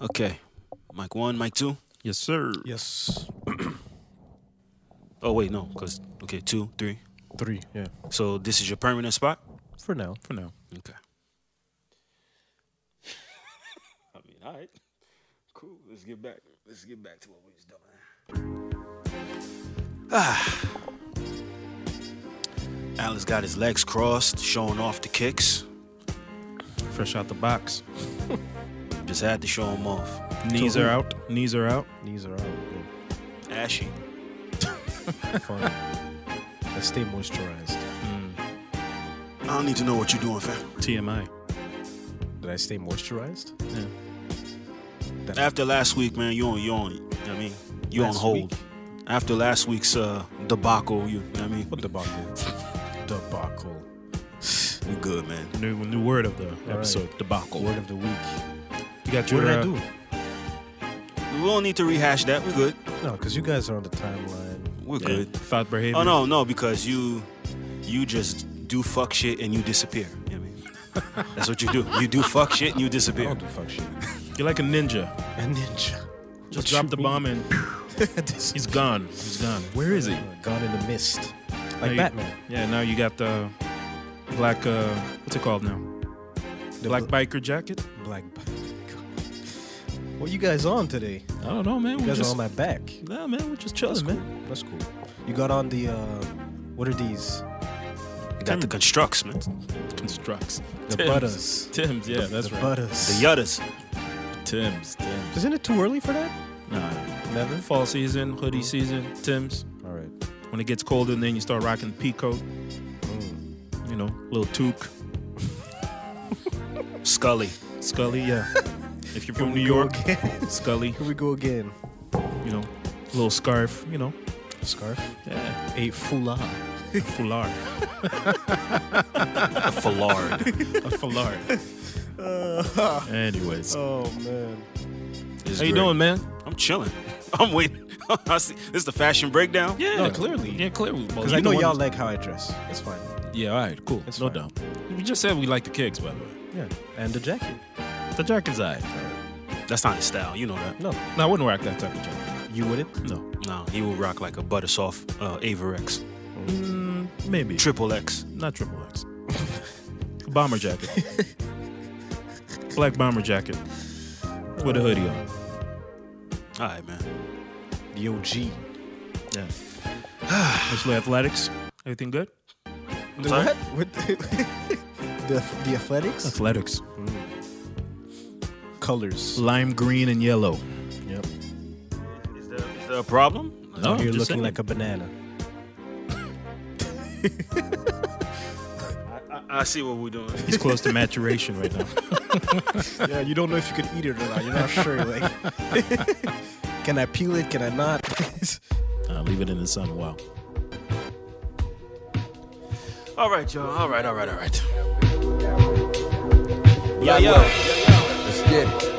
Okay. Mic one, mic two. Yes, sir. Yes. Oh wait, no, because okay, two, three. Three. Yeah. So this is your permanent spot? For now. For now. Okay. I mean, all right. Cool. Let's get back. Let's get back to what we was doing. Ah. Allen's got his legs crossed, showing off the kicks. Fresh out the box. Just had to show him off. Knees are out. Knees are out. Knees are out. Yeah. Ashy. Fine. Let's stay moisturized. I don't need to know what you're doing, fam. TMI. Did I stay moisturized? Yeah. After last week, man, you on you on. I mean, you on Last hold. After last week's uh, debacle, you, I mean, What debacle? debacle. we good, man. New new word of the episode. Debacle. Word of the week. You got your. What did I uh, do? We don't need to rehash that. We're good. No, because you guys are on the timeline. We're yeah, good. Thought behavior. Oh no, no, because you you just do fuck shit and you disappear. You know what I mean, that's what you do. You do fuck shit and you I disappear. don't do fuck shit. You're like a ninja. A ninja. Just drop the bomb and he's gone. He's gone. Where is he? Gone uh, in the mist. Now Like you- Batman. Yeah. Now you got the black. Uh, what's it called now? The black bl- biker jacket. Black. What you guys on today? I don't know, man. You We guys just, are on my back. Nah, man. We're just chilling, man. cool. That's cool. You got on the. Uh, what are these? Got the constructs, man. Constructs. The Timbs. butters. Tim's. Yeah, that's the right. butters. The yutters. Tim's. Tim's. Isn't it too early for that? Nah. Never. Fall season, hoodie season, Tim's. All right. When it gets colder, and then you start rocking the pea coat. You know, little toque. Scully. Scully, yeah. If you're from New we go York, again? Scully, Here we go again. you know, little scarf, you know, Scarf. yeah, A foulard. a foulard, A fallard. a foulard. Anyways, how Uh, Oh man. It's you great. doing, man? I'm chilling. I'm waiting. I see. This is the fashion breakdown. Yeah, No, clearly. yeah, clearly. Well, Because I you know the one- y'all like how I dress. It's fine. Yeah, all right, cool. It's no fine. doubt. We just said we like the kicks, by the way. Yeah. And the jacket. The jacket's eye. That's not his style. You know that. No, No, I wouldn't rock that type of jacket. you wouldn't. No, No, he will rock like a butter soft uh, Averex, mm, maybe triple X. not triple X. bomber jacket, black bomber jacket with a hoodie on. All right, man. The OG. Yeah. Mostly athletics. Everything good? The sorry? what? With the, the the athletics. Athletics. colors. Lime green and yellow. Yep. Is there, is there a problem? No, You're Oh, just saying. looking like a banana. I, I see what we're doing. He's close to maturation right now. yeah, you don't know if you can eat it or not. You're not sure. Like, can I peel it? Can I not? Uh, leave it in the sun a while. All right, y'all. All right, all right, all right. Yeah, yeah. Let's get it.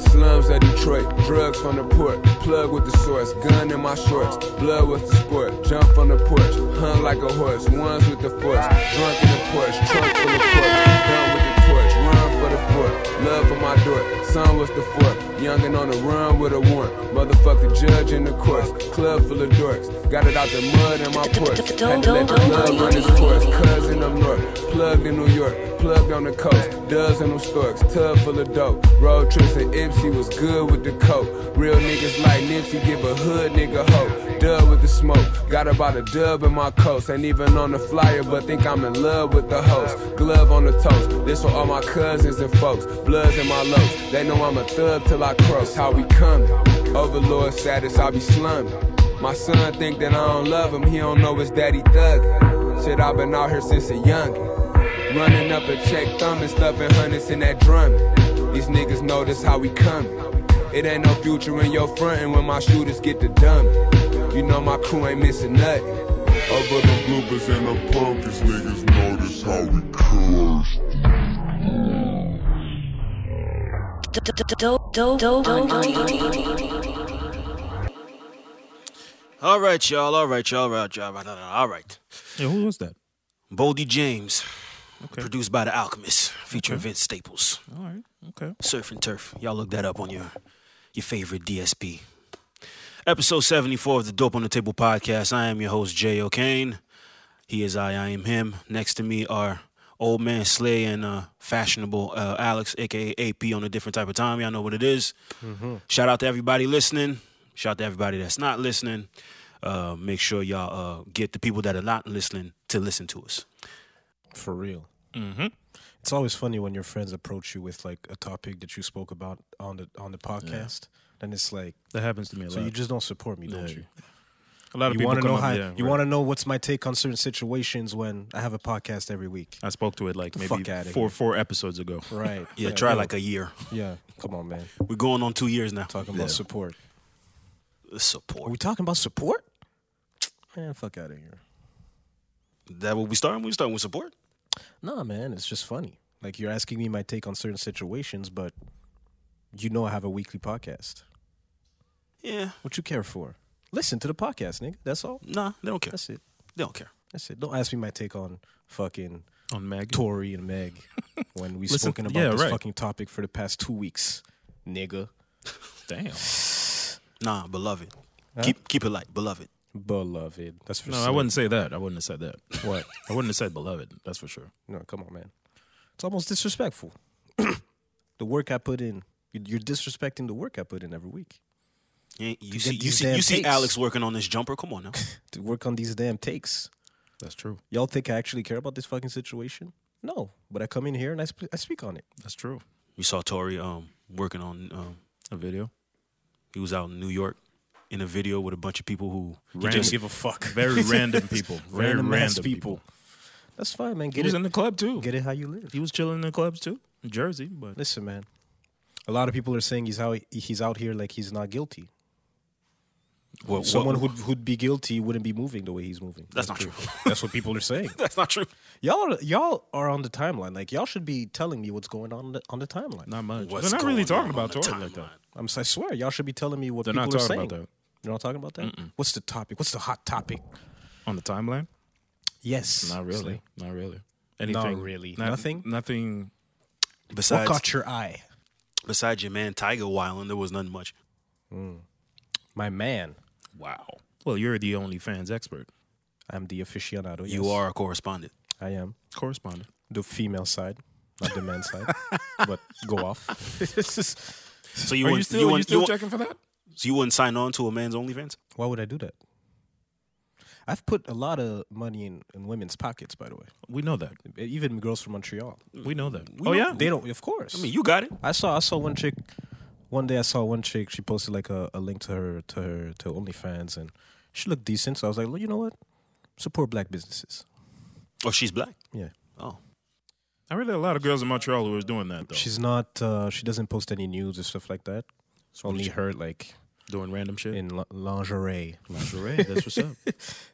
Slums of Detroit, drugs from the port, plug with the source, gun in my shorts, blood with the sport, jump from the porch, hung like a horse, ones with the force, drunk in the porch, trunk full of porch, gun with the torch, run for the fort, love for my door, son was the fort, young and on the run with a warrant, motherfucker judge in the courts, club full of dorks, got it out the mud in my porch, had to let the love run its course, cousin up north, plugged in New York, plugged on the coast, dozen them storks, tub full of dope. Road trips and Ipsy was good with the coke. Real niggas like Nipsey give a hood nigga hope. Dub with the smoke, got about a dub in my coast. Ain't even on the flyer, but think I'm in love with the host. Glove on the toast, this for all my cousins and folks. Bloods in my lows, they know I'm a thug till I cross. How we coming? Overlord status, I be slumming. My son think that I don't love him, he don't know his daddy thuggin'. Shit, i been out here since a youngin'. Running up a check, thumbin', stuffin' hundreds in that drummin'. These niggas know this how we comin'. It ain't no future in your frontin' when my shooters get the dummy. You know my crew ain't missin' nothing. Over the bloopers and the punkers, niggas know this how we cursed. All right, y'all. All right, y'all. All right, y'all. All right. All right. Yeah, who was that? Boldy James. Okay. Produced by The Alchemist, featuring Vince Staples. All right. Okay. Surf and Turf. Y'all look that up on your your favorite DSP. Episode 74 of the Dope on the Table podcast. I am your host, Jay O'Kane. He is I, I am him. Next to me are Old Man Slay and uh, Fashionable uh, Alex, aka AP on a different type of time. Y'all know what it is. Shout out to everybody listening. Shout out to everybody that's not listening. Uh, make sure y'all uh, get the people that are not listening to listen to us. For real. Mm-hmm. It's always funny when your friends approach you with like a topic that you spoke about on the on the podcast. Then it's like, That happens to me a so lot. you just don't support me, don't Yeah. you? a lot of You people want to come know up- how yeah, you right. want to know what's my take on certain situations when I have a podcast every week, I spoke to it like maybe fuck outta four here. four episodes ago. right? Yeah, try no. like a year. yeah. Come on, man. We're going on two years now. Talking about support. Are Support. we talking about support? Man, fuck out of here. That what we starting? We starting with support. Nah, man, it's just funny. Like you're asking me my take on certain situations, but you know I have a weekly podcast. Yeah. What you care for? Listen to the podcast, nigga. That's all. Nah, they don't care. That's it. They don't care. That's it. Don't ask me my take on fucking On Mag. Tori and Meg when we've Listen- spoken about yeah, this right. fucking topic for the past two weeks, nigga. Damn. Nah, beloved. Keep keep it light, beloved. Beloved. That's for No, I sure. wouldn't say that. I wouldn't have said that. What? I wouldn't have said beloved. That's for sure. No, come on, man. It's almost disrespectful. the work I put in, you- you're disrespecting the work I put in every week. You, ain't- you To see, get you these see, you damn see takes. Alex working on this jumper. Come on now. to work on these damn takes. That's true. Y'all think I actually care about this fucking situation? No, but I come in here and I, sp- I speak on it. That's true. We saw Tori um working on um A video. he was out in New York in a video with a bunch of people who he Random. just give a fuck. Very random people. Very random, ass people. That's fine, man. He Get was it, in the club too. get it how you live. He was chilling in the clubs too. In Jersey, but Listen, man. A lot of people are saying he's how he's out here like he's not guilty. Well, Someone well, who'd who'd be guilty wouldn't be moving the way he's moving. that's not true. That's what people are saying. that's not true. Y'all are, y'all are on the timeline. Like y'all should be telling me what's going on on the, on the timeline. not much. What's They're not really going talking on about on the Tori like that. timeline? I'm s- I swear y'all should be telling me what They're people not are talking saying. about that You're not talking about that. What's the topic? What's the hot topic? on the timeline. Yes. Not Slay. really. Not really. Anything? really. not- Nothing? Nothing. Besides, what caught your eye? besides your man Tiger Wyland, there was nothing much. My man. Wow. Well, you're the only fans expert I'm the aficionado. Yes. You are a correspondent. I am. correspondent. The female side, not the man's side. But go off. So you Are you wouldn't- still? you you wouldn't- still you wouldn't- checking for that? so you wouldn't sign on to a man's OnlyFans? Why would I do that? I've put a lot of money in, in women's pockets, by the way. We know that. Even girls from Montreal. We know that. We know- oh yeah. They don't, of course. I mean, you got it. I saw I saw one chick. One day I saw one chick. She posted like a, a link to her to her to OnlyFans, and she looked decent. So I was like, well, you know what? Support black businesses. Oh, she's black. Yeah. Oh, I really had a lot of girls in Montreal who was doing that though. She's not. Uh, she doesn't post any news or stuff like that. It's only her like doing random shit. in l- lingerie Lingerie. That's what's up.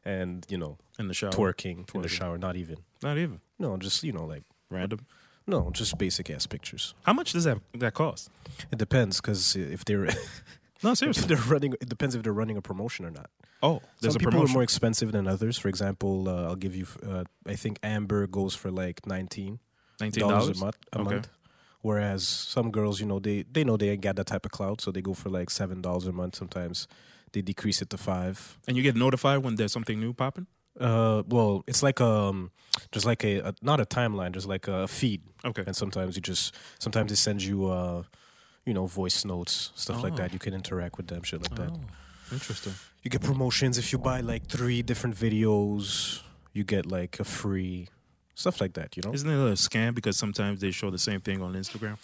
and you know In the shower. twerking in the shower. Not even. Not even No, just you know like random. no, just basic ass pictures. How much does that that cost? It depends because if they're No, if seriously. they're running, it depends if they're running a promotion or not. Oh, there's Some a people promotion. are more expensive than others. For example, uh, I'll give you. Uh, I think Amber goes for like nineteen Nineteen dollars a dollars. month. A Okay. month. Whereas some girls, you know, they they know they ain't got that type of clout, so they go for like seven dollars a month. Sometimes they decrease it to five. And you get notified when there's something new popping. Uh, well, it's like um, just like a, a not a timeline, just like a feed. Okay. And sometimes you just sometimes they send you uh, you know, voice notes stuff like Oh. that. You can interact with them, shit like that. Interesting. You get promotions if you buy like three different videos. You get like a free stuff like that. You know, Isn't it a scam because sometimes they show the same thing on Instagram?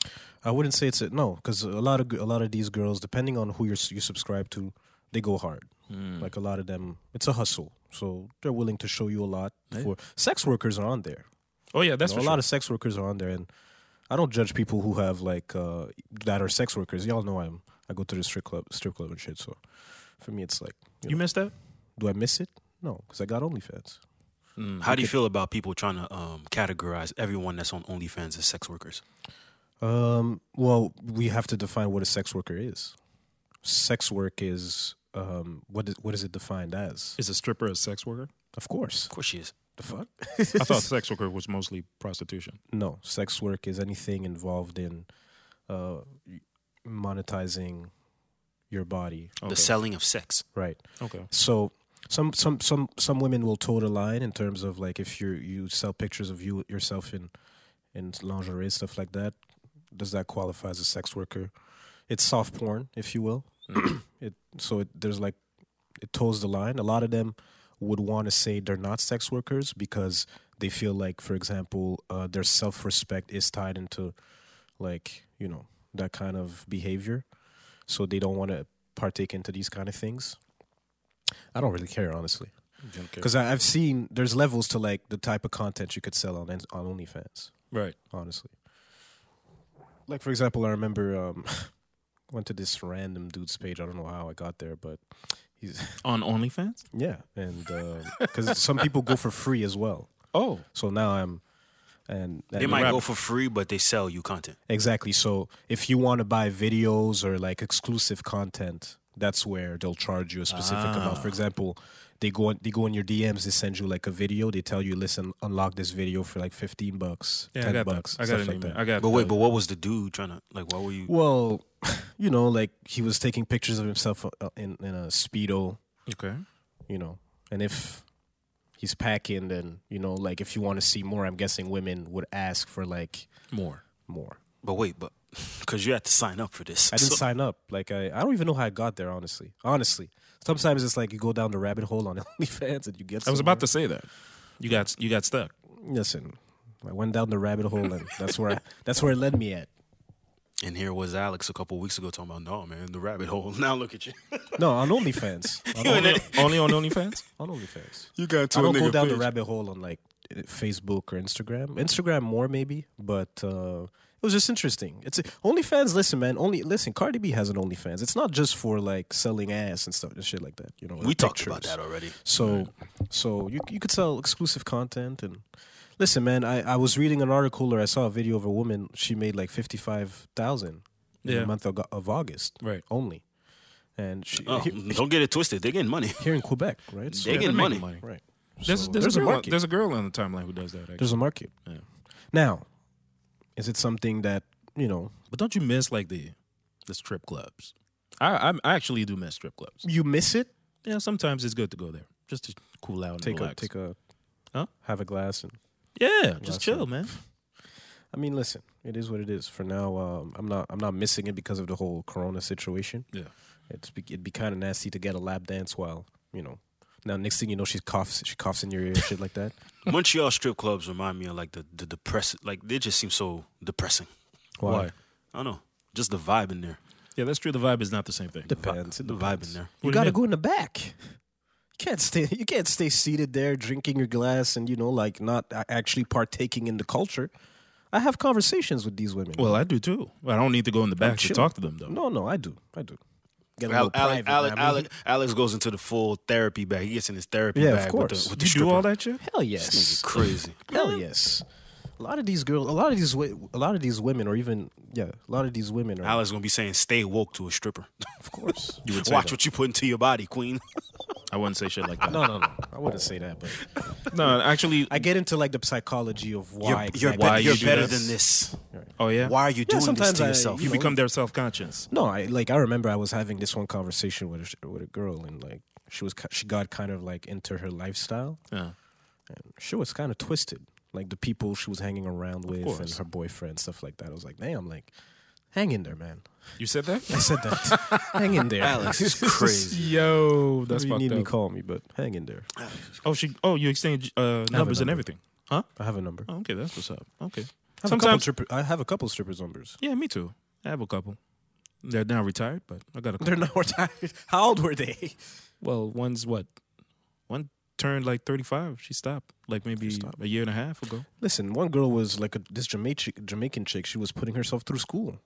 I wouldn't say it's a no because a lot of g- a lot of these girls, depending on who you're, s- you subscribe to, they go hard. Hmm. Like a lot of them, it's a hustle, so they're willing to show you a lot. For sex workers are on there. Oh yeah, that's You for know, a sure. lot of sex workers are on there, and I don't judge people who have like uh, that are sex workers. Y'all know I'm I go to the strip club, strip club and shit. So for me, it's like, you you know, missed that? do I miss it? No, because I got OnlyFans. How do you feel about people trying to um, categorize everyone that's on OnlyFans as sex workers? Um, well, we have to define what a sex worker is. Sex work is um, what is what is it defined as? Is a stripper a sex worker? Of course, Of course she is. The fuck? I thought sex worker was mostly prostitution. No, sex work is anything involved in uh, monetizing your body, Okay. The selling of sex. right? Okay. So some some some some women will toe the line in terms of like if you you sell pictures of you yourself in in lingerie stuff like that. Does that qualify as a sex worker? It's soft porn, if you will. it so it there's like it toes the line. A lot of them would want to say they're not sex workers because they feel like, for example, uh, their self respect is tied into like you know that kind of behavior, so they don't want to partake into these kind of things. I don't really care, honestly, because I've seen there's levels to like the type of content you could sell on on OnlyFans. Right. Honestly, like for example, I remember um, went to this random dude's page. I don't know how I got there, but he's On OnlyFans? yeah, and because some people go for free as well. Oh. So now I'm and, and They might rap- go for free, but they sell you content. Exactly. So if you want to buy videos or like exclusive content, that's where they'll charge you a specific amount. Ah. For example, they go in, they go in your DMs, they send you like a video, they tell you, listen, unlock this video for like fifteen bucks, Yeah, I ten got bucks, that. I got stuff it. like Like that. I got But wait, but what was the dude trying to like? What were you? well, you know, like he was taking pictures of himself uh, in in a speedo, Okay. you know, and if he's packing, then you know, like if you want to see more, I'm guessing women would ask for like More. more. But wait, but because you had to sign up for this. I didn't So- sign up. Like I, I don't even know how I got there. Honestly, honestly, sometimes it's like you go down the rabbit hole on OnlyFans and you get. I was about to say that. You got you got stuck. somewhere. listen. I went down the rabbit hole and that's where I, that's where it led me at. And here was Alex a couple weeks ago talking about, no, man, the rabbit hole. Now look at you. No, on OnlyFans. On, Only, only on OnlyFans? on OnlyFans. You got I don't go down the rabbit hole on like Facebook or Instagram. Instagram more maybe, but uh, it was just interesting. It's OnlyFans. Listen, man. Only listen. Cardi B has an OnlyFans. It's not just for like selling ass and stuff and shit like that. You know. We talked about pictures. that already. So, so you you could sell exclusive content and listen, man. I, I was reading an article or I saw a video of a woman. She made like fifty five thousand in Yeah. the month of, of August Right. only, and she Oh, he- don't get it twisted. They're getting money. here in Quebec, right? So- They they're get money. making right. There's, So there's, there's a a girl, market. there's a girl on the timeline who does that. Actually. There's a market. Yeah. Now, is it something that you know But don't you miss like the the strip clubs? I I'm, I actually do miss strip clubs. you miss it? Yeah, sometimes it's good to go there just to cool out and Take relax. a take a Huh? have a glass and yeah, just Relax, chill, man. I mean, listen, it is what it is. For now, um, I'm not I'm not missing it because of the whole Corona situation. Yeah. it's be, it'd be kind of nasty to get a lap dance while you know. Now, next thing you know, she coughs she coughs in your ear, shit like that. Montreal strip clubs remind me of like the, the depressing, like they just seem so depressing. I don't know. Just the vibe in there. Yeah, that's true. The vibe is not the same thing. Depends. It The vibe in there. What You do you gotta mean? go in the back. You can't stay. You can't stay seated there drinking your glass and you know, like not a- actually partaking in the culture. I have conversations with these women. Well, I do too. I don't need to go in the back to chill. talk to them though. no, no, I do, I do. Get a Al- little Alex, private, Alex, I mean. Alex, Alex goes into the full therapy bag. He gets in his therapy Yeah, of bag with course. the, with the you do all stripper. that shit. Hell This yes. nigga crazy. Hell yes. A lot of these girls, a lot of these, wo- a lot of these women, or even yeah, a lot of these women are. Alex gonna be saying, "Stay woke" to a stripper. Of course. You would say Watch that. what you put into your body, queen. I wouldn't say shit like that. No, no, no. I wouldn't say that, but no, actually. I get into like the psychology of why. you're exactly- better, Why you're you do better this? than this. oh yeah. Why are you doing this sometimes to I- yourself? you become their self conscious? No, I like I remember I was having this one conversation with a, with a girl, and like she was ki- she got kind of like into her lifestyle. Yeah. She was kind of twisted, like the people she was hanging around with and course. her boyfriend, stuff like that. I was like, damn, like hang in there, man. You said that. I said that. hang in there, Alex is crazy. Yo, that's you fucked need me up. call me, but hang in there. Oh, she. Oh, you exchange uh, numbers and number. everything. Huh? I have a number. I Oh, okay, that's what's up. Okay. have a couple Sometimes. stripper, I have a couple strippers numbers. Yeah, me too. I have a couple. They're now retired, but I got a couple. They're not retired. How old were they? Well, one's what? One turned like 35. She stopped like maybe a year and a half ago. Listen, one girl was like a, this Jamaican Jamaican chick. She was putting herself through school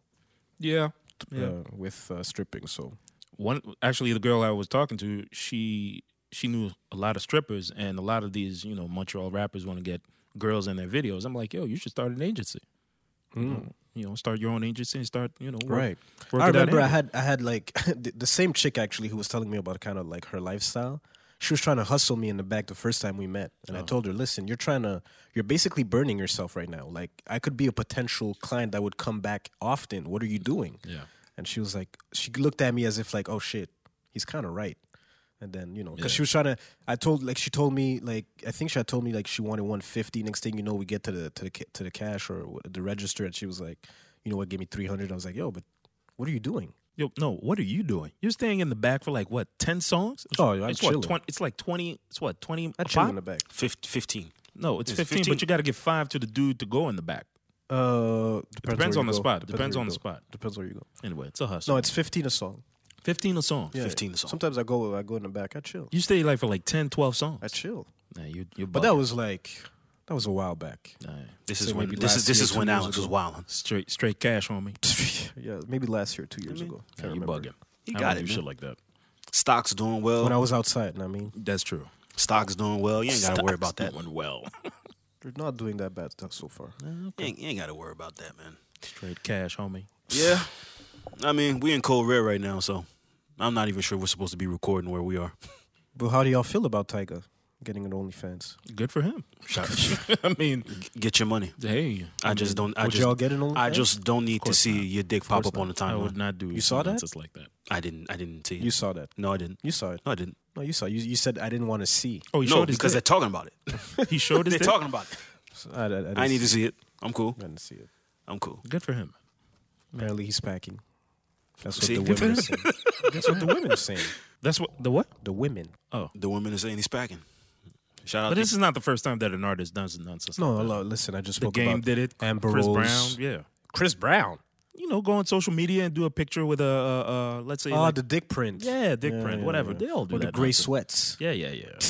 Yeah. Yeah. uh, with uh, stripping. So One actually the girl I was talking to, she she knew a lot of strippers and a lot of these, you know, Montreal rappers want to get girls in their videos. I'm like, "Yo, you should start an agency." You know, You know, start your own agency and start, you know, work, Right. work it I out remember I anyway. had I had like the, the same chick actually who was telling me about kind of like her lifestyle. she was trying to hustle me in the back the first time we met, and I told her, "Listen, you're trying to, you're basically burning yourself right now. Like I could be a potential client that would come back often. What are you doing?" Yeah. And she was like, she looked at me as if like, "Oh shit, he's kind of right." And then you know, because she was trying to, I told like she told me like I think she had told me like she wanted 150. Next thing you know, we get to the to the ca- to the cash or w- the register, and she was like, "You know what? Give me 300." I was like, "Yo, but what are you doing?" Yo, no, what are you doing? You're staying in the back for like what, ten songs? It's, Oh, yeah, I'm it's chilling. What, 20, it's like twenty. It's what twenty. I a chill pop? in the back. Fif- 15. No, it's, It's 15, 15. But you got to give five to the dude to go in the back. Uh, depends, depends where on you the go. spot. Depends where on you the go. spot. Depends where you go. Anyway, it's a hustle. No, it's fifteen a song. fifteen a song. Yeah. 15 is all. Sometimes I go, I go in the back. I chill. You stay like for like 10, 12 songs. I chill. Nah, you, you're But that was like, that was a while back. bugging. Nah, This So is when maybe this is last this year, is two when years Alex ago. was wilding. straight straight cash, homie. yeah, maybe last year, two years ago. Can't Nah, you remember. bugging. He I got don't it, do shit man. like that. Stocks doing well. When I was outside, and I mean, That's true. Stocks doing well. You ain't got to worry about Stocks that. Doing well. they're not doing that bad stuff so far. You ain't, got to worry about that, man. straight cash, homie. Yeah. I mean, we in cold red right now, so I'm not even sure we're supposed to be recording where we are. But how do y'all feel about Tyga getting an OnlyFans? Good for him. Shout- I mean, Get your money. hey, I just don't. I Would just. y'all get an OnlyFans? I just don't need to see your dick pop up on the I would timeline. not do. You saw that? Just like that. I didn't. I didn't see it. You saw that. no, I didn't. You saw it. No, I didn't. No, you saw. You you said I didn't want to see. Oh, he No, showed his because they're dick. talking about it. he showed his They're dick. talking about it. So I, I, I didn't I need see to see it. I'm cool. it. I didn't see it. I'm cool. Good for him. Apparently, he's packing. That's what See? the women are saying. That's what the women are saying. That's what the what? Uh, The women. Oh, The woman is saying he's packing. Shout out. but to this is not the first time that an artist does nonsense. No, like that. no, listen. I just the spoke game about did it. Amber Chris Rose. Brown, yeah. Chris Brown. You know, go on social media and do a picture with a, uh, uh, let's say, Oh, like- the dick print. yeah, dick Yeah, print, yeah, whatever. yeah. They all do Or the that gray nonsense. sweats. Yeah, yeah, yeah.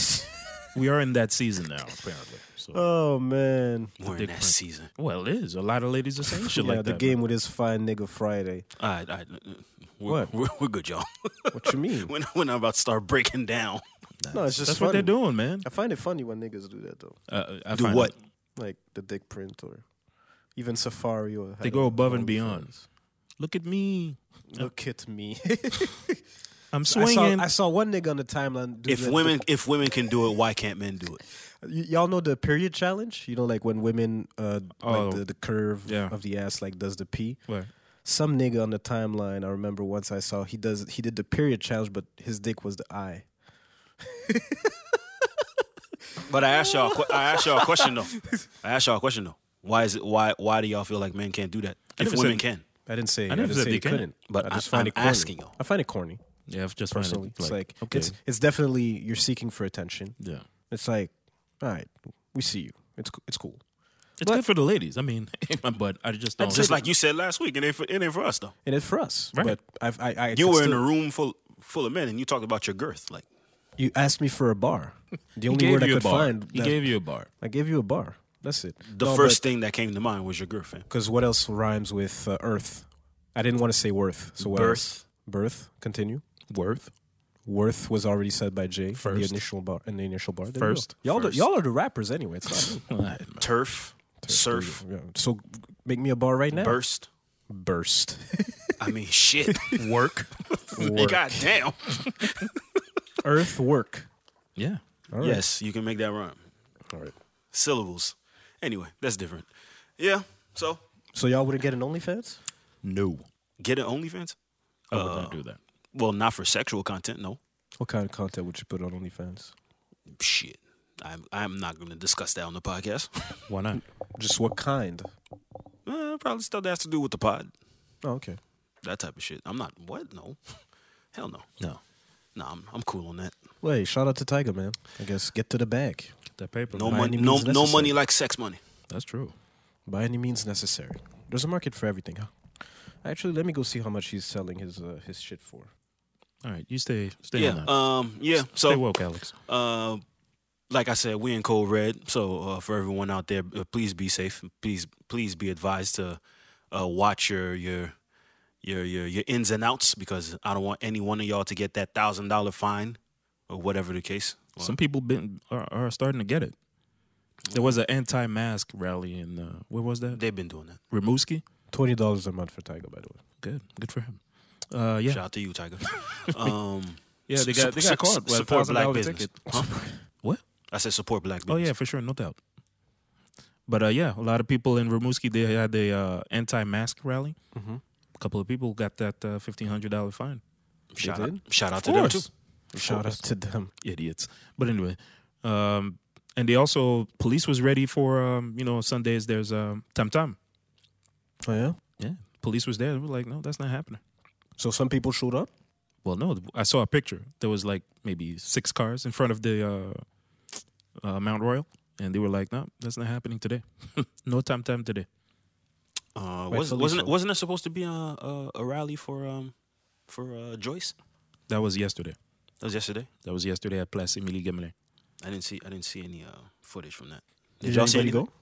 we are in that season now, apparently. So, Oh man. we're in dick that print. season. well, it is. A lot of ladies are saying shit yeah, like the that. game with his fine nigga Friday. All right, all right. We're, What? We're, we're good, y'all. What you mean? we're, not, we're not about to start breaking down. no, it's just That's what they're funny. doing, man. I find it funny when niggas do that though, Uh, I Do find what? it- like the dick print or even Safari or They go above and beyond. Look at me. Look at me. I'm I swinging. saw I saw one nigga on the timeline. Do If the- women, if women can do it, why can't men do it? Y- y'all know the period challenge. You know, like when women, uh, Oh, like the, the curve yeah. of the ass, like does the P. What? Some nigga on the timeline. I remember once I saw he does he did the period challenge, but his dick was the eye. But I asked y'all, a que- I asked y'all a question though. I asked y'all a question though. Why is it? Why? Why do y'all feel like men can't do that? I If never women said- can, I didn't say I, never didn't said say they he couldn't, couldn't, but I just I- find I'm it corny. asking you. I find it corny Yeah, I've just personally. find it's it, like, like okay. it's it's definitely you're seeking for attention. yeah. It's like, all right, we see you. It's co- it's cool. It's good for the ladies. I mean, but I just don't. just like you said last week, it ain't for, it ain't for us though. And it's for us. Right. But I've, I I You could were in still- a room full full of men, and you talked about your girth. Like you asked me for a bar. The he only gave word I you a could bar. find. He that- gave you a bar. I gave you a bar. That's it. the first thing that came to mind was your girth, fam. Because what else rhymes with uh, earth? I didn't want to say worth. So what Birth. Else? Birth. Continue. Worth. Worth was already said by Jay in the First. initial bar. In the initial bar. There you go. First. Y'all, First. The, y'all are the rappers anyway. It's not me. Turf, surf, Yeah. So make me a bar right now. burst. Burst. I mean, shit. Work. Work. God damn. earth. Work. Yeah. right. Yes, you can make that rhyme. All right. Syllables. Anyway, that's different. Yeah. So So y'all wouldn't get an OnlyFans? No. get an OnlyFans. I would not do that. Well, not for sexual content, no. What kind of content would you put on OnlyFans? Shit. I'm I'm not gonna discuss that on the podcast. Why not? Just what kind? uh, probably stuff that has to do with the pod. Oh, okay. That type of shit. I'm not what? No. Hell no. No. Nah, I'm I'm cool on that. Wait, shout out to Tiger, man. I guess get to the bag. Get that paper. No man. money any no means no necessary. money like sex money. That's true. by any means necessary. There's a market for everything. Huh? Actually, let me go see how much he's selling his uh, his shit for. All right. You stay. Stay on Yeah. that. Um yeah. stay So woke, Alex. uh like I said, we in cold red. So uh, for everyone out there, uh, please be safe. Please please be advised to uh, watch your your your your your ins and outs because I don't want any one of y'all to get that thousand dollar fine or whatever the case. Or- Some people been are, are starting to get it. There was an anti-mask rally in uh, where was that? They've been doing that. Rimouski. Twenty dollars a month for Tiger, by the way. Good. Good for him. Uh, yeah. Shout out to you, Tiger. um, Yeah, they got they got Sup- caught. by a support $1,000 black ticket. business. Huh? What? I said support black Oh business. yeah, for sure, no doubt. But uh, yeah, a lot of people in Rimouski they had a uh, anti-mask rally. Mm-hmm. A couple of people got that uh, fifteen hundred dollar fine. Shout They out, shout out Of to them too. course. Shout out to them. Idiots. But anyway, um, and they also police was ready for um, you know Sundays. There's um, tam tam. Oh yeah. Yeah, police was there. They were like, no, that's not happening. So some people showed up. Well, no, I saw a picture. There was like maybe six cars in front of the uh, uh, Mount Royal, and they were like, no, that's not happening today. no tam tam today. Uh, Right, was, so wasn't Lisa. it, wasn't it supposed to be a, a, a rally for um for uh, Joyce? That was yesterday. That was yesterday. That was yesterday at Place Emilie Gamelin. I didn't see I didn't see any uh, footage from that. Did, Did y'all see anybody any? go?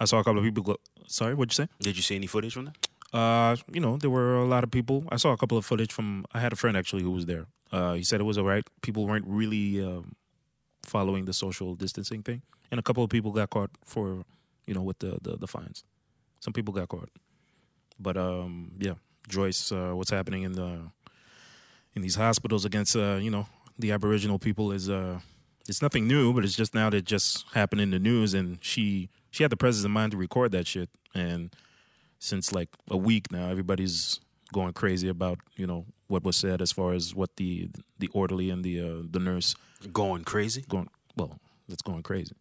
I saw a couple of people go. Sorry, what'd you say? Did you see any footage from that? Uh, you know, there were a lot of people. I saw a couple of footage from. I had a friend actually who was there. Uh, he said it was all right. People weren't really um, following the social distancing thing, and a couple of people got caught for, you know, with the the, the fines. Some people got caught, but um, yeah, Joyce, uh, what's happening in the in these hospitals against uh, you know the Aboriginal people is uh, it's nothing new, but it's just now that just happened in the news, and she she had the presence of mind to record that shit, and since like a week now, everybody's going crazy about you know what was said as far as what the the orderly and the uh, the nurse Going crazy. going well that's going crazy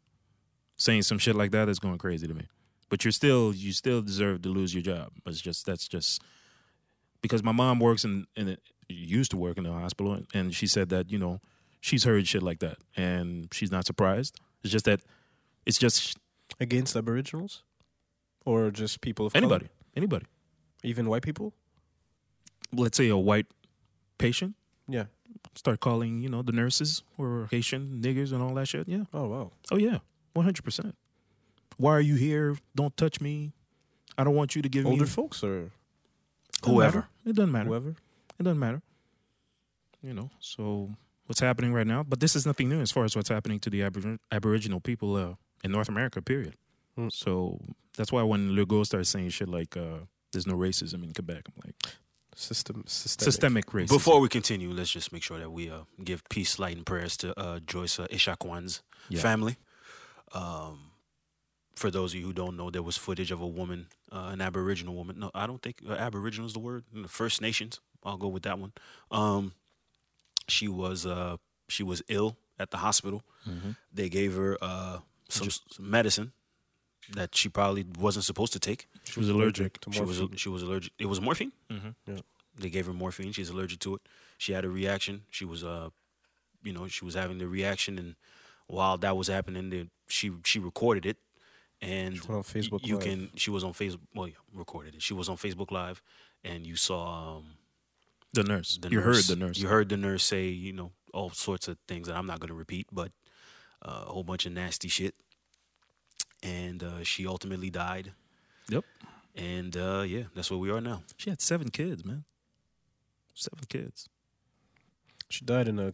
saying some shit like that is going crazy to me but you're still you still deserve to lose your job it's just that's just because my mom works in in used to work in the hospital and she said that you know she's heard shit like that and she's not surprised it's just that it's just Against Aboriginals, or just people of color? anybody anybody even white people. let's say a white patient Yeah. start calling, you know, the nurses or Haitian niggers and all that shit. Yeah. Oh wow. Oh yeah. One hundred percent. Why are you here? Don't touch me. I don't want you to give Older me folks or Doesn't Whoever. matter. It doesn't matter. whoever. It doesn't matter. You know. So what's happening right now? But this is nothing new as far as what's happening to the Abor- Aboriginal people uh, in North America. Period. Hmm. Mm. So that's why when Legault starts saying shit like uh, "there's no racism in Quebec," I'm like System. Systemic. systemic racism. Before we continue, let's just make sure that we uh, give peace, light, and prayers to uh, Joyce uh, Ishakwan's Yeah. family. Um, for those of you who don't know, there was footage of a woman, uh, an Aboriginal woman. No, I don't think uh, Aboriginal is the word. The First Nations. I'll go with that one. Um, she was uh, she was ill at the hospital. They gave her uh, some, s medicine that she probably wasn't supposed to take. she was allergic. to She was morphine. Mm-hmm. she was allergic. It was morphine Yeah. they gave her morphine. She's allergic to it. She had a reaction. She was, uh, you know, she was having the reaction, and while that was happening, the, she she recorded it, and went on Facebook You Live. can. She was on Facebook. Well, yeah, recorded it. She was on Facebook Live, and you saw um, The nurse. the you nurse, heard the nurse. You heard the nurse say, you know, all sorts of things that I'm not going to repeat, but uh, a whole bunch of nasty shit, and uh, she ultimately died. Yep. And uh, yeah, that's where we are now. She had seven kids, man. Seven kids. She died in a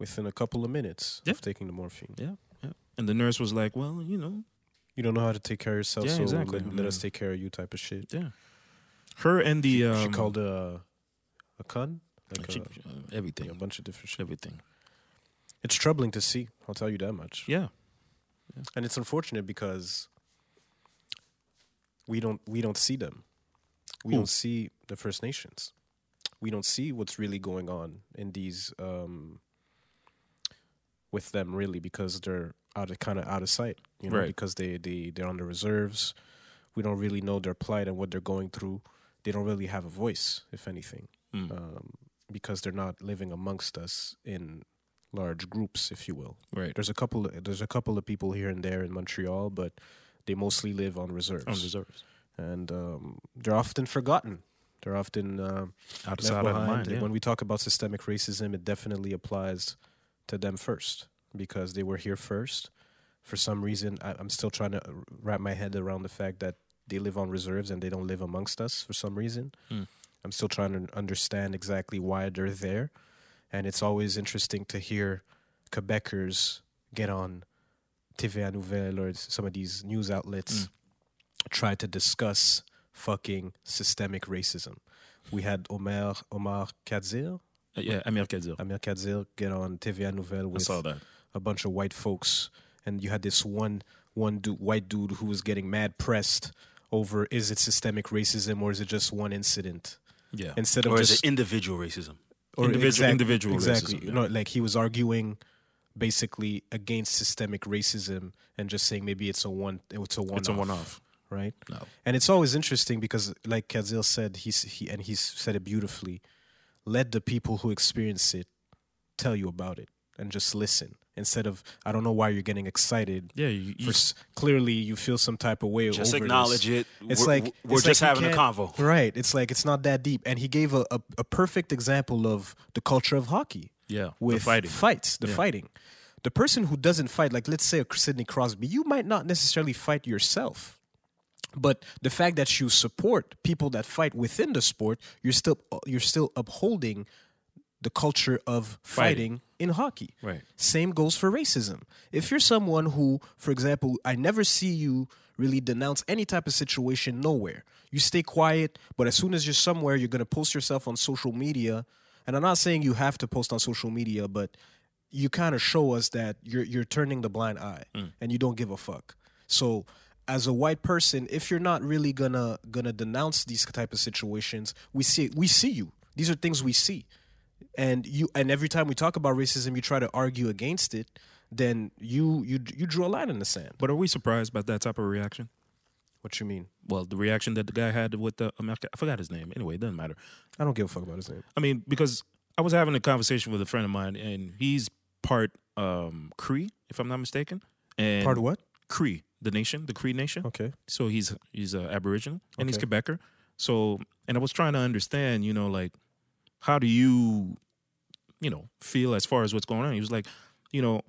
within a couple of minutes Yeah. of taking the morphine. Yeah, yeah. And the nurse was like, "Well, you know, You don't know how to take care of yourself, Yeah, so exactly. let, let us Yeah. take care of you, type of shit. yeah." Her and the um, she called a a con, like uh, she- a, everything, yeah, a bunch of different shit. everything. It's troubling to see. I'll tell you that much. Yeah, and it's unfortunate because we don't we don't see them we Who? don't see the first nations we don't see what's really going on in these um with them really because they're out of kind of out of sight you know Right. because they they they're on the reserves we don't really know their plight and what they're going through they don't really have a voice if anything Mm. um, because they're not living amongst us in large groups if you will right. there's a couple. There's a couple of people here and there in Montreal, but they mostly live on reserves, On reserves, and um, they're often forgotten. They're often uh, out of left sight, out of behind. mind. And Yeah. When we talk about systemic racism, it definitely applies to them first because they were here first. For some reason, I, I'm still trying to wrap my head around the fact that they live on reserves and they don't live amongst us for some reason. Hmm. I'm still trying to understand exactly why they're there. And it's always interesting to hear Quebecers get on TVA Nouvelle or some of these news Hmm. outlets try to discuss fucking systemic racism. We had Omar Omar Kadir Uh, yeah, Amir Kadir. Amir Kadir get on TVA Nouvelle I with saw that. a bunch of white folks, and you had this one one dude, white dude who was getting mad pressed over is it systemic racism or is it just one incident Yeah. instead of Or is just it individual racism? or individual- individual exactly racism, yeah. no, like he was arguing basically against systemic racism and just saying maybe it's a one it's a one it's a one off. right No. and it's always interesting because like Kazil said he's he and he's said it beautifully let the people who experience it tell you about it and just listen instead of i don't know why you're getting excited Yeah, you, for, s- clearly you feel some type of way Just over acknowledge this. it. it's We're- like we're it's just like you having a can't- convo. right it's like it's not that deep and he gave a, a, a perfect example of the culture of hockey yeah, with the fighting. fights, the fighting. The person who doesn't fight, like let's say a Sidney Crosby, you might not necessarily fight yourself, but the fact that you support people that fight within the sport, you're still uh, you're still upholding the culture of fighting, Fighting. in hockey. Right. Same goes for racism. If you're someone who, for example, I never see you really denounce any type of situation nowhere. You stay quiet, but as soon as you're somewhere, you're going to post yourself on social media. And I'm not saying you have to post on social media, but you kind of show us that you're you're turning the blind eye and you don't give a fuck. So as a white person, if you're not really gonna gonna denounce these type of situations, we see we see you. These are things we see and you and every time we talk about racism you try to argue against it then you you you drew a line in the sand But are we surprised by that type of reaction? what you mean Well, the reaction that the guy had with the America, I forgot his name. Anyway, it doesn't matter. i don't give a fuck about his name I mean, because I was having a conversation with a friend of mine, and he's part um, Cree, if I'm not mistaken. And part what Cree, the nation, the Cree nation. okay So he's he's uh, Aboriginal and he's Okay. Quebecer. So and I was trying to understand, you know, like how do you, you know, feel as far as what's going on? He was like, you know,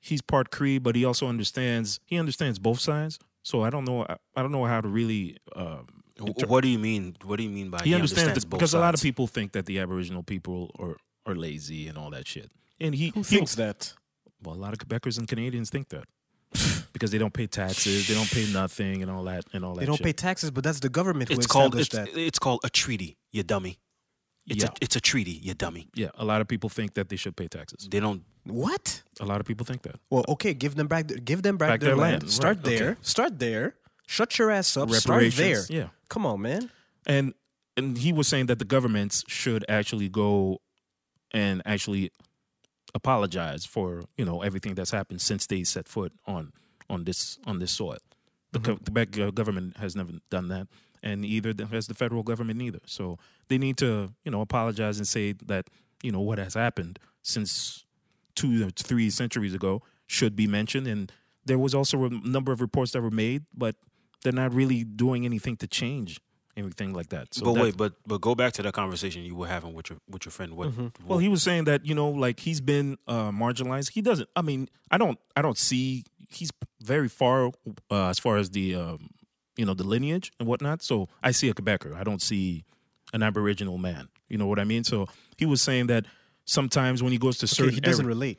he's part Cree, but he also understands he understands both sides. So I don't know I, I don't know how to really um, Wh- What do you mean? What do you mean by Uh, he, understands, the- both because a lot of sides? people think that the Aboriginal people are are lazy and all that shit. And he who he- thinks that well, a lot of Quebecers and Canadians think that. because they don't pay taxes, they don't pay nothing and all that and all that they don't shit. pay taxes but that's the government who It's called it's, established that it's called a treaty, you dummy. It's Yeah. a it's a treaty, you dummy. Yeah, a lot of people think that they should pay taxes. They don't what A lot of people think that. well okay give them back give them back, Back their, their land, land, start right, there okay. start there shut your ass up start there Reparations, yeah. come on man And and he was saying that the governments should actually go and actually apologize for, you know, everything that's happened since they set foot on on this on this soil. The Mm-hmm. co Quebec go- government has never done that and either the- has the federal government neither. So they need to, you know, apologize and say that, you know, what has happened since two or three centuries ago should be mentioned. And there was also a number of reports that were made, but they're not really doing anything to change anything like that. So but that- wait, but but go back to that conversation you were having with your with your friend. What, well, he was saying that you know, like he's been uh, marginalized. He doesn't. I mean, I don't. I don't see. He's very far uh, as far as the um, you know the lineage and whatnot. So I see a Quebecer. I don't see an Aboriginal man. You know what I mean? So he was saying that sometimes when he goes to okay, certain he doesn't area- relate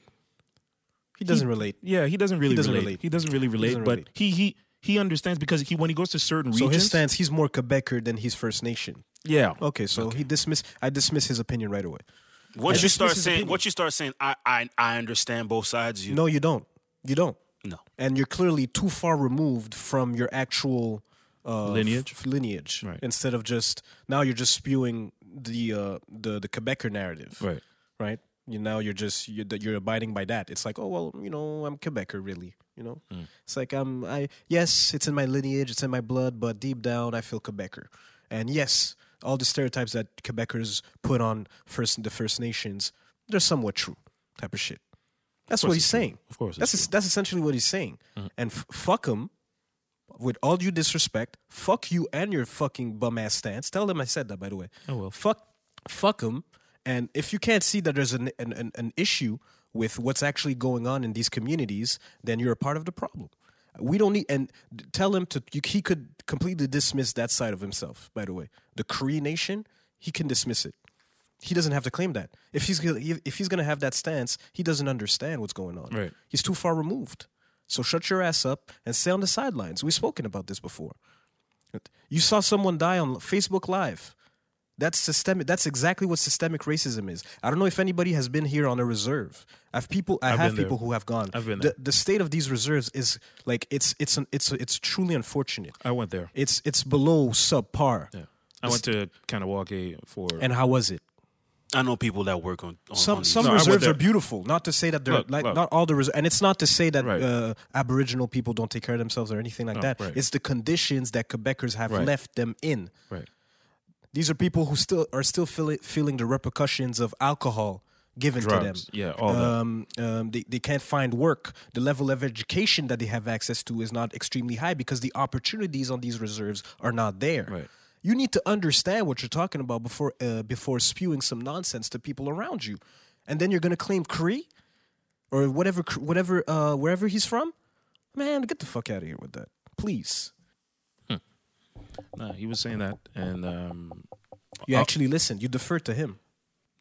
he doesn't relate yeah, he doesn't really doesn't relate. relate. He doesn't really relate. doesn't but relate. he he he understands because he when he goes to certain so his regions. stance he's more quebecer than he's first nation yeah. okay so he dismiss i dismiss his opinion right away once you This start is his saying opinion. once you start saying I I I understand both sides, you No, you don't. You don't. No. And you're clearly too far removed from your actual uh, Lineage? f- lineage. Right. Instead of just now, you're just spewing the uh, the the Quebecer narrative. Right. Right. You now you're just you're, that you're abiding by that. It's like, oh well, you know, I'm Quebecer, really. You know, Mm. it's like I'm. I yes, it's in my lineage, it's in my blood, but deep down, I feel Quebecer. And yes, all the stereotypes that Quebecers put on first the First Nations, they're somewhat true. Type of shit. That's what he's it's true. Mm. saying. Of course it's that's es- that's essentially what he's saying. And f- fuck him. With all due disrespect, fuck you and your fucking bum ass stance. Tell them I said that, by the way. I will. Fuck, fuck him. And if you can't see that there's an an, an an issue with what's actually going on in these communities, then you're a part of the problem. We don't need and d- tell him to. You, he could completely dismiss that side of himself. By the way, the Cree Nation, he can dismiss it he doesn't have to claim that. If he's gonna- if he's going to have that stance, he doesn't understand what's going on. Right. He's too far removed. So shut your ass up and stay on the sidelines. We've spoken about this before. You saw someone die on Facebook Live. That's systemic. That's exactly what systemic racism is. I don't know if anybody has been here on a reserve. I've people. I I've have been there. people who have gone. I've been the, there. the state of these reserves is like it's it's an, it's it's truly unfortunate. I went there. It's it's below subpar. Uh, Yeah. I went to Kanawake for And how was it? I know people that work on, on Some on these. some No, I went reserves are there. beautiful. Not to say that they're Look, like look. not all the reserves, and it's not to say that Right. uh, Aboriginal people don't take care of themselves or anything like No, that. right. It's the conditions that Quebecers have Right. left them in. right. These are people who still are still feel, feeling the repercussions of alcohol given Drugs. to them. Yeah, all that. um, um, they, they can't find work. The level of education that they have access to is not extremely high because the opportunities on these reserves are not there. Right. You need to understand what you're talking about before uh, before spewing some nonsense to people around you, and then you're going to claim Cree or whatever cr- whatever uh, wherever he's from. Man, get the fuck out of here with that, please. No, he was saying that, and um, You Oh. actually listened. You deferred to him.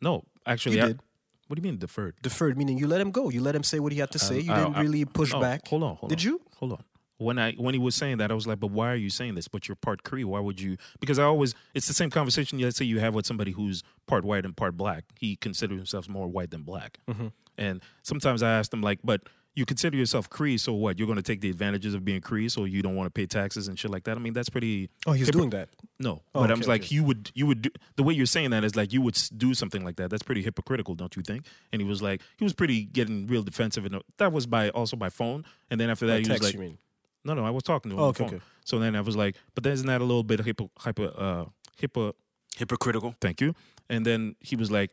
no, actually, You I, did. What do you mean deferred? Deferred meaning you let him go. You let him say what he had to say. You I- didn't I- really push no, back. Hold on, hold Did on, you? Hold on. When I when he was saying that, I was like, "But why are you saying this? But you're part Cree. Why would you?" Because I always it's the same conversation. Let's say you have with somebody who's part white and part black. He considers himself more white than black. Mm-hmm. And sometimes I ask them like, "But you consider yourself Cree, so what? You're going to take the advantages of being Cree, so you don't want to pay taxes and shit like that." I mean, that's pretty. Oh, he's hypocr- doing that. No, Oh, but I'm okay, like okay. you would you would do, the way you're saying that is like you would s- do something like that. That's pretty hypocritical, don't you think? And he was like he was pretty getting real defensive, and uh, that was by also by phone. And then after that, By he text, was like, you mean? no, no, I was talking to him Oh, on okay, the phone. okay. So then I was like, but isn't that a little bit hypo hypo uh, hypo? hypocritical. Thank you. And then he was like,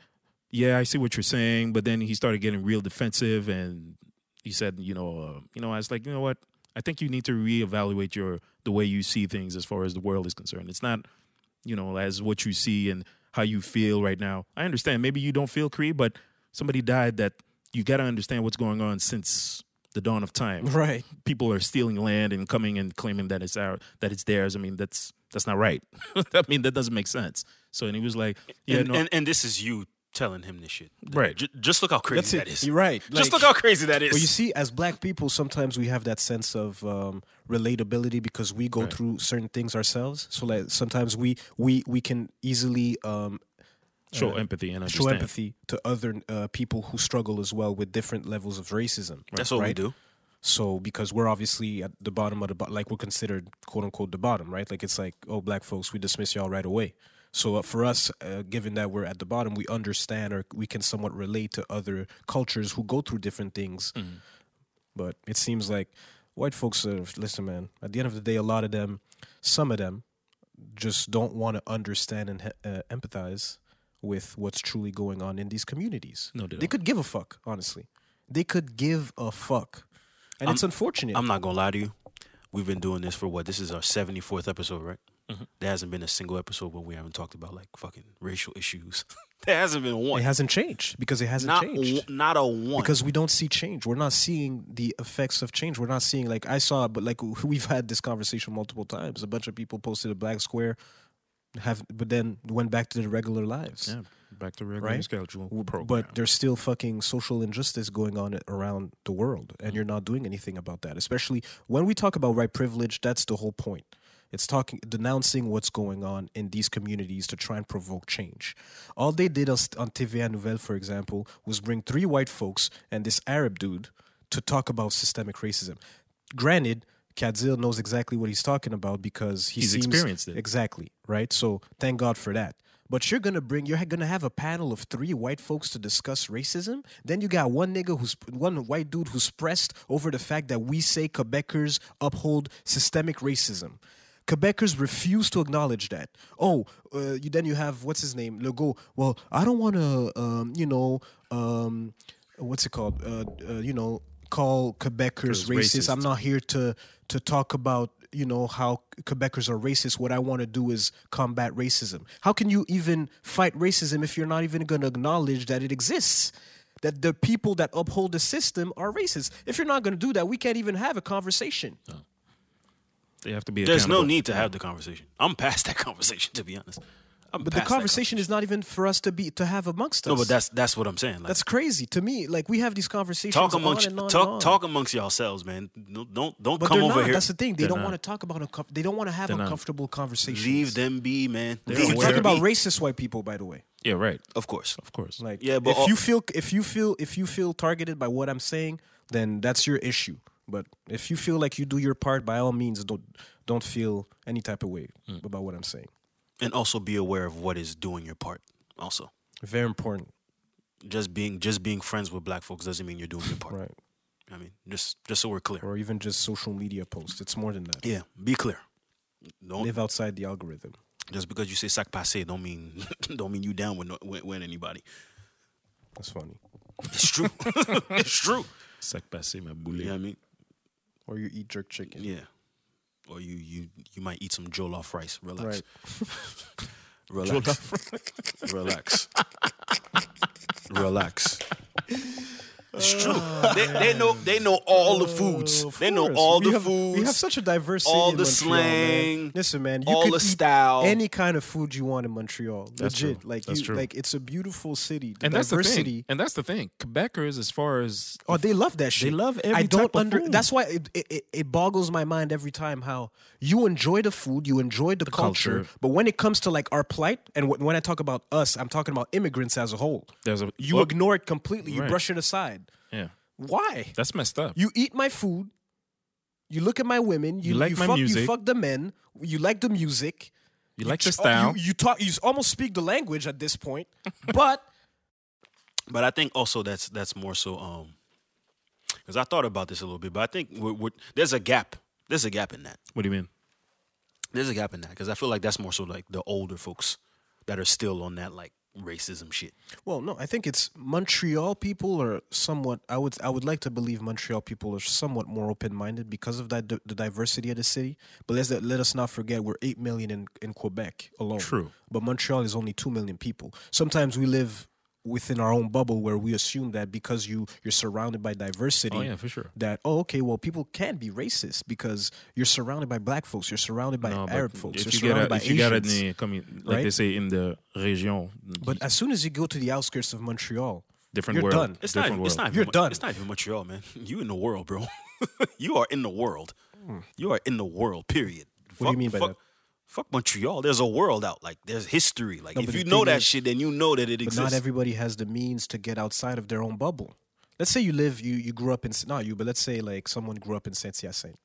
yeah, I see what you're saying, but then he started getting real defensive, and he said, you know, uh, you know, I was like, you know what? I think you need to reevaluate your the way you see things as far as the world is concerned. It's not you know, as what you see and how you feel right now. I understand. Maybe you don't feel Cree, but somebody died that you got to understand what's going on since the dawn of time. Right. People are stealing land and coming and claiming that it's our that it's theirs. I mean, that's that's not right. I mean, that doesn't make sense. So and he was like, yeah, and, no, and and this is you telling him this shit. Right. J- just look how crazy That's it. that is. You're right. just Like- look how crazy that is. Well, you see, as black people, sometimes we have that sense of um, relatability because we go through certain things ourselves. So, like, sometimes we we we can easily um, show empathy and show understand. empathy to other uh, people who struggle as well with different levels of racism. That's what we right? do. So, because we're obviously at the bottom of the bottom, like we're considered quote unquote the bottom, right? Like it's like, oh, black folks, we dismiss y'all right away. So, uh, for us, uh, given that we're at the bottom, we understand or we can somewhat relate to other cultures who go through different things. Mm-hmm. But it seems like white folks are, listen, man, at the end of the day, a lot of them, some of them, just don't want to understand and he- uh, empathize with what's truly going on in these communities. No, they they don't. could give a fuck, honestly. They could give a fuck. And it's unfortunate. I'm not gonna lie to you. We've been doing this for what? This is our 74th episode, right? Mm-hmm. There hasn't been a single episode where we haven't talked about like fucking racial issues. there hasn't been it one. hasn't changed because it hasn't Not changed. one- not a one. because we don't see change. We're not seeing the effects of change. We're not seeing like I saw, but like we've had this conversation multiple times. A bunch of people posted a black square, have but then went back to their regular lives. Yeah, back to regular Right? schedule W- program. But there's still fucking social injustice going on around the world, and you're not doing anything about that. Especially when we talk about white privilege, that's the whole point. It's talking denouncing what's going on in these communities to try and provoke change. All they did on, st- on TVA Nouvelle, for example, was bring three white folks and this Arab dude to talk about systemic racism. Granted, Kadzil knows exactly what he's talking about because he He's seems- experienced it. Exactly, right? So thank God for that. But you're gonna bring you're gonna have a panel of three white folks to discuss racism. Then you got one nigga who's one white dude who's pressed over the fact that we say Quebecers uphold systemic racism. Quebecers refuse to acknowledge that. Oh, uh, you, then you have what's his name Legault. Well, I don't want to, um, you know, um, what's it called? Uh, uh, you know, call Quebecers racist. racist. I'm not here to to talk about you know how Quebecers are racist. What I want to do is combat racism. How can you even fight racism if you're not even going to acknowledge that it exists? That the people that uphold the system are racist. If you're not going to do that, we can't even have a conversation. they have to be. There's no accountable. need to have the conversation. I'm past that conversation, to be honest. I'm But the past that conversation is not even for us to be to have amongst us. No, but that's that's what I'm saying. Like, that's crazy to me. Like we have these conversations. talk amongst on and on talk and on. talk amongst yourselves, man. No- Don't don't But come they're over not. here. That's the thing. They They're don't not. want to talk about uncom- They don't want to have They're not. uncomfortable conversations. Leave them be, man. Leave We're aware. them talking about be. racist white people, by the way. Yeah, right. Of course. Of course. Like, Yeah, but if all- you feel if you feel if you feel targeted by what I'm saying, then that's your issue. But if you feel like you do your part, by all means, don't don't feel any type of way about what I'm saying. And also be aware of what is doing your part. Also, Very important, just being just being friends with black folks doesn't mean you're doing your part. right? I mean, just just so we're clear. Or even just social media posts. It's more than that. Yeah, be clear. Don't Live outside the algorithm. just because you say sac passe don't mean don't mean you down with, no, with, with anybody. That's funny. It's true. it's true. Sac passe, ma boule. You know what I mean? Or you eat jerk chicken. Yeah. Or you you you might eat some jollof rice. Relax. Right. Relax. Relax. Relax. It's true. They, they know they know all the foods. Oh, Of they know course. all we the have, foods. We have such a diverse city all in the Montreal, man. slang, Listen, man, you all could the eat style. any kind of food you want in Montreal. That's Legit, true. like That's you, true. like it's a beautiful city. The and that's the diversity. thing. And that's the thing. Quebecers, as far as Oh, they love that shit. love every I don't type of under. food. That's why it, it- it it boggles my mind every time how you enjoy the food, you enjoy the, culture, culture. but when it comes to like our plight, and wh- when I talk about us, I'm talking about immigrants as a whole. There's a- you well- ignore it completely. You Right. brush it aside. yeah, Why? that's messed up. You eat my food. You look at my women. You, You like you my fuck, You music. fuck the men. You like the music. You like the tr- style. You, you talk. You almost speak the language at this point. But But I think also that's that's more so um because I thought about this a little bit, but I think we're, we're, there's a gap. There's a gap in that. what do you mean? There's a gap in that because I feel like that's more so like the older folks that are still on that like racism shit. well, no. I think it's Montreal people are somewhat. I would. I would like to believe Montreal people are somewhat more open minded because of that the diversity of the city. But let's let us not forget we're eight million in in Quebec alone. True. But Montreal is only two million people. Sometimes we live within our own bubble where we assume that because you you're surrounded by diversity Oh yeah, for sure. that oh okay well people can be racist because you're surrounded by black folks you're surrounded by No, but arab folks If you're you get surrounded out, by if you get out in asians the, come in- like right? they say in the région, but as soon as you go to the outskirts of montreal different you're world. done. It's not. Even, different world. It's not. Even, You're Mon- done. It's not even Montreal, man. You in the world, bro. you are in the world. You are in the world. Period. What do you mean by fuck, that? Fuck Montreal. There's a world out. Like there's history. Like No, if but you the know thing that is- shit, then you know that it but exists. not everybody has the means to get outside of their own bubble let's say you live you you grew up in not you but let's say like someone grew up in saint hyacinthe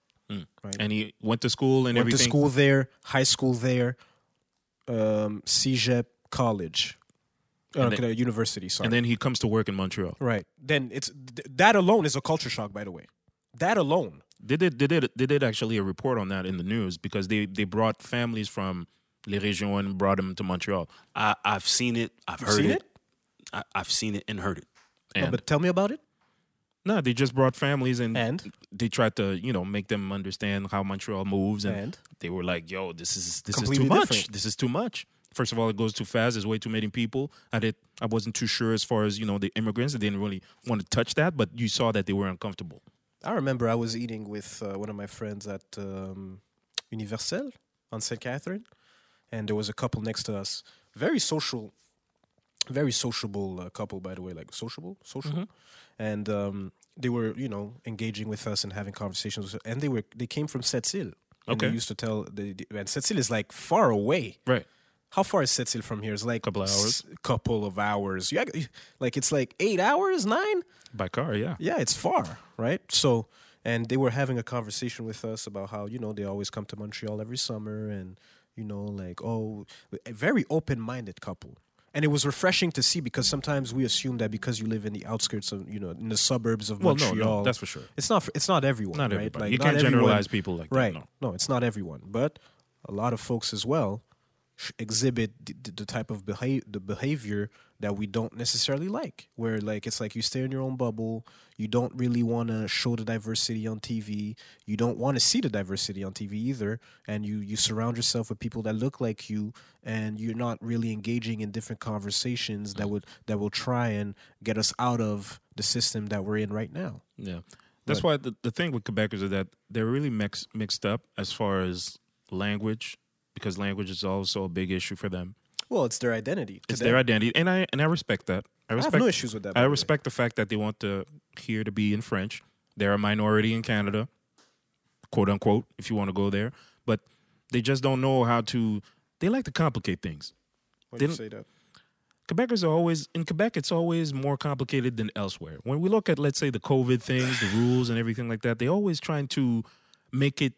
right? And he went to school and went to everything. school there high school there um cégep college uh, then- university sorry and then he comes to work in Montreal. right then it's th- that alone is a culture shock by the way that alone They did, they did, they did actually a report on that in the news because they they brought families from les régions and brought them to Montreal. I, I've seen it. I've heard seen it. it? I, I've seen it and heard it. And but tell me about it no, they just brought families and, And? they tried to you know make them understand how Montreal moves and, And? they were like, "Yo, this is this Completely is too much. different. This is too much." First of all, it goes too fast. There's way too many people. I did. I wasn't too sure as far as you know the immigrants. They didn't really want to touch that, but you saw that they were uncomfortable. I remember I was eating with uh, one of my friends at um, Universel on St. Catherine, and there was a couple next to us. Very social, very sociable uh, couple, by the way, like sociable, social. Mm-hmm. And um, they were, you know, engaging with us and having conversations. With, and they were they came from Sept-Îles. And they Okay. used to tell, they, they- and Sept-Îles is like far away. Right. How far is Sept-Îles from here? It's like Couple of hours. s- couple of hours. Yeah, like it's like eight hours, nine. By car, yeah. Yeah, it's far, right? So, and they were having a conversation with us about how, you know, they always come to Montreal every summer and, you know, like, oh, a very open minded couple. And it was refreshing to see because sometimes we assume that because you live in the outskirts of, you know, in the suburbs of Well, no, no, Montreal. that's for sure. It's not, it's not everyone. Not right? everybody. Like, you not can't everyone- generalize people like Right. that. No. no, it's not everyone. But a lot of folks as well sh- exhibit the, the- the type of behavior the behavior that we don't necessarily like where like it's like you stay in your own bubble you don't really want to show the diversity on TV you don't want to see the diversity on TV either and you you surround yourself with people that look like you and you're not really engaging in different conversations that would that will try and get us out of the system that we're in right now Yeah. That's why the, the thing with Quebecers is that they're really mix, mixed up as far as language, because language is also a big issue for them. Well, it's their identity. to It's them. their identity, and I and I respect that. I I have respect. no issues with that. by I the way. respect the fact that they want the here to be in French. They're a minority in Canada, quote unquote, if you want to go there. But they just don't know how to. They like to complicate things. Why do you didn't- say that? Quebecers are always in Quebec. It's always more complicated than elsewhere. When we look at, let's say, the COVID things, the rules, and everything like that, they're always trying to make it.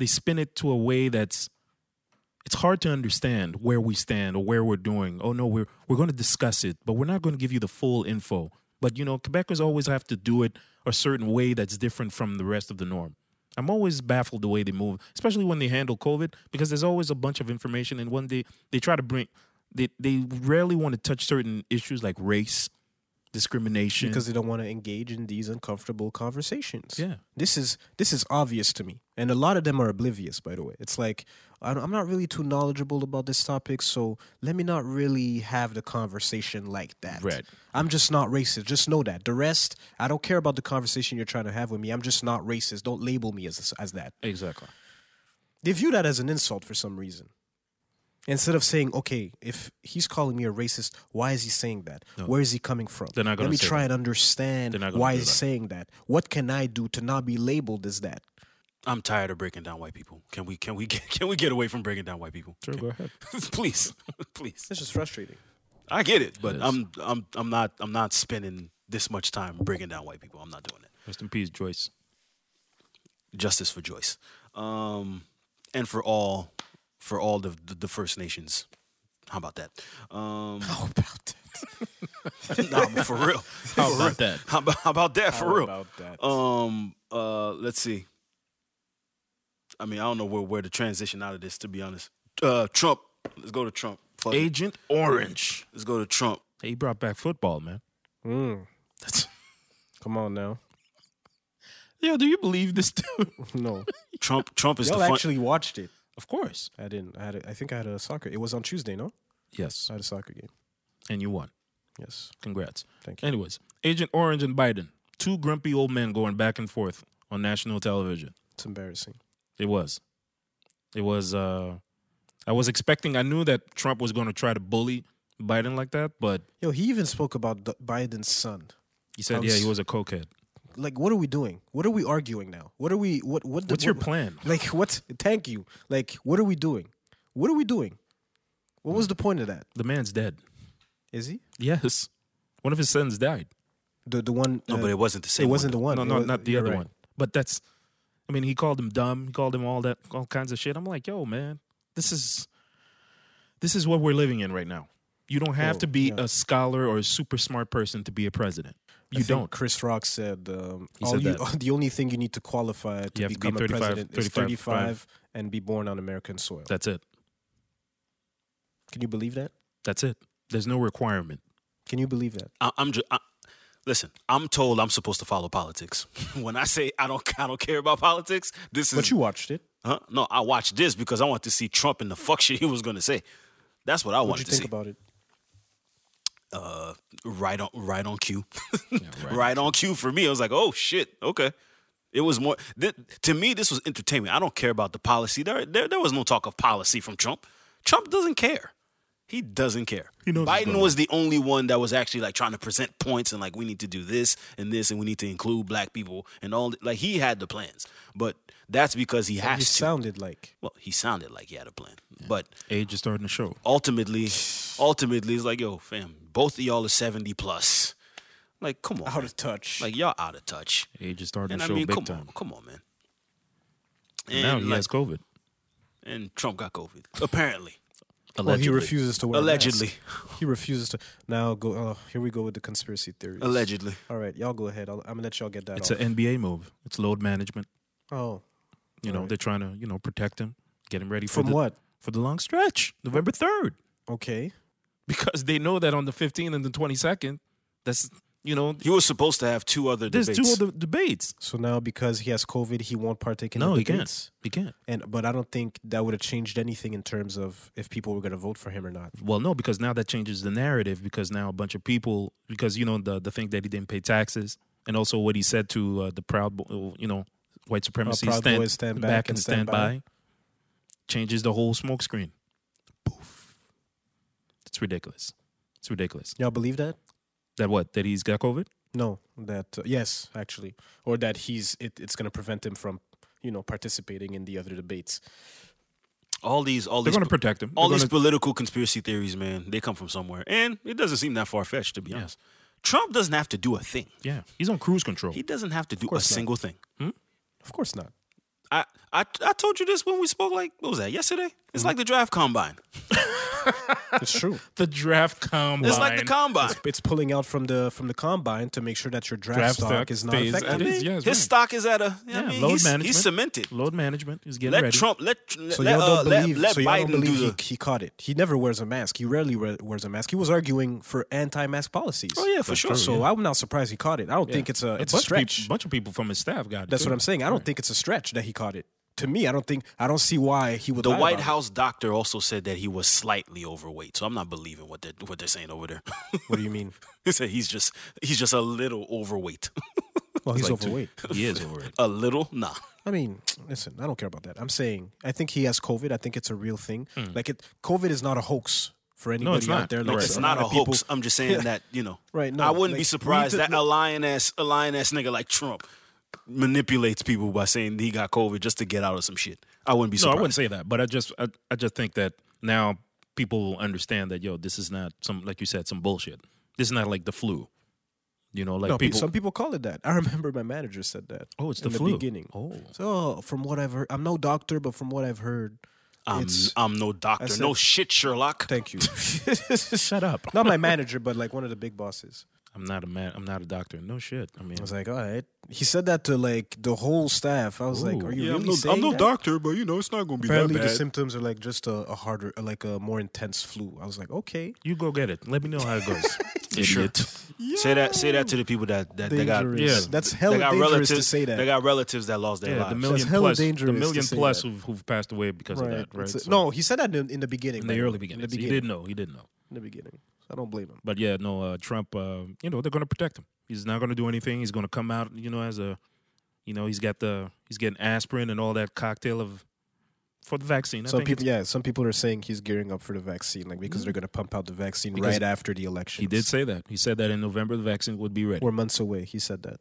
They spin it to a way that's. It's hard to understand where we stand or where we're doing. Oh no, we're we're going to discuss it, but we're not going to give you the full info. But you know, Quebecers always have to do it a certain way that's different from the rest of the norm. I'm always baffled the way they move, especially when they handle COVID, because there's always a bunch of information, and when they they try to bring, they they rarely want to touch certain issues like race, discrimination. Because they don't want to engage in these uncomfortable conversations. Mm. yeah, This is this is obvious to me, and a lot of them are oblivious. By the way, it's like I don't- I'm not really too knowledgeable about this topic, so let me not really have the conversation like that. Right. I'm just not racist. Just know that. The rest, I don't care about the conversation you're trying to have with me. I'm just not racist. Don't label me as as that. exactly. They view that as an insult for some reason. Instead of saying, okay, if he's calling me a racist, why is he saying that? Where is he coming from? They're not Let gonna me say try and understand They're not gonna why do he's that. saying that. What can I do to not be labeled as that? I'm tired of breaking down white people. Can we can we get can we get away from breaking down white people? Sure, go ahead. please, please. This is frustrating. I get it, but is. I'm I'm I'm not I'm not spending this much time breaking down white people. I'm not doing it. Rest in peace, Joyce. Justice for Joyce, um, and for all for all the, the the First Nations. How about that? Um, How about that? nah, but for real. How about that? How about, how about that for real? about that? Um, uh, let's see. I mean, I don't know where where to transition out of this. To be honest, uh, Trump. Let's go to Trump. Fuck it. Agent Orange. Let's go to Trump. He brought back football, man. Mm. Come on now. Yo, do you believe this dude? No, Trump. Trump is y'all the fun- actually watched it. of course. I didn't. I had. A, I think I had a soccer. It was on Tuesday. No, Yes, I had a soccer game. and you won. Yes. Congrats. Thank you. Anyways, Agent Orange and Biden, two grumpy old men going back and forth on national television. It's embarrassing. It was. It was uh I was expecting I knew that Trump was going to try to bully Biden like that, but Yo, he even spoke about the Biden's son. he said I'm yeah, s- he was a cokehead. Like, what are we doing? What are we arguing now? What are we? What? What? What's your what- plan? Like, what? Thank you. Like, what are we doing? What are we doing? What was the point of that? The man's dead. Is he Yes. One of his sons died. the the one? No, uh, but it wasn't the same. it wasn't one, the one. No, It no, was- not the you're other right. one. But that's I mean, he called him dumb, he called him all that all kinds of shit. I'm like, "Yo, man, this is this is what we're living in right now. You don't have Oh, to be yeah. a scholar or a super smart person to be a president. I You think don't. Chris Rock said, um, He all said you, that. the only thing you need to qualify to have to be become a 35 president is 35, 35 and be born on American soil. That's it. Can you believe that? That's it. There's no requirement. Can you believe that? I, I'm just. I, listen, I'm told I'm supposed to follow politics. when I say I don't, I don't care about politics. This is. But you watched it. huh? No, I watched this because I want to see Trump and the fuck shit he was going to say. That's what I What did wanted you to think see. Uh, about it? right on, right on cue. right. on cue for me. I was like, oh shit, okay. It was more th- to me. This was entertainment. I don't care about the policy. There, there, there was no talk of policy from Trump. Trump doesn't care. He doesn't care. He knows what's Biden going was the only one that was actually like trying to present points and like we need to do this and this and we need to include black people and all. Like he had the plans, but that's because he has It to. sounded like well, he sounded like he had a plan, but Age is starting to show. ultimately, ultimately, it's like yo, fam, both of y'all are seventy plus. Like, come on, out man. of touch. Like y'all out of touch. Age is starting And to I show mean, big come on, time. come on, man. And now he like- has COVID. and Trump got COVID. Apparently, well, Allegedly. he refuses to wear a mask. allegedly, He refuses to. Now go. Oh, here we go with the conspiracy theories. allegedly. All right, y'all go ahead. I'll, I'm gonna let y'all get that It's off. an NBA move. It's load management. oh, You know, Alright. they're trying to, you know, protect him, get him ready for from the, what? For the long stretch, November 3rd. Okay. Because they know that on the 15th and the 22nd, that's, you know, He was supposed to have two other there's debates. two other debates. So now because he has COVID, he won't partake in No, the he can't. debates? He can't. And but I don't think that would have changed anything in terms of if people were going to vote for him or not. Well, no, because now that changes the narrative because now a bunch of people, because, you know, the, the thing that he didn't pay taxes and also what he said to uh, the Proud, Bo- you know, white supremacy, Oh, Proud Boys stand back and stand by. changes the whole smokescreen. Poof. ridiculous. It's ridiculous. Y'all believe that? That what? That he's got COVID? No, that uh, yes, actually, or that he's it, it's going to prevent him from you know participating in the other debates. All these, all They're these, going to protect him. all They're these gonna- political conspiracy theories, man, they come from somewhere, and it doesn't seem that far fetched to be honest. Trump doesn't have to do a thing. yeah, he's on cruise control. He doesn't have to do a course not. single thing. Of course not. I, I, I told you this when we spoke. Like, what was that? Yesterday. It's Mm-hmm. like the draft combine. It's true. the draft combine. It's like the combine. it's pulling out from the from the combine to make sure that your draft, Draft stock, stock is not stays affected. at It is, yeah, His it's right. stock is at a. you know what I Yeah, mean? load he's, management. he's cemented. Load management is getting Let ready. Trump. Let So let, y'all uh, don't believe. let, so let y'all Biden don't believe do he, the. he caught it. He never wears a mask. He rarely wear, wears a mask. He was arguing for anti-mask policies. Oh, yeah, for sure. So I'm not surprised he caught it. I don't think it's a it's a bunch stretch. Of people, bunch of people from his staff got it. That's too. what I'm saying. I don't think it's a stretch that he caught it. To me, I don't think I don't see why he would. The lie White about it. House doctor also said that he was slightly overweight, so I'm not believing what they're what they're saying over there. What do you mean? he said he's just he's just a little overweight. Well, he's overweight. He is over it. a little? Nah. I mean, listen, I don't care about that. I'm saying I think he has COVID. I think it's a real thing. Hmm. Like it, COVID is not a hoax for anybody it's out not. there. No, Like It's a not lot a of people- hoax. I'm just saying that you know. Right, no, I wouldn't be like, we surprised did- that a lying ass a lying ass nigga like Trump manipulates people by saying he got COVID just to get out of some shit. I wouldn't be No, I surprised. wouldn't say that, but I just I, I just think that now people will understand that yo, this is not some like you said some bullshit. This is not like the flu. You know, like No, pe- people. some people call it that. I remember my manager said that. Oh, it's in the flu. beginning. Oh. so from what I've heard, I'm no doctor, but from what I've heard, I'm, it's I'm no doctor. said- no shit, Sherlock. thank you. shut up. not my manager, but like one of the big bosses. I'm not a man. I'm not a doctor. No shit. I mean, I was like, all right. He said that to like the whole staff. I was like, Ooh. are you really saying that? doctor, but you know it's not gonna be Apparently, the symptoms are like just a, a harder, like a more intense flu. I was like, okay, you go get it. Let me know how it goes. Idiot. Say that. Say that to the people that that, that got. Dangerous. Yeah. that's They hella got dangerous relatives. to say that. They got relatives that lost their Yeah, the lives. million hella plus, the dangerous to million say plus that. who've, who've passed away because right. of that, right? It's a- So- no, he said that in, in the beginning. in by the way. early beginnings, In the he didn't beginning. know. He didn't know. In the beginning. So I don't blame him. But yeah, no, uh, Trump. Uh, you know, they're going to protect him. He's not going to do anything. He's going to come out. You know, as a, you know, he's got the he's getting aspirin and all that cocktail of for the vaccine. I Some think people, it's- Mm-hmm. yeah, some people are saying he's gearing up for the vaccine, like because they're going to pump out the vaccine Because right after the election. He did say that. He said that in November the vaccine would be ready. we're months away. He said that.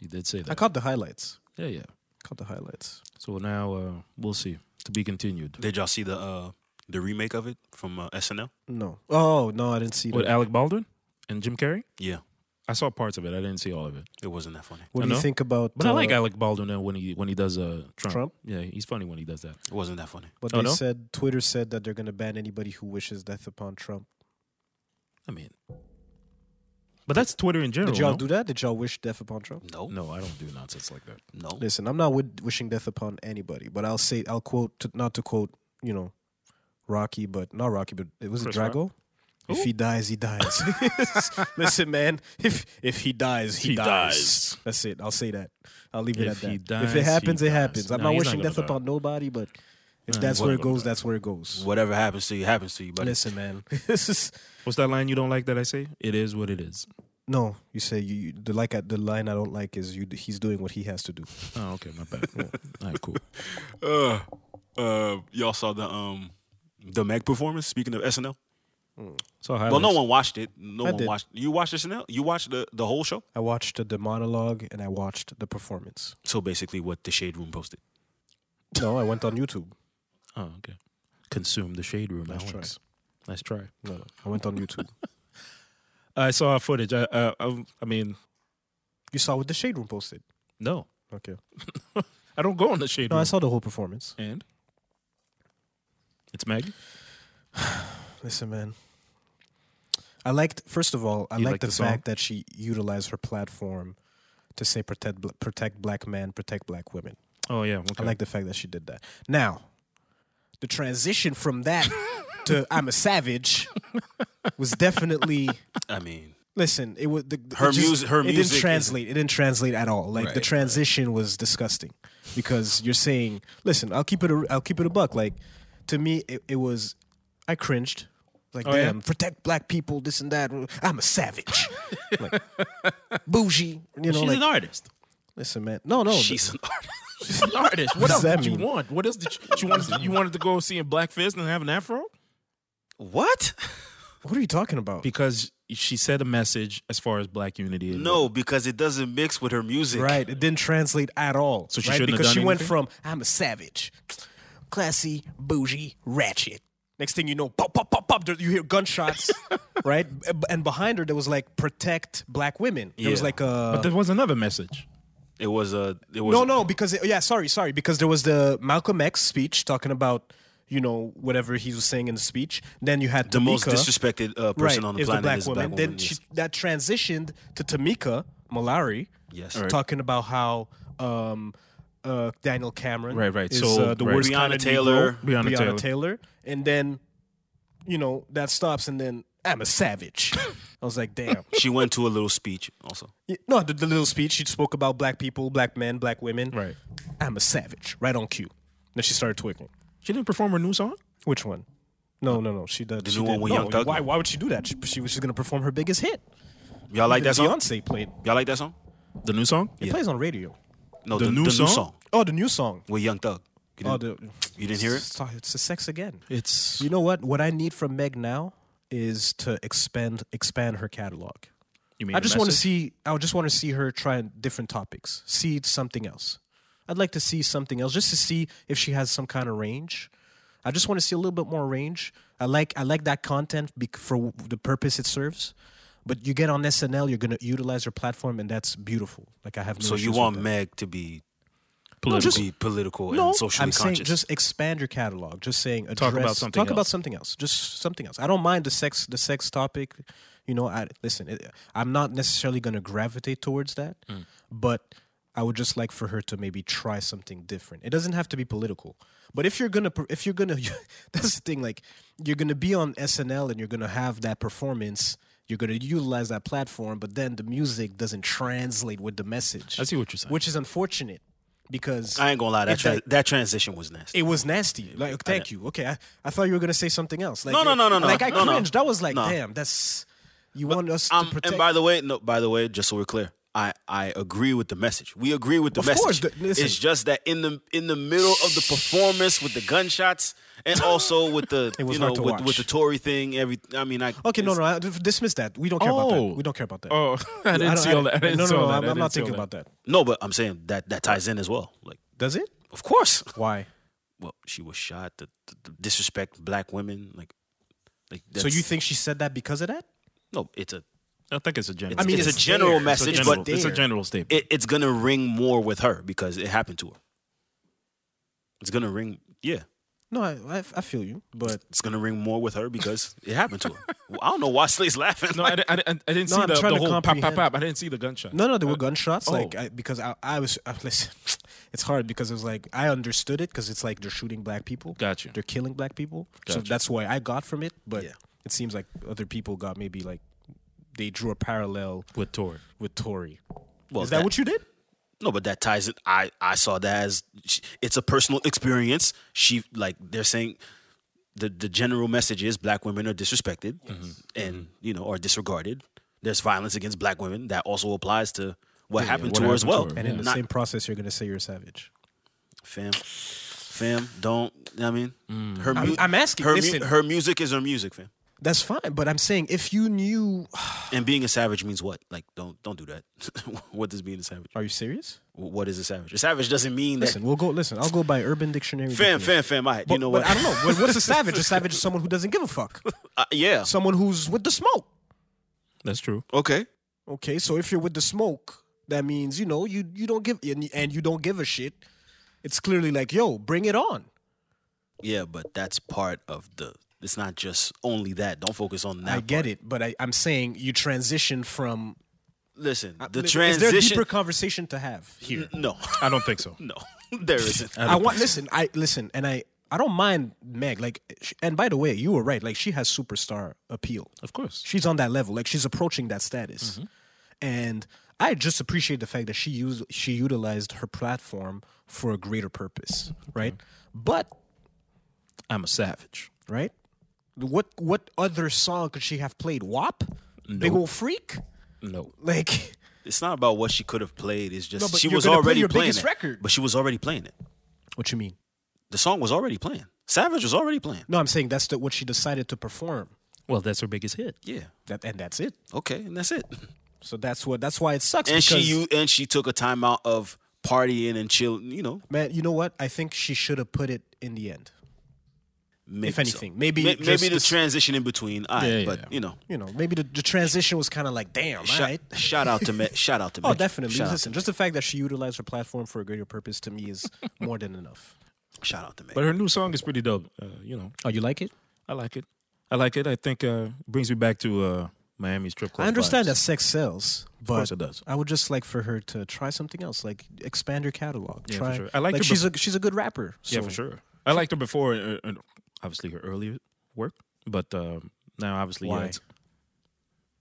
He did say I that. caught the highlights. Yeah, yeah. Caught the highlights. So now uh, we'll see. To be continued. Did y'all see the uh, the remake of it from uh, SNL? No. Oh no, I didn't see With that. Alec Baldwin and Jim Carrey. Yeah, I saw parts of it. I didn't see all of it. it wasn't that funny. What I do you know. think about? But I like uh, Alec Baldwin uh, when he when he does uh, Trump. Trump? Yeah, he's funny when he does that. It wasn't that funny. what Oh, they no? said. Twitter said that they're going to ban anybody who wishes death upon Trump. I mean, but that's Twitter in general. Did y'all no? do that? Did y'all wish death upon Trump? No, no, No, I don't do nonsense like that. no. Listen, I'm not wi- wishing death upon anybody, but I'll say I'll quote to, not to quote you know Rocky, but not Rocky, but it was it Chris Rock? Drago. If Who? he dies, he dies. Listen, man. If if he dies, he, He dies. dies. That's it. I'll say that. I'll leave it If at he that. dies, if it happens, he it dies. happens. I'm No, not he's not wishing gonna death die. upon nobody, but if No, that's he's where not it gonna goes, die. that's where it goes. Whatever happens to you, happens to you, buddy. Listen, man. This is What's that line you don't like that I say? It is what it is. no. You say you, you the like the line I don't like is you. He's doing what he has to do. Oh, okay, my bad. Yeah. All right, cool. Uh, uh, y'all saw the um the Meg performance. Speaking of SNL, So well, no one watched it. No I one did. watched. You watched SNL. You watched the the whole show. I watched the monologue and I watched the performance. So basically, what the Shade Room posted. No, I went on YouTube. Oh, okay. Consume the shade room. Nice Nice try. Alex. Nice try. No, no, I went on YouTube. I saw footage. I, uh, I, I mean, you saw what the Shade Room posted. no, Okay. I don't go on the shade No, I room. saw the whole performance. and it's Maggie. Listen, man. I liked, first of all, I You liked like the, the song? fact that she utilized her platform to say protect, bl- protect black men, protect black women. Oh yeah, okay. I like the fact that she did that. Now, the transition from that to I'm a savage was definitely. I mean, Listen, it was the, Her it just- mus- her it music didn't is- translate. It didn't translate at all. Like Right, the right. transition was disgusting because you're saying, "Listen, I'll keep it. A, I'll keep it a buck." Like to me, it, it was. I cringed. Like, Oh, yeah? damn, protect black people, this and that. I'm a savage, like, bougie. You know, She's like, an artist. listen, man. No, no, she's an artist. She's an artist. What does else that did you mean? want? What else did you, you wanted? To, you wanted to go see a black fist and have an afro? What? What are you talking about? because she said a message as far as black unity. and- No, because it doesn't mix with her music. Right, it didn't translate at all. So she right? shouldn't have because done she went anything? from I'm a savage, classy, bougie, ratchet. Next thing you know, pop, pop, pop, pop. there- You hear gunshots, right? And behind her, there was like protect black women. There was Yeah. like a But there was another message. It was a. It was no, no, because yeah, sorry, sorry, because there was the Malcolm X speech talking about you know whatever he was saying in the speech. Then you had The most Tamika, disrespected uh, person right, on the is planet the black is a black woman. woman. then yes. she, that transitioned to Tamika Malari, Yes. Right. talking about how um, uh, Daniel Cameron, Right, right, is, so- uh, the right. worst Breonna kind of Taylor. Negro, Breonna Breonna Taylor. Taylor. and then you know that stops, and then I'm a savage. I was like, damn. she went to a little speech also. Yeah, No, the, the little speech she spoke about black people, black men, black women. Right. I'm a savage, right on cue. Then she started twerking. She didn't perform her new song. Which one? No, no, no. She does. The she new one did- with no, Young Thug? Why? Why would she do that? She, she was she's gonna perform her biggest hit. Y'all like that song? Beyonce played. Y'all like that song? The new song? It plays on radio. No, The the, new the song? new song Oh, the new song. with Young Thug. You Oh, didn't, the, you didn't hear it? It's, it's a sex again. It's You know what? What I need from Meg now is to expand expand her catalog. you mean I the just want to message? see. I just want to see her try different topics. See something else. I'd like to see something else, just to see if she has some kind of range. I just want to see a little bit more range. I like I like that content bec- for the purpose it serves. But you get on SNL, you're gonna utilize your platform, and that's beautiful. Like I have no. So you issues want with that. Meg to be Political. to be political No, and socially I'm conscious. saying just expand your catalog. Just saying address, about something Talk about else. something else. Just something else. I don't mind the sex the sex topic. You know, I listen. It, I'm not necessarily going to gravitate towards that, Mm. but I would just like for her to maybe try something different. It doesn't have to be political. But if you're gonna per- if you're gonna that's the thing. Like you're gonna be on SNL and you're gonna have that performance. You're gonna utilize that platform, but then the music doesn't translate with the message. I see what you're saying. Which is unfortunate because I ain't gonna lie, that, It's like- tra- that transition was nasty. it was nasty. Like, thank you. Okay, I, I thought you were gonna say something else. Like, No, no, no, no, no. Like I No, no. cringed. I was like, No. damn, that's you want us Um, to protect. and by the way, no, by the way, just so we're clear, I, I agree with the message. We agree with the Of message. course, the- listen. it's just that in the in the middle of the performance with the gunshots and also with the It was you know hard to with, watch. with the Tory thing. Every I mean, I okay, no, it's- no, I, dismiss that. We don't care about Oh. that. We don't care about that. Oh, I didn't don't- see all that. I didn't no, see no, all that. no. I I'm, I'm didn't not see all thinking that. about that. no, but I'm saying that that ties in as well. Like, Does it? of course, Why? well, she was shot. The, the, the disrespect black women, like, like so that's- you think she said that because of that? no, it's a I think it's a general. I mean, it's, it's a general there. It's it's a a message, general, but it's a there. general statement. it, it's gonna ring more with her because it happened to her. It's gonna ring, yeah. No, I, I, I feel you, but It's gonna ring more with her because it happened to her. Well, I don't know why Slade's laughing. no, I, Like, di- I, di- I didn't No, see I'm the, trying the to whole pop, pop, comprehend. pop. I didn't see the gunshot. No, no, there were gunshots. Like oh. I, because I, I was I, listen, it's hard because it was like I understood it because it's like they're shooting black people. Gotcha. They're killing black people. So Gotcha. that's why I got from it. But it seems like other people got maybe like they drew a parallel with Tori. with Tory. well, Is that, what you did? No, but that ties it. I I saw that as sh- it's a personal experience. She like they're saying the the general message is black women are disrespected Mm-hmm. and you know are disregarded. There's violence against black women that also applies to what happened what to her as well. happened to her, And in the Not- same process, you're gonna say you're a savage. fam, fam, don't. I mean, her. I'm- I'm asking, Her, listen. her music is her music, fam. That's fine, but I'm saying if you knew, And being a savage means what? Like, don't don't do that. what does being a savage? are you serious? Wh- What is a savage? A savage doesn't mean that. Listen, we'll go. Listen, I'll go by Urban Dictionary. Fam, definition. fam, fam. I But, you know but what? I don't know. What- What's a savage? A savage is someone who doesn't give a fuck. Uh, yeah. Someone who's with the smoke. That's true. Okay. Okay, so if you're with the smoke, that means you know you you don't give and, and you don't give a shit. It's clearly like, yo, bring it on. Yeah, but that's part of the. It's not just only that. Don't focus on that. I get it, but I, I'm saying you transition from Listen, the Is there a deeper transition. conversation to have here? no, I don't think so. no, there isn't. I want listen. I listen, and I I don't mind Meg. Like, sh- and by the way, you were right. Like, she has superstar appeal. Of course. Mm-hmm. She's on that level. Like, she's approaching that status, and I just appreciate the fact that she used she utilized her platform for a greater purpose, Mm-hmm. right? But I'm a savage. right? What what other song could she have played? WAP? Big old freak? No. Like It's not about what she could have played. It's just No, but she you're was gonna play already your playing biggest it. record. But she was already playing it. what you mean? The song was already playing. Savage was already playing. No, I'm saying that's the, what she decided to perform. Well, that's her biggest hit. Yeah. That, and that's it. Okay, and that's it. So that's what. That's why it sucks. And she because- you and she took a time out of partying and chilling. You know, man, you know what? I think she should have put it in the end. maybe If so. anything, maybe May- just maybe the this- transition in between. All right, Yeah, yeah, but yeah. you know, You know, maybe the, the transition was kind of like, damn, shout, right? shout out to me, shout out to Oh, Megan. definitely. Shout, Listen, just the fact that she utilized her platform for a greater purpose to me is more than enough. out, shout out to me. But her new song is pretty dope. Uh, you know, Oh, you like it? I like it. I like it. I think uh, brings me back to uh, Miami strip club. I understand vibes. that sex sells, but course it does. I would just like for her to try something else, like expand her catalog. Yeah, for try. sure. I liked her she's a she's a good rapper. So. Yeah, for sure. I liked her before, uh, uh, obviously her earlier work, but um now obviously yeah, Why? it's-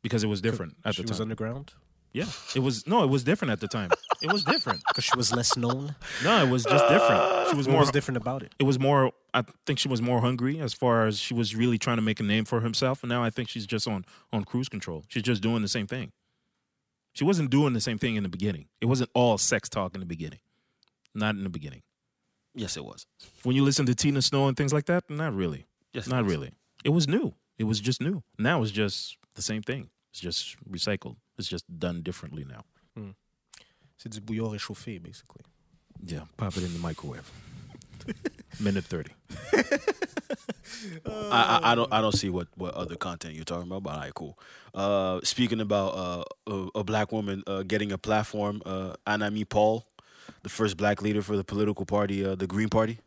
because it was different at She the was time. underground. yeah, it was no, it was different at the time. It was different. Because she was less known. No, it was just different. She was what more. was different about it? It was more. I think she was more hungry as far as she was really trying to make a name for herself. And now I think she's just on on cruise control. She's just doing the same thing. She wasn't doing the same thing in the beginning. It wasn't all sex talk in the beginning. Not in the beginning. yes, it was. When you listen to Tina Snow and things like that, not really. Yes, Not it was. really. It was new. It was just new. Now it's just the same thing. It's just recycled. It's just done differently now. C'est du bouillon réchauffé, basically. Yeah, pop it in the microwave. Minute thirty. I, I, I don't I don't see what, what other content you're talking about, but all right, cool. Uh, speaking about uh, a, a black woman uh, getting a platform, uh, Anami Paul, the first black leader for the political party, uh, the Green Party,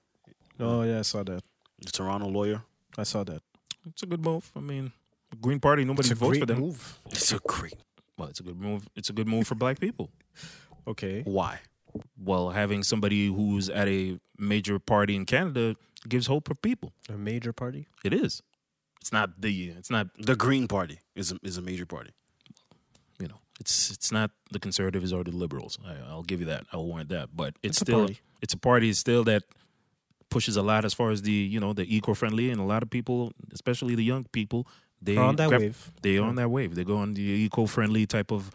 Oh yeah, I saw that. the Toronto lawyer. I saw that. It's a good move. I mean, Green Party. Nobody it's a votes great for them. move. It's a great Well, it's a good move. It's a good move for black people. Okay. why. Well, having somebody who's at a major party in Canada gives hope for people. A major party. It is. It's not the. It's not The Green Party is a, is a major party. you know, it's it's not the conservatives or the liberals. I, I'll give you that. I'll warrant that. But it's, It's a still party. it's a party still that pushes a lot as far as the you know the eco friendly and a lot of people, especially the young people, they Are on that grab- wave. They are on that wave. They go on the eco friendly type of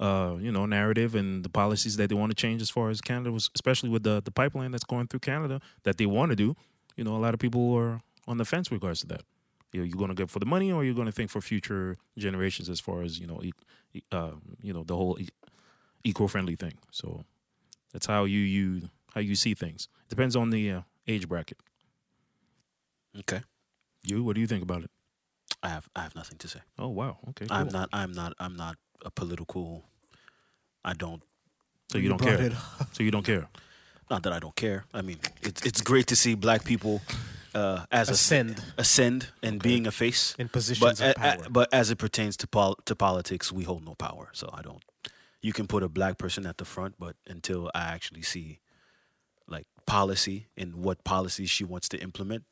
uh, you know narrative and the policies that they want to change as far as Canada was, especially with the the pipeline that's going through Canada that they want to do. You know, a lot of people are on the fence with regards to that you know, you're going to get for the money or you're going to think for future generations as far as you know e- e- uh, you know the whole e- eco-friendly thing so that's how you you how you see things depends on the uh, age bracket Okay, you what do you think about it I have I have nothing to say. oh wow okay I'm cool. not I'm not I'm not a political. I don't. so you don't brought care it up. so you don't care Not that I don't care. I mean, it's it's great to see black people uh, as a Ascend ascend and being a face in positions but uh, of a- a- power. but as it pertains to pol- to politics, we hold no power. So I don't. You can put a black person at the front, but until I actually see like policy and what policies she wants to implement,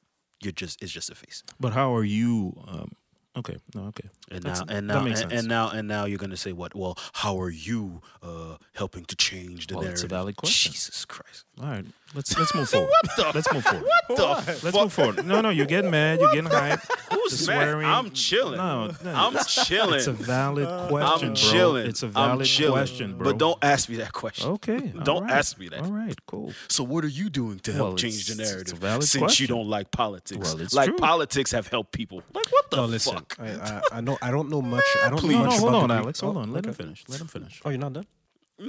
you're just it's just a face. but how are you um, okay no okay And That's- now and that now makes and, sense. and now and now you're gonna say what? Well, how are you uh, helping to change the Well, it's narrative? a valid question. Jesus Christ! all right let's let's move forward let's move forward what the let's move forward no no you're getting mad you're getting hyped Who's mad? swearing- I'm chilling. no, no I'm chilling. It's a valid I'm question, bro. chilling. It's a valid I'm chilling. question, bro. But don't ask me that question. Okay. all Don't right. ask me that. All right. Cool. So what are you doing to help Well, change the it's- it's a narrative valid since question. you don't like politics? Well, it's like true. politics have helped people. Like what the no, listen. fuck? I, I I know I don't know much. I don't No, no, know much hold about on, the Greek- Alex. Hold Oh, on. Let him okay. finish. Let him finish. Oh, you're not done.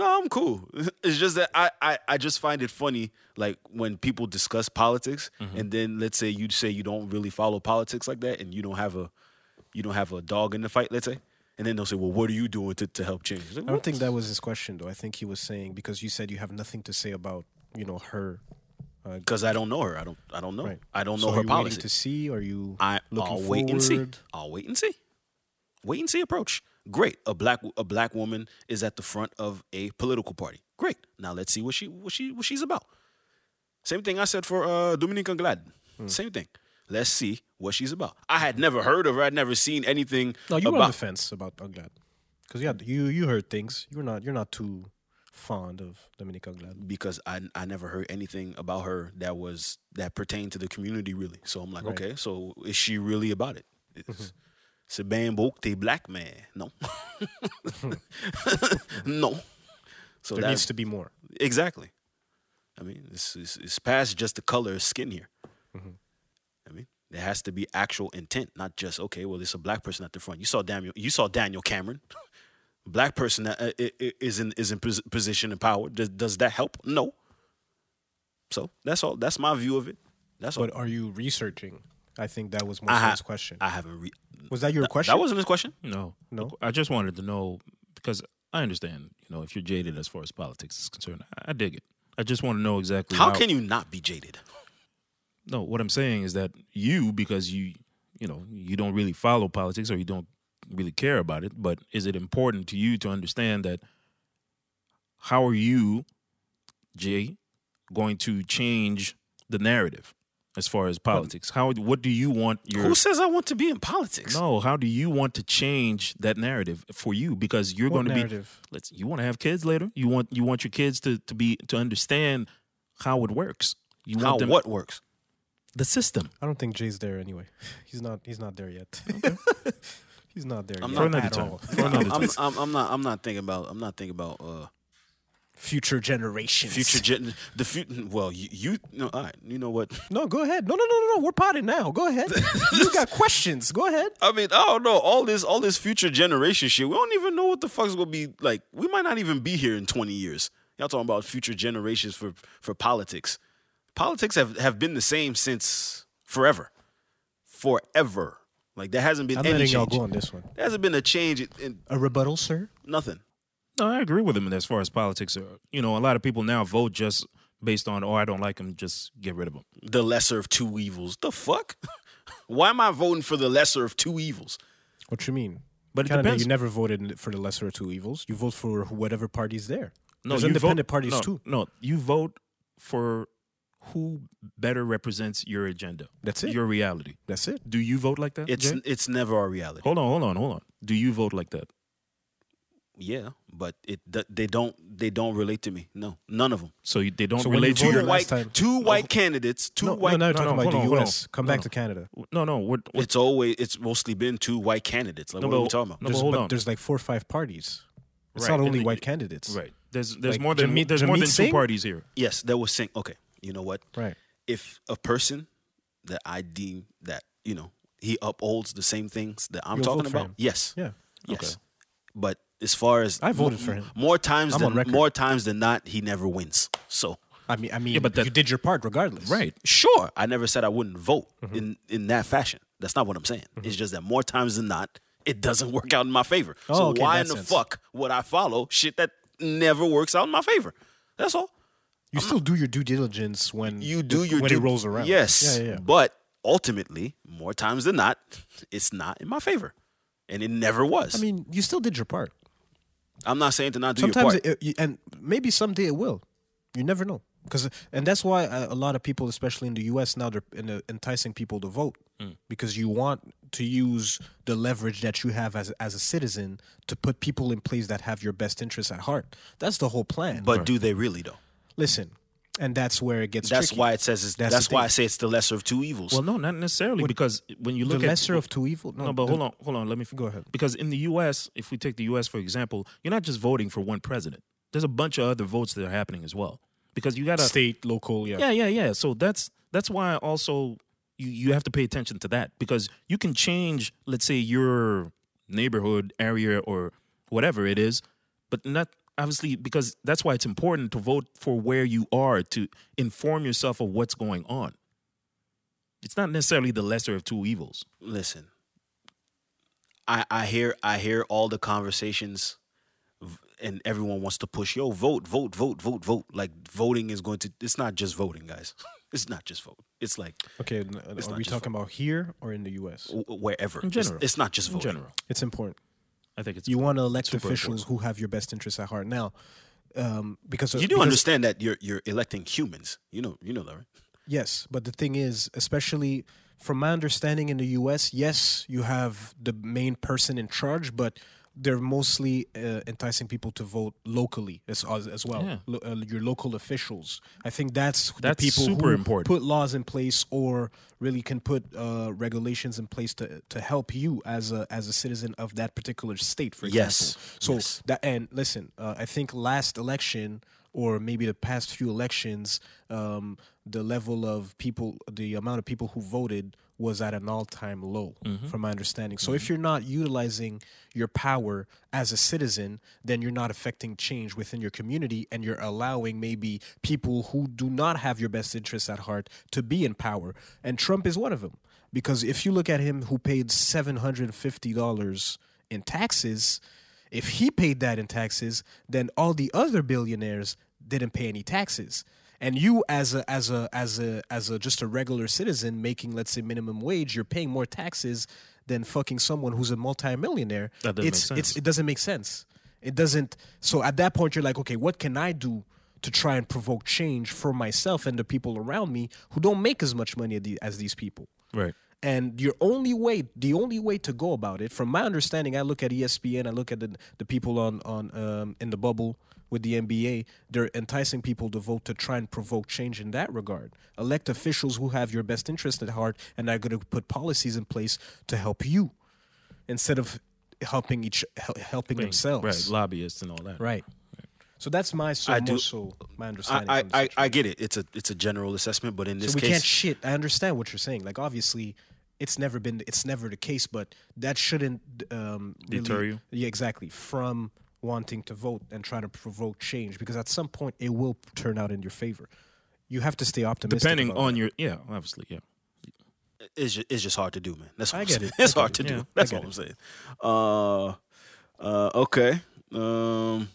No, I'm cool. It's just that I, I, I just find it funny, like when people discuss politics, and then let's say you say you don't really follow politics like that, and you don't have a you don't have a dog in the fight. Let's say, and then they'll say, well, what are you doing to, to help change? It's like, I don't what? think that was his question though. I think he was saying because you said you have nothing to say about you know her. Uh, because I don't know her. I don't I don't know. right. I don't know so her are you policy. Waiting to see? Are you I, looking I'll forward? wait and see. I'll wait and see. Wait and see approach. Great. A black a black woman is at the front of a political party. Great. Now let's see what she what she what she's about. Same thing I said for uh, Dominique Anglade. Hmm. Same thing. Let's see what she's about. I had never heard of her. I'd never seen anything. No, you were on the about. fence about Anglad because yeah, you you heard things. You're not you're not too fond of Dominique Anglad. because I I never heard anything about her that was that pertained to the community really. So I'm like, Right. Mm-hmm. okay, so is she really about it? It's a band book they black man. No. no. So There needs that's to be more. exactly. Mm-hmm. I mean, it's, it's, it's past just the color of skin here. I mean, There has to be actual intent, not just okay. Well, it's a black person at the front. You saw Daniel. You saw Daniel Cameron, black person that uh, i- i- is in is in pos- position and power. Does, does that help? No. So that's all. That's my view of it. That's all. But are you researching? I think that was I, my ha- first question. I haven't. Re- was that your question? That wasn't his question. No, No? I just wanted to know because I understand, you know, if you're jaded as far as politics is concerned, I, I dig it. I just want to know exactly How can you not be jaded? No, what I'm saying is that you, because you, you know, you don't really follow politics or you don't really care about it. But is it important to you to understand that? How are you, Jay, going to change the narrative as far as politics? How? What do you want your? Who says I want to be in politics? No, how do you want to change that narrative for you? Because you're What going to be narrative? let's you want to have kids later. You want you want your kids to to be to understand how it works. You How want them what works? the system. I don't think Jay's there anyway. He's not. He's not there yet. he's not there I'm yet not- For another at time. all. For another I'm, time. I'm, I'm, I'm not. I'm not thinking about. I'm not thinking about uh, Future generations. future gen. The future. Well, you. you no, all right. You know what? No, go ahead. No, no, no, no, no. We're potted now. Go ahead. you got questions. Go ahead. I mean, I don't know. All this, all this future generation shit. We don't even know what the fuck's gonna be like. We might not even be here in 20 years. Y'all talking about future generations for for politics. Politics have have been the same since forever, forever. Like there hasn't been I'm any letting y'all change. go on this one. There hasn't been a change in, in A rebuttal, sir? nothing. No, I agree with him as far as politics are. You know, a lot of people now vote just based on oh I don't like him, just get rid of him. The lesser of two evils. The fuck? Why am I voting for the lesser of two evils? What you mean? But it Canada, depends. you never voted in- for the lesser of two evils. You vote for whatever party's there. No, There's you independent vote, parties no, too. No, you vote for who better represents your agenda. That's it. Your reality. That's it. Do you vote like that? It's Jay? it's never our reality. hold on, hold on, hold on. Do you vote like that? Yeah, but it th- they don't they don't relate to me. No, none of them. So you, they don't So when you relate to voted your Two last white, time- two white candidates, two No, white. no, now you're no, talking no, about hold on, the hold U.S. on. Come No, back no. to Canada. No, no. What, what It's always it's mostly been two white candidates. Like No, what are we but- talking about? no, but There's- hold but on. there's like four or five parties. It's Right, not and only then white you- candidates. right? There's there's Like more than Jameet- there's more than Jameet two Singh? parties here. Yes, there was sync. Okay, you know what? Right. If a person that I deem that you know he upholds the same things that I'm You'll talking vote for about, him. yes, Yeah. yes. But as far as I voted mo- for him. more times I'm on than record. more times than not, he never wins. So I mean, I mean, but that- you did your part regardless. Right. sure, I never said I wouldn't vote Mm-hmm. in in that fashion. That's not what I'm saying. It's just that more times than not, it doesn't work out in my favor. Oh, so okay, why that in the sense. fuck would I follow shit that never works out in my favor? That's all. You still do your due diligence when You do your when due- it rolls around. Yes. Yeah, yeah. yeah. But ultimately, more times than not, it's not in my favor. And it never was. I mean, you still did your part. I'm not saying to not do your Sometimes, part. it, you- and maybe someday it will. You never know, because and that's why a, a lot of people, especially in the U.S. now, they're in, enticing people to vote because you want to use the leverage that you have as as a citizen to put people in place that have your best interests at heart. That's the whole plan. but do they really though? listen, and that's where it gets. That's tricky. why it says it's, that's, That's the why thing. I say it's the lesser of two evils. Well, no, not necessarily because when you the look at lesser of two evils. No, but the- hold on, hold on. Let me Go ahead. Because in the U.S., if we take the U.S. for example, you're not just voting for one president. There's a bunch of other votes that are happening as well. Because you got to state, local, yeah. yeah, yeah, yeah. So that's that's why also you you have to pay attention to that because you can change, let's say your neighborhood area or whatever it is, but not obviously because that's why it's important to vote for where you are to inform yourself of what's going on. It's not necessarily the lesser of two evils. listen i i hear i hear all the conversations v- and everyone wants to push yo vote vote vote vote vote like voting is going to it's not just voting guys it's not just vote it's like Okay, n- are not we just talking about here or in the U.S.? w- wherever In It's- general. It's, not just In voting general, It's important. I think it's You want to elect Super officials who have your best interests at heart. Now, um, because you do because- understand that you're you're electing humans you know you know that right Yes, but the thing is, especially from my understanding in the U.S., yes, you have the main person in charge, but they're mostly uh, enticing people to vote locally as as, as well. Yeah. Lo- uh, your local officials. I think that's the That's people super who important. put laws in place or really can put uh, regulations in place to to help you as a as a citizen of that particular state. For example, Yes. so Yes. that and listen, uh, I think last election or maybe the past few elections, um, the level of people, the amount of people who voted was at an all-time low Mm-hmm. from my understanding so if you're not utilizing your power as a citizen then you're not affecting change within your community and you're allowing maybe people who do not have your best interests at heart to be in power and trump is one of them because if you look at him who paid $750 in taxes if he paid that in taxes, then all the other billionaires didn't pay any taxes. And you, as a as a as a as a just a regular citizen making, let's say, minimum wage, you're paying more taxes than fucking someone who's a multimillionaire. That doesn't it's, make It's, sense. it doesn't make sense. It doesn't. So at that point, you're like, okay, what can I do to try and provoke change for myself and the people around me who don't make as much money as the- as these people? Right. And your only way, the only way to go about it, from my understanding, I look at E ESPN, I look at the, the people on on um, in the bubble with the NBA. They're enticing people to vote to try and provoke change in that regard. Elect officials who have your best interest at heart and are going to put policies in place to help you, instead of helping each hel- helping themselves. Right. Lobbyists and all that. Right. So that's my so I more do- so my understanding. I, from this I, I, I get it. It's a it's a general assessment, but in this so we case, can't shit. I understand what you're saying. Like obviously, it's never been it's never the case, but that shouldn't um, really- Deter you? Yeah, exactly. From wanting to vote and trying to provoke change, because at some point it will turn out in your favor. You have to stay optimistic. Depending about on that. your yeah, obviously yeah. it's just, it's just hard to do, man. That's what I I'm get saying. it. I It's get hard it. to Yeah, do. That's I all get I'm saying. Uh, uh, okay. Um,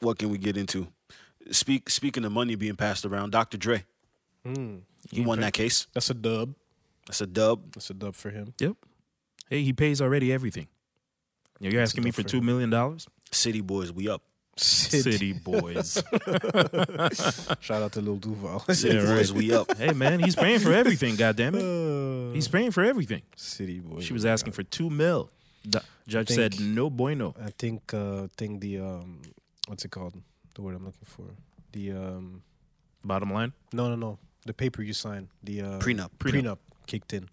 what can we get into? Speak, speaking of money being passed around, Dr. Dre, Hmm. he won that case. that's a dub. That's a dub. That's a dub for him. Yep. Hey, he pays already everything. Yeah, You're asking me for two million dollars? City boys, we up. City boys. Shout out to Lil Duval. City boys, we up. hey man, he's paying for everything. Goddamn it, he's paying for everything. City boy. She was asking for two mil. The judge Think- said no bueno. I think uh think the um what's it called? The word I'm looking for. The um Bottom line. No, no, no. The paper you signed, the uh, Prenup. prenup, kicked in.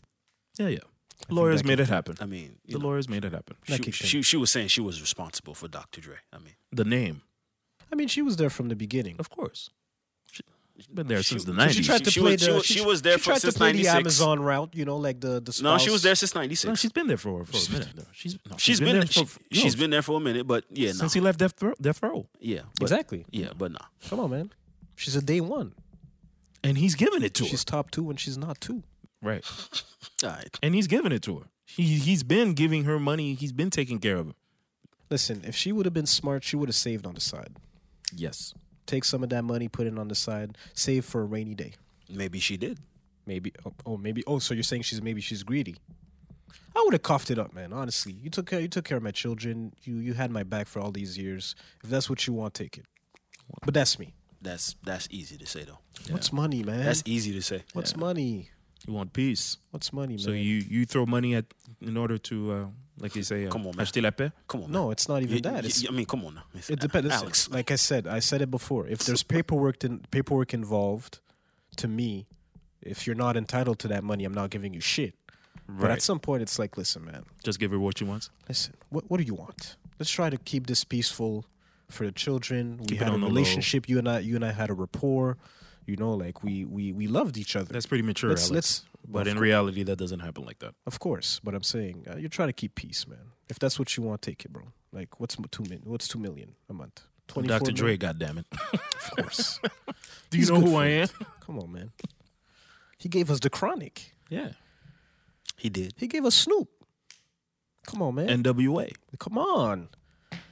Yeah, yeah. Lawyers that made it happen. I mean, you The know, lawyers made it happen. That she, kicked in. she, she was saying she was responsible for Dr. Dre. I mean, The name, I mean, she was there from the beginning. of course. She, has been there since the she nineties. She tried to She play was- the. she was- she was there she for- tried since to play 96. the Amazon route, you know, like the the. Spouse. no, she was there since '96. no, she's been there for, for a minute. Though. She's no, she's been, there she, for, no, she's been there for a minute, but yeah, no, since he left Death Row, Death Row, yeah, but, Exactly. yeah, but nah. Come on, man. She's a day one. and he's giving it to She's top two when she's not two. her. Right, All right, and he's giving it to her. He he's been giving her money. He's been taking care of her. Listen, if she would have been smart, she would have saved on the side. Yes, Take some of that money, put it on the side, save for a rainy day. maybe she did. Maybe. Oh, oh maybe. Oh, so you're saying she's maybe she's greedy. I would have coughed it up, man. Honestly, you took care. You took care of my children. You you had my back for all these years. If that's what you want, take it. But that's me. That's that's easy to say though. What's money, man? That's easy to say. What's money? you want peace. What's money, man? So you you throw money at in order to uh, like they say, uh, Come on, man. acheter la paix. Come on, man. no, it's not even You- that. you- It's, I mean, come on now. It's- it depends. Listen, Alex. like I said, I said it before. If there's paperwork in, paperwork involved, to me, if you're not entitled to that money, I'm not giving you shit. But at Right. some point, it's like, listen, man. Just give her what she wants. listen, what what do you want? Let's try to keep this peaceful for the children. We Keep it had a on the low. relationship. You and I, you and I had a rapport. You know, like we we we loved each other. That's pretty mature, let's, Alex. let's but in reality, that doesn't happen like that. of course. But I'm saying uh, you're trying to keep peace, man. If that's what you want, take it, bro. Like what's m- two min? What's two million a month? I'm 24 Dr. Dre, million? goddammit. of course. Do He's you know good who for I am? it. Come on, man. He gave us the chronic. Yeah. he did. He gave us Snoop. Come on, man. NWA. Come on.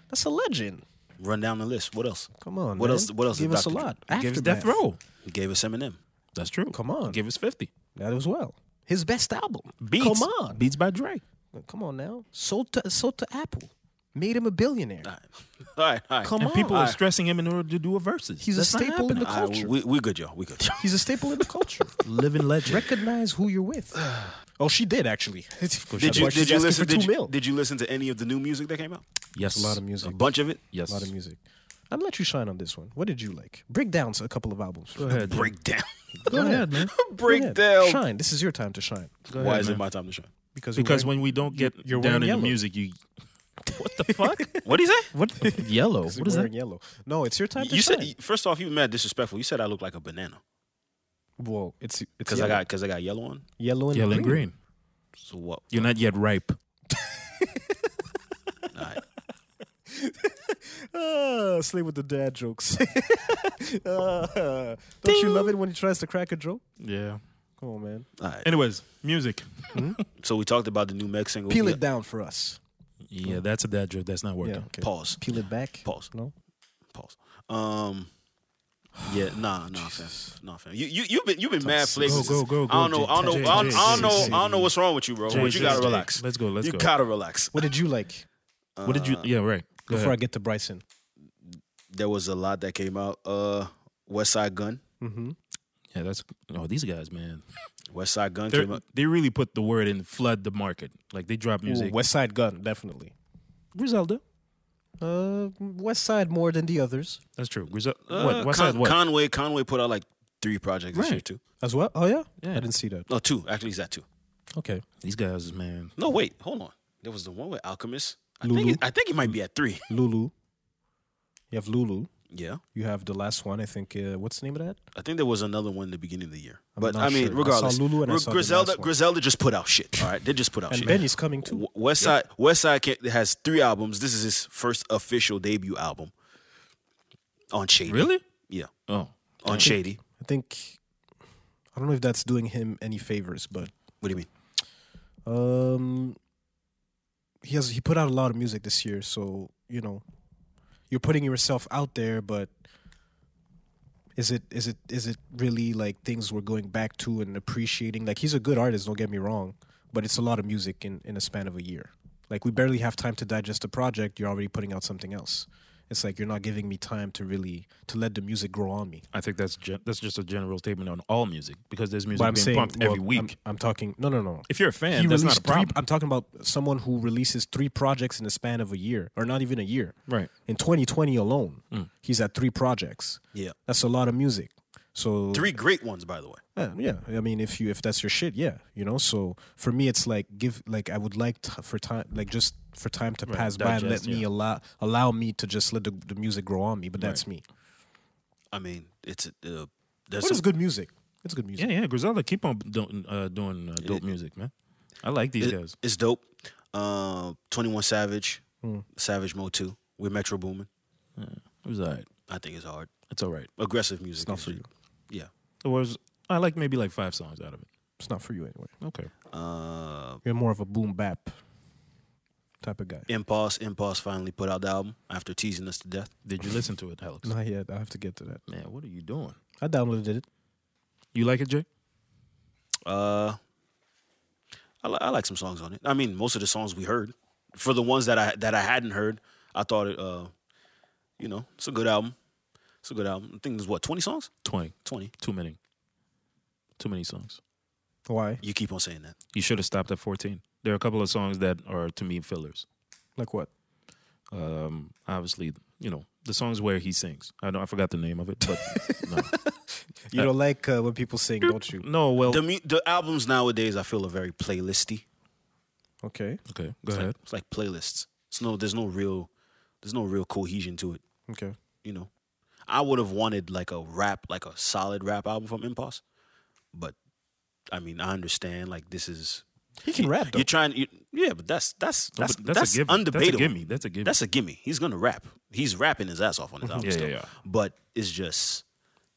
That's a legend. Run down the list. What else? Come on. What man. else- what else Give did us a Dr. Dre- lot. Give us Aftermath. Death Row. He gave us Eminem. That's true. Come on. Give us 50. That as well. His best album. Beats. Come on. Beats by Dre. Come on now. Sold to, sold to Apple. Made him a billionaire. All right, all right. All right. Come And on. people are Alright. stressing him in order to do a verses. He's a That's not staple in the happening. All right, culture. we, we good, y'all. We good. He's a staple in the culture. Living legend. Recognize who you're with. Oh, she did actually. Did you did you listen? for Did two you, mil? did you listen to any of the new music that came out? Yes. a lot of A music. bunch of it. Yes. A lot of music. I'm gonna let you shine on this one. What did you like? Break down a couple of albums. Go ahead. Break. Breakdown. Go ahead, man. Breakdown. Shine. This is your time to shine. Go Why ahead, is it man. my time to shine? Because you're Because wearing- when we don't get you're down in wearing the yellow. music, you. What the fuck? What do you say? what? Yellow. you're What is wearing that? yellow. No, it's your time to You shine. said first off, you were mad disrespectful. You said I look like a banana. Well, it's it's Because I yellow. got because I got yellow on. yellow and Yellow and green. So what? You're not yet ripe. All right. Ah, slay with the dad jokes. Ah, don't you love it when he tries to crack a joke? Yeah. Come on, man. All right. Anyways, music. So we talked about the new Meg single. Peel We- it down for us. Yeah, that's a dad joke. That's not working. Yeah. Okay. Pause. Peel it back. Pause. No. Pause. Um. Yeah, nah, nah, fam, nah, fam. You you you've been you've been mad Toxic. flagrant. Go, go, go, I don't know, I don't know, Jay, I don't, I don't Jay, know, Jay, I don't know what's wrong with you, bro. Jay, but you Jay, gotta Jay. relax. Let's go, let's you go. gotta relax. What did you like? What did you? Yeah, right. Go Before I ahead. get to Bryson. There was a lot that came out. Uh, West Side Gun. Mm-hmm. yeah, that's. Oh, these guys, man. West Side Gun They're, came out. they really put the word in flood the market. Like they drop music. West Side Gun, definitely. Griselda. Uh, West Side more than the others That's true. Griselda. Uh, what? West Con- Side what? Conway Conway put out like three projects this Right. year too. as well. Oh yeah, Yeah. I didn't see that. No, two actually. Is that two? Okay, these guys, man. No, wait, hold on. There was the one with Alchemist. I Lulu. think it, I think it might be at three. Lulu. You have Lulu. Yeah, You have the last one. I think. Uh, what's the name of that? I think there was another one in the beginning of the year. I'm But not I mean, sure. I saw regardless, Lulu and I Gr- saw the Griselda last one. Griselda just put out shit. All right, they just put out And shit. Benny's coming too. W- West Side West Side Kid has three albums. This is his first official debut album on Shady. Really? Yeah, Oh, on Shady. I think. I don't know if that's doing him any favors, but What do you mean? um, he has he put out a lot of music this year, so you know, you're putting yourself out there, but is it is it is it really like things we're going back to and appreciating? Like he's a good artist, don't get me wrong, but it's a lot of music in in a span of a year. Like we barely have time to digest a project. You're already putting out something else. It's like you're not giving me time to really to let the music grow on me. I think that's gen- that's just a general statement on all music because there's music But I'm being saying pumped well, every week. I'm, I'm talking no no no. if you're a fan, that's not a released problem. Three, I'm talking about someone who releases three projects in the span of a year, or not even a year. Right. Hmm. In 2020 alone, he's at three projects. Yeah, That's a lot of music. So three great ones, by the way. yeah, yeah. I mean, if you if that's your shit, yeah, you know. So for me, it's like give like I would like t- for time like just for time to pass by and let digest, me yeah. allow allow me to just let the, the music grow on me. But that's me. I mean, it's uh, there's But some, it's good music. It's good music. yeah, yeah. Griselda, keep on do- uh, doing uh, dope music, man. I like these it- guys. it's dope. Uh, Twenty One Savage, Hmm. Savage Mode Two with Metro Boomin. It was all right. I think it's hard. It's all right. Aggressive music. not is- for you. Yeah. There was I like maybe like five songs out of it. It's not for you anyway. Okay. Uh, You're more of a boom bap type of guy. Impulse, Impulse finally put out the album after teasing us to death. Did you listen to it, Alex? Not yet. I have to get to that. Man, what are you doing? I downloaded it. You like it, Jay? Uh, I, li- I like some songs on it. I mean, most of the songs we heard. For the ones that I that I hadn't heard, I thought it. Uh, you know, it's a good album. It's a good album. I think there's what twenty songs. Twenty. Twenty. Too many. Too many songs. Why? You keep on saying that. You should have stopped at fourteen. There are a couple of songs that are to me fillers. Like what? um, obviously, you know, the songs where he sings. I know I forgot the name of it, but no. You don't like uh, when people sing, don't you? no, well, The mu- the albums nowadays, I feel are very playlisty. Okay. okay, go It's ahead. like, it's like playlists. It's no, there's no real, there's no real cohesion to it. Okay. You know, I would have wanted like a rap, like a solid rap album from Impulse, but I mean, I understand like this is He can rap though. You're trying, you, yeah, but that's that's No, that's but that's, a gimme. That's a undebatable. gimme. That's a gimme. Mhm. That's a gimme. He's gonna rap. He's rapping his ass off on his album. Yeah, still. yeah, yeah. But it's just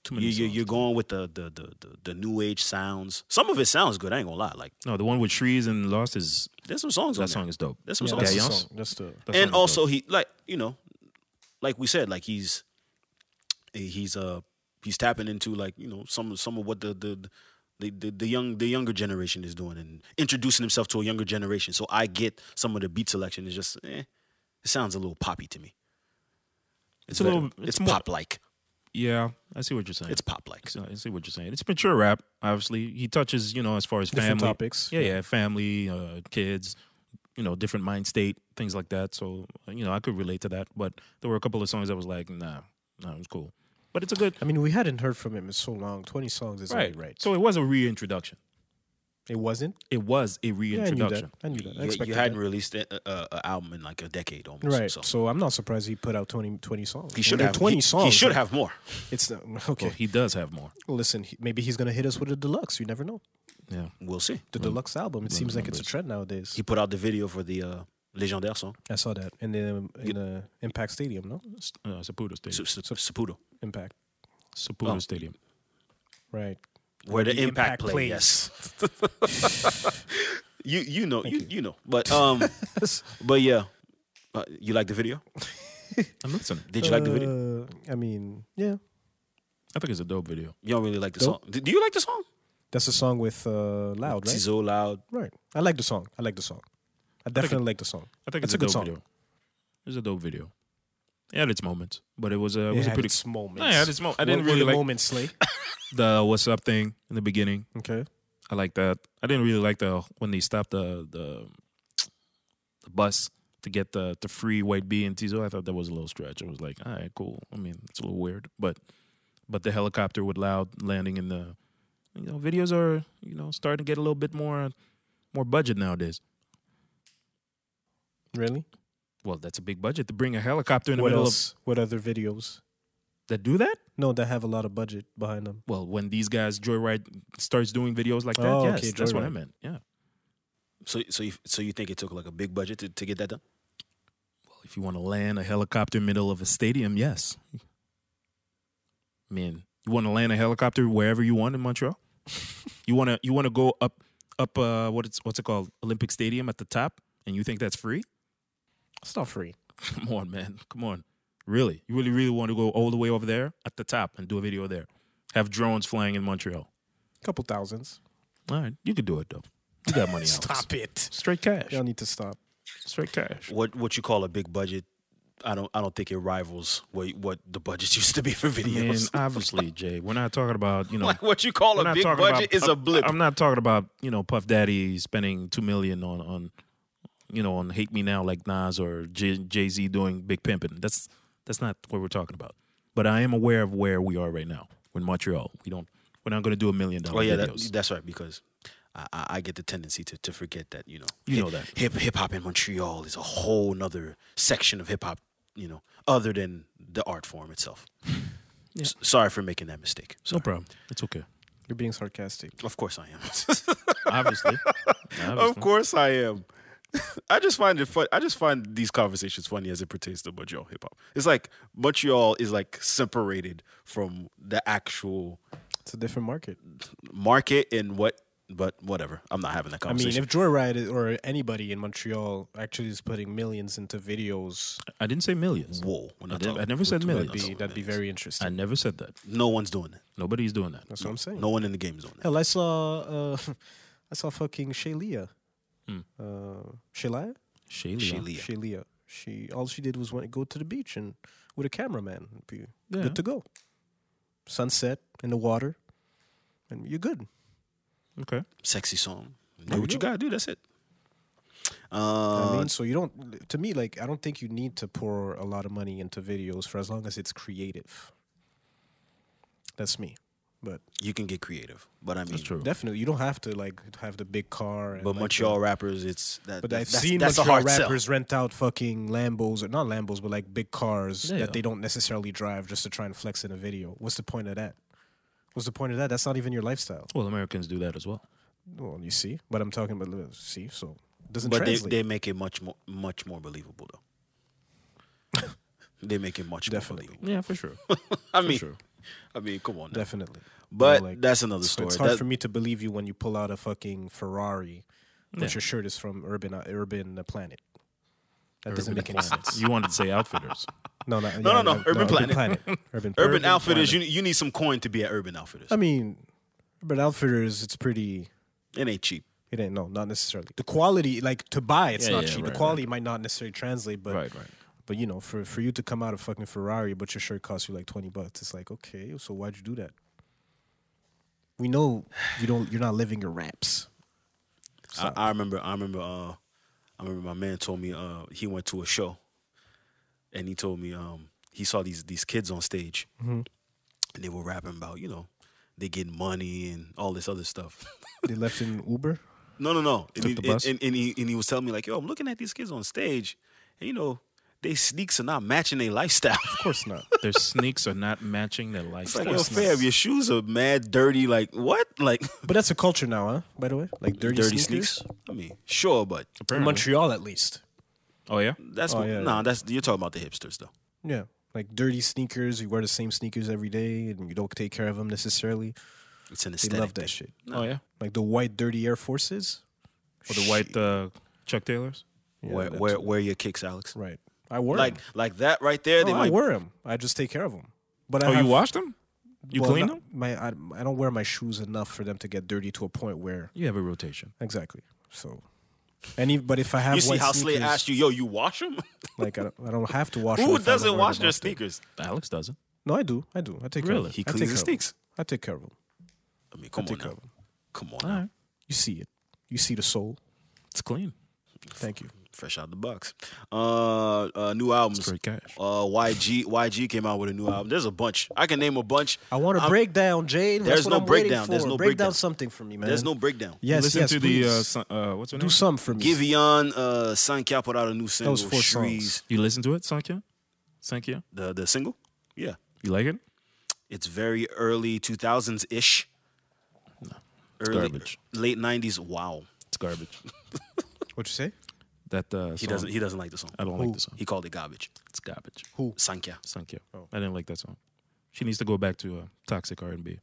Too you, many you, songs. you're going with the the, the the the new age sounds. Some of it sounds good. I ain't gonna lie. Like no, the one with trees and lost is there's some songs on that there. song is dope. There's some Yeah, songs. that's the Dalliance. song. That's the. That song and is also dope. he like you know, like we said, like he's he's uh he's tapping into like you know some some of what the the. The, the, the young the younger generation is doing and introducing himself to a younger generation. So I get some of the beat selection is just eh, it sounds a little poppy to me. it's a little, It's, more- pop like. Yeah, I see what you're saying. It's pop like. So I see what you're saying. It's mature rap. Obviously, he touches you know as far as Different family topics. Yeah, yeah, family, uh, kids, you know, different mind state, things like that. So uh, you know, I could relate to that. But there were a couple of songs that was like, nah, nah, it was cool. But it's a good I mean, we hadn't heard from him in so long. Twenty songs is only right. So it was a reintroduction. It wasn't. It was a Yeah, I knew that. reintroduction. I knew that. I You, expected you that. hadn't released an album in like a decade almost. Right. So, So. I'm not surprised he put out 20, 20 songs. he When should there are have 20 he, songs. He should like, have more. It's not, Well, okay. he does have more. Listen, he, maybe he's going to hit us with a deluxe. You never know. Yeah. We'll see. The deluxe album. It seems like it's a numbers. trend nowadays. He put out the video for the uh, Legendaire song, I saw that in the in the Impact Stadium, no? S- Uh, Saputo Su- Stadium. Su- Saputo, Impact. Saputo Oh. Stadium. Right. where the, impact, Impact play. plays. Yes. you you know you, you know, but um, but yeah, uh, you like the video? I'm listening. Did you like the Uh, video? Uh, I mean, yeah. I think it's a dope video. You don't really like the Dope. song. Do, do you like the song? That's a song with uh, Loud, right? It's so loud. Right. I like the song. I like the song. I definitely like the song. I think It's it's, a good dope song. video. It's a dope video. It had its moments, but it was a it was had a pretty. its moments. Yeah, it had its moments. I What didn't were really the like moments, Slay. the what's up thing in the beginning. okay. I like that. I didn't really like the when they stopped the the, the bus to get the the free white bee and Tizo. I thought that was a little stretch. I was like, all right, cool. I mean, it's a little weird, but but the helicopter with loud landing in the you know videos are you know starting to get a little bit more more budget nowadays. Really? Well, that's a big budget to bring a helicopter in the what middle of else? What other videos? that do that. No, that have a lot of budget behind them. Well, when these guys Joyride starts doing videos like that, Oh, yes, okay, that's what I Joyride. meant. Yeah. So so you so you think it took like a big budget to, to get that done? If you want to land a helicopter in the middle of a stadium, yes. Man, you want to land a helicopter wherever you want in Montreal? you want to you want to go up up uh what it's what's it called? Olympic Stadium at the top and you think that's free? It's not free. Come on, man. Come on. Really? You really really want to go all the way over there at the top and do a video there. Have drones flying in Montreal. couple thousands. All right, you could do it though. You got money out. it. Straight cash. Y'all need to stop. Straight cash. What what you call a big budget? I don't I don't think it rivals what what the budgets used to be for I mean, videos. obviously, Jay, we're not talking about you know. like what you call we're a not big talking budget about, is a blip. I'm not talking about you know Puff Daddy spending two million on on you know on Hate Me Now like Nas or Jay Z doing Big Pimpin'. That's that's not what we're talking about. But I am aware of where we are right now. We're in Montreal. We don't. We're not going to do a million dollar oh yeah, that, videos. that's right because. I, I I get the tendency to, to forget that you know You hip- know that. hip hip hop in Montreal is a whole nother section of hip hop you know other than the art form itself. S- sorry for making that mistake. no problem. It's okay. You're being sarcastic. Of course I am. Obviously. of Obviously. course I am. I just find it fun. I just find these conversations funny as it pertains to Montreal hip hop. It's like Montreal is like separated from the actual It's a different market. market and what, but whatever. I'm not having that I mean, conversation. if Joyride is- or anybody in Montreal actually is putting millions into videos, I didn't say millions. whoa, we're not I didn't- talking- I never said we're- we're not millions. that'd be, talking that'd be millions. very interesting. I never said that. No one's doing that. Nobody's doing that. That's what I'm saying. No one in the game is doing that. Hell, I saw, uh, I saw fucking Shalia. Uh, Shalia? Shalia. Shalia. Shalia. She all she did was went, go to the beach and with a cameraman. and Be Yeah. Good to go. Sunset in the water, and you're good. Okay. Sexy song. Do what you gotta do. That's it. Uh, I mean, so you don't. To me, like I don't think you need to pour a lot of money into videos for as long as it's creative. That's me, but you can get creative, but I mean, That's true. definitely you don't have to like have the big car. And, but like, the- Montreal rappers, it's that. But that- I've that's, seen that's Montreal a hard sell. rappers rent out fucking Lambos or not Lambos, but like big cars Yeah. that they don't necessarily drive just to try and flex in a video. What's the point of that? What's the point of that? That's not even your lifestyle. Well, Americans do that as well. Well, you see, but I'm talking about uh, see, so it doesn't But they, translate. they make it much more much more believable though. they make it much Definitely. more Yeah, for sure. believable. I mean, sure. I mean, come on. Now. Definitely, But You know, like, that's another So story. It's hard That- for me to believe you when you pull out a fucking Ferrari, but Yeah. your shirt is from Urban uh, Urban Planet. That doesn't make any sense. you wanted to say outfitters. No, no, No, no, no, Urban Planet. Urban, Urban, Outfitters, you, you need some coin to be at Urban Outfitters. I mean, Urban Outfitters. It's pretty. It ain't cheap. It ain't no, not necessarily. The quality, like to buy, it's Yeah, not yeah, cheap. right, the quality might not necessarily translate, but right. but you know, for for you to come out of fucking Ferrari, but your shirt costs you like twenty bucks, it's like okay, so why'd you do that? We know you don't. You're not living your raps. I, I remember. I remember. Uh, I remember my man told me. Uh, he went to a show, and he Mm-hmm. told me um, he saw these these kids on stage, and they were rapping about you know they get money and all this other stuff. They left in Uber. No, no, no. And he, the bus? And, and he, and he was telling me like, yo, I'm looking at these kids on stage, and you know, they sneaks are not matching their lifestyle. Of course not. Their sneaks are not matching their It's like, lifestyle. yo, Fab, your shoes are mad dirty. Like what? Like But that's a culture now, huh? By the way, like dirty, dirty sneakers. sneaks? I mean, sure, but In Montreal, at least. Oh yeah, that's Oh, what, yeah, nah. yeah. That's you're talking about the hipsters though. Yeah, like dirty sneakers. You wear the same sneakers every day, and you don't take care of them necessarily. It's an They aesthetic. love that thing. shit. oh yeah. Like the white dirty Air Forces. Or the white uh, Chuck Taylors. Yeah, wear, that's- wear, wear your kicks, Alex. Right. I wear Like 'em. like that right there. they No, I might. wear them. I just take care of them. But I Oh, have- you washed them? You well, clean not- them? My I, I don't wear my shoes enough for them to get dirty to a point where You have a rotation. exactly. So, and even, but if I have You see white how Slay sneakers, asked you, yo, you wash them? like I don't, I don't have to wash. them Who if I don't doesn't wear wash them their often. sneakers? Alex doesn't. No, I do. I do. I take care Really? of them. He I cleans take his care of 'em. sneaks. I take care of them. I mean, come I on take care now. of them. Come on All now. right, You see it. You see the soul. it's clean. Thank you. Fresh out the box. Uh, uh new albums. Straight cash. Uh, YG YG came out with a new album. There's a bunch. I can name a bunch. I want a I'm- breakdown, Jade. There's That's what no I'm waiting breakdown. For. There's no break breakdown. down something for me, man. There's no breakdown. Yes, Listen yes. to please. the uh, son- uh, what's her name? do something for me. Givian uh, Sankia put out a new single. was four Shrees. songs. you listen to it, Sankia? Sankia, The the single. Yeah, you like it? it's very early 2000s ish. Early, garbage. late 90s. Wow. It's garbage. What you say? That uh, He song- doesn't. He doesn't like the song. I don't like the song. He called it garbage. It's garbage. Sankia. Sankia. Oh. I didn't like that song. She needs to go back to uh, toxic R and B.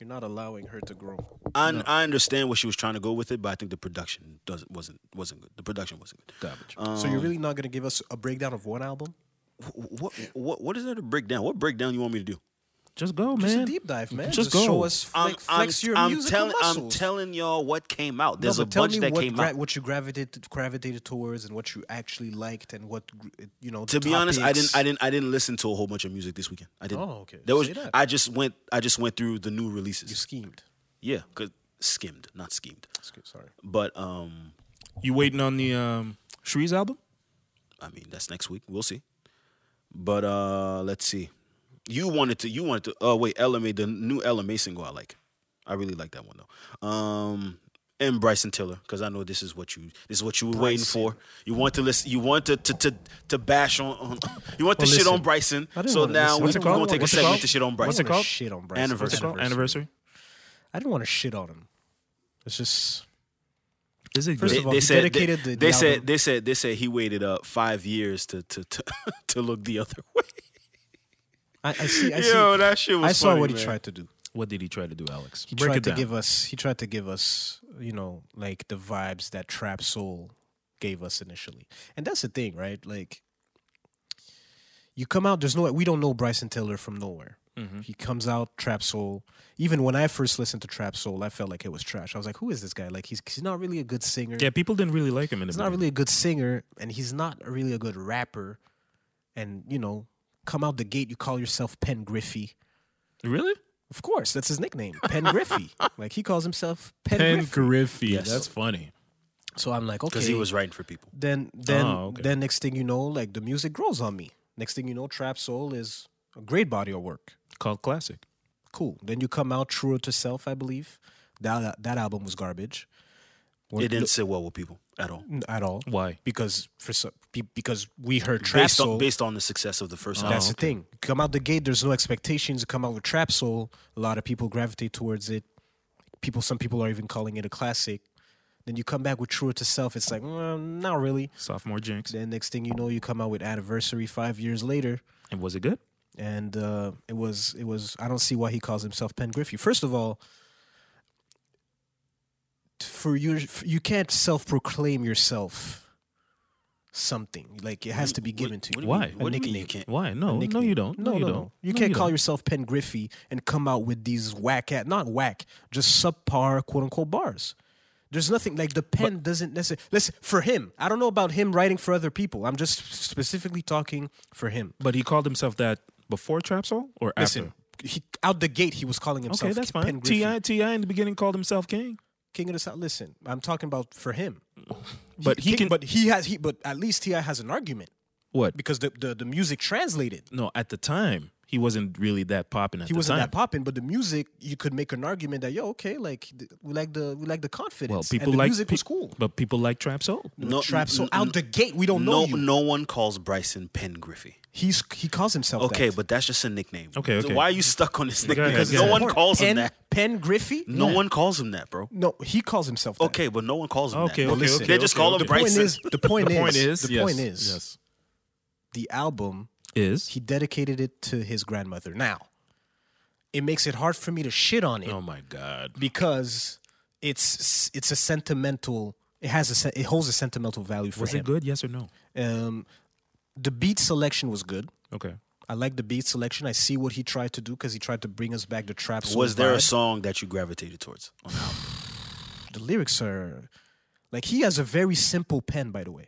You're not allowing her to grow. I, I understand what she was trying to go with it, but I think the production doesn't wasn't wasn't good. The production wasn't good. Garbage. so you're really not gonna give us a breakdown of one album? Wh- What what what is there to break down? What breakdown you want me to do? Just go, man. Just a deep dive, man. Just Just, go. show us flex, flex your musical telling I'm muscles. telling y'all what came out. No, There's a but tell bunch me that what came gra- out. What you gravitated gravitated towards, and what you actually liked, and what gr- you know. To be honest, I didn't I topics. didn't I didn't listen to a whole bunch of music this weekend. I didn't. Oh, okay. There was Say that. I just went I just went through the new You releases. schemed. Yeah, 'cause- skimmed, not schemed. Sk- Sorry. But um You waiting on the um, Shree's album? I mean, that's next week. We'll see. But uh let's see. You wanted to you wanted to oh wait, LMA, the new LMA single I like. I really like that one though. Um and Bryson Tiller, because I know this is what you this is what you were waiting for. You want to listen you want to to to, to bash on, on you want to Well, shit on listen. Bryson. I didn't So wanna now listen. we, What's we're it called? gonna take a What's it segment called? to shit on What's it Bryson. called? Shit on Bryson. What's it Anniversary. called? Anniversary. I didn't want to shit on him. It's just Is it First They, of all, they he said they, dedicated the- they the said album. they said they said he waited uh five years to to to, to look the other way. I, I see. I Yo, see. that shit was I saw funny, what he man. tried to do. What did he try to do, Alex? He Break tried it to down. give us. He tried to give us. You know, like the vibes that trap soul gave us initially, and that's the thing, right? Like, you come out. There's no. We don't know Bryson Taylor from nowhere. Mm-hmm. He comes out trap soul. Even when I first listened to trap soul, I felt like it was trash. I was like, "Who is this guy? Like, he's he's not really a good singer. Yeah, people didn't really like him in the he's not beginning. really a good singer and he's not really a good rapper and you know come out the gate you call yourself pen griffey Really? of course that's his nickname pen griffey like he calls himself pen, Pen griffey Griffey. Yes. That's funny. so i'm like okay Because he was writing for people. then then Oh, okay. then next thing you know like the music grows on me next thing you know trap soul is a great body of work Called classic. cool then you come out truer to self i believe that that album was garbage It didn't sit well with people at all. at all Why? because for some be- because we heard trap Based soul on, based on the success of the first album. That's the thing. You come out the gate, there's no expectations. You come out with Trap Soul, a lot of people gravitate towards it. People, some people are even calling it a classic. Then you come back with Truer to Self, it's like, mm, not really. Sophomore jinx. Then next thing you know, you come out with Anniversary five years later, And was it good? and uh, it was it was. I don't see why he calls himself Pen Griffey. First of all, for your for- you can't self-proclaim yourself something like it has to be given to you. Why? What do A you mean you nickname. can't? Why? No, Oh, no, you don't. No, No, you no, don't. no. You No, can't call don't. yourself Pen Griffey and come out with these whack at not whack, just subpar quote unquote bars. There's nothing like the pen doesn't necessarily listen for him. I don't know about him writing for other people. I'm just specifically talking for him. But he called himself that before Trap Soul or Listen, he, out the gate he was calling after? himself Okay, that's Pen fine. Ti Griffey, Ti in the beginning called himself King, King of the South. Listen, I'm talking about for him. but he, King- can. But he has. He but at least Ti has an argument what? because the the, the music translated. No, at the time he wasn't really that popping at he the wasn't time. that popping, but the music you could make an argument that yo, okay, like th- we like the we like the confidence. well, people and the like music was pe- cool. but people like trap soul. No- Trap so n- out n- the gate, we don't know No, you. no one calls Bryson Penn Griffey. He's he calls himself Okay, that. but that's just a nickname. Okay, okay. Why are you stuck on this nickname? Because no it's one Important. calls Pen, him that. Pen Griffey. No one calls him that, bro. No, he calls himself. that. Okay, but no one calls him Okay, that. well, They listen. just okay, call okay. him The point Bryson. is the point The is point is the yes, point is yes the album is he dedicated it to his grandmother. Now, it makes it hard for me to shit on it oh my god because it's it's a sentimental. It has a sen- it holds a sentimental value for was him. it good? Yes or no? Um, the beat selection was good. Okay. I like the beat selection. I see what he tried to do because he tried to bring us back the trap. soul Was there a vibe. song that you gravitated towards? on the album? the lyrics are like he has a very simple pen, by the way,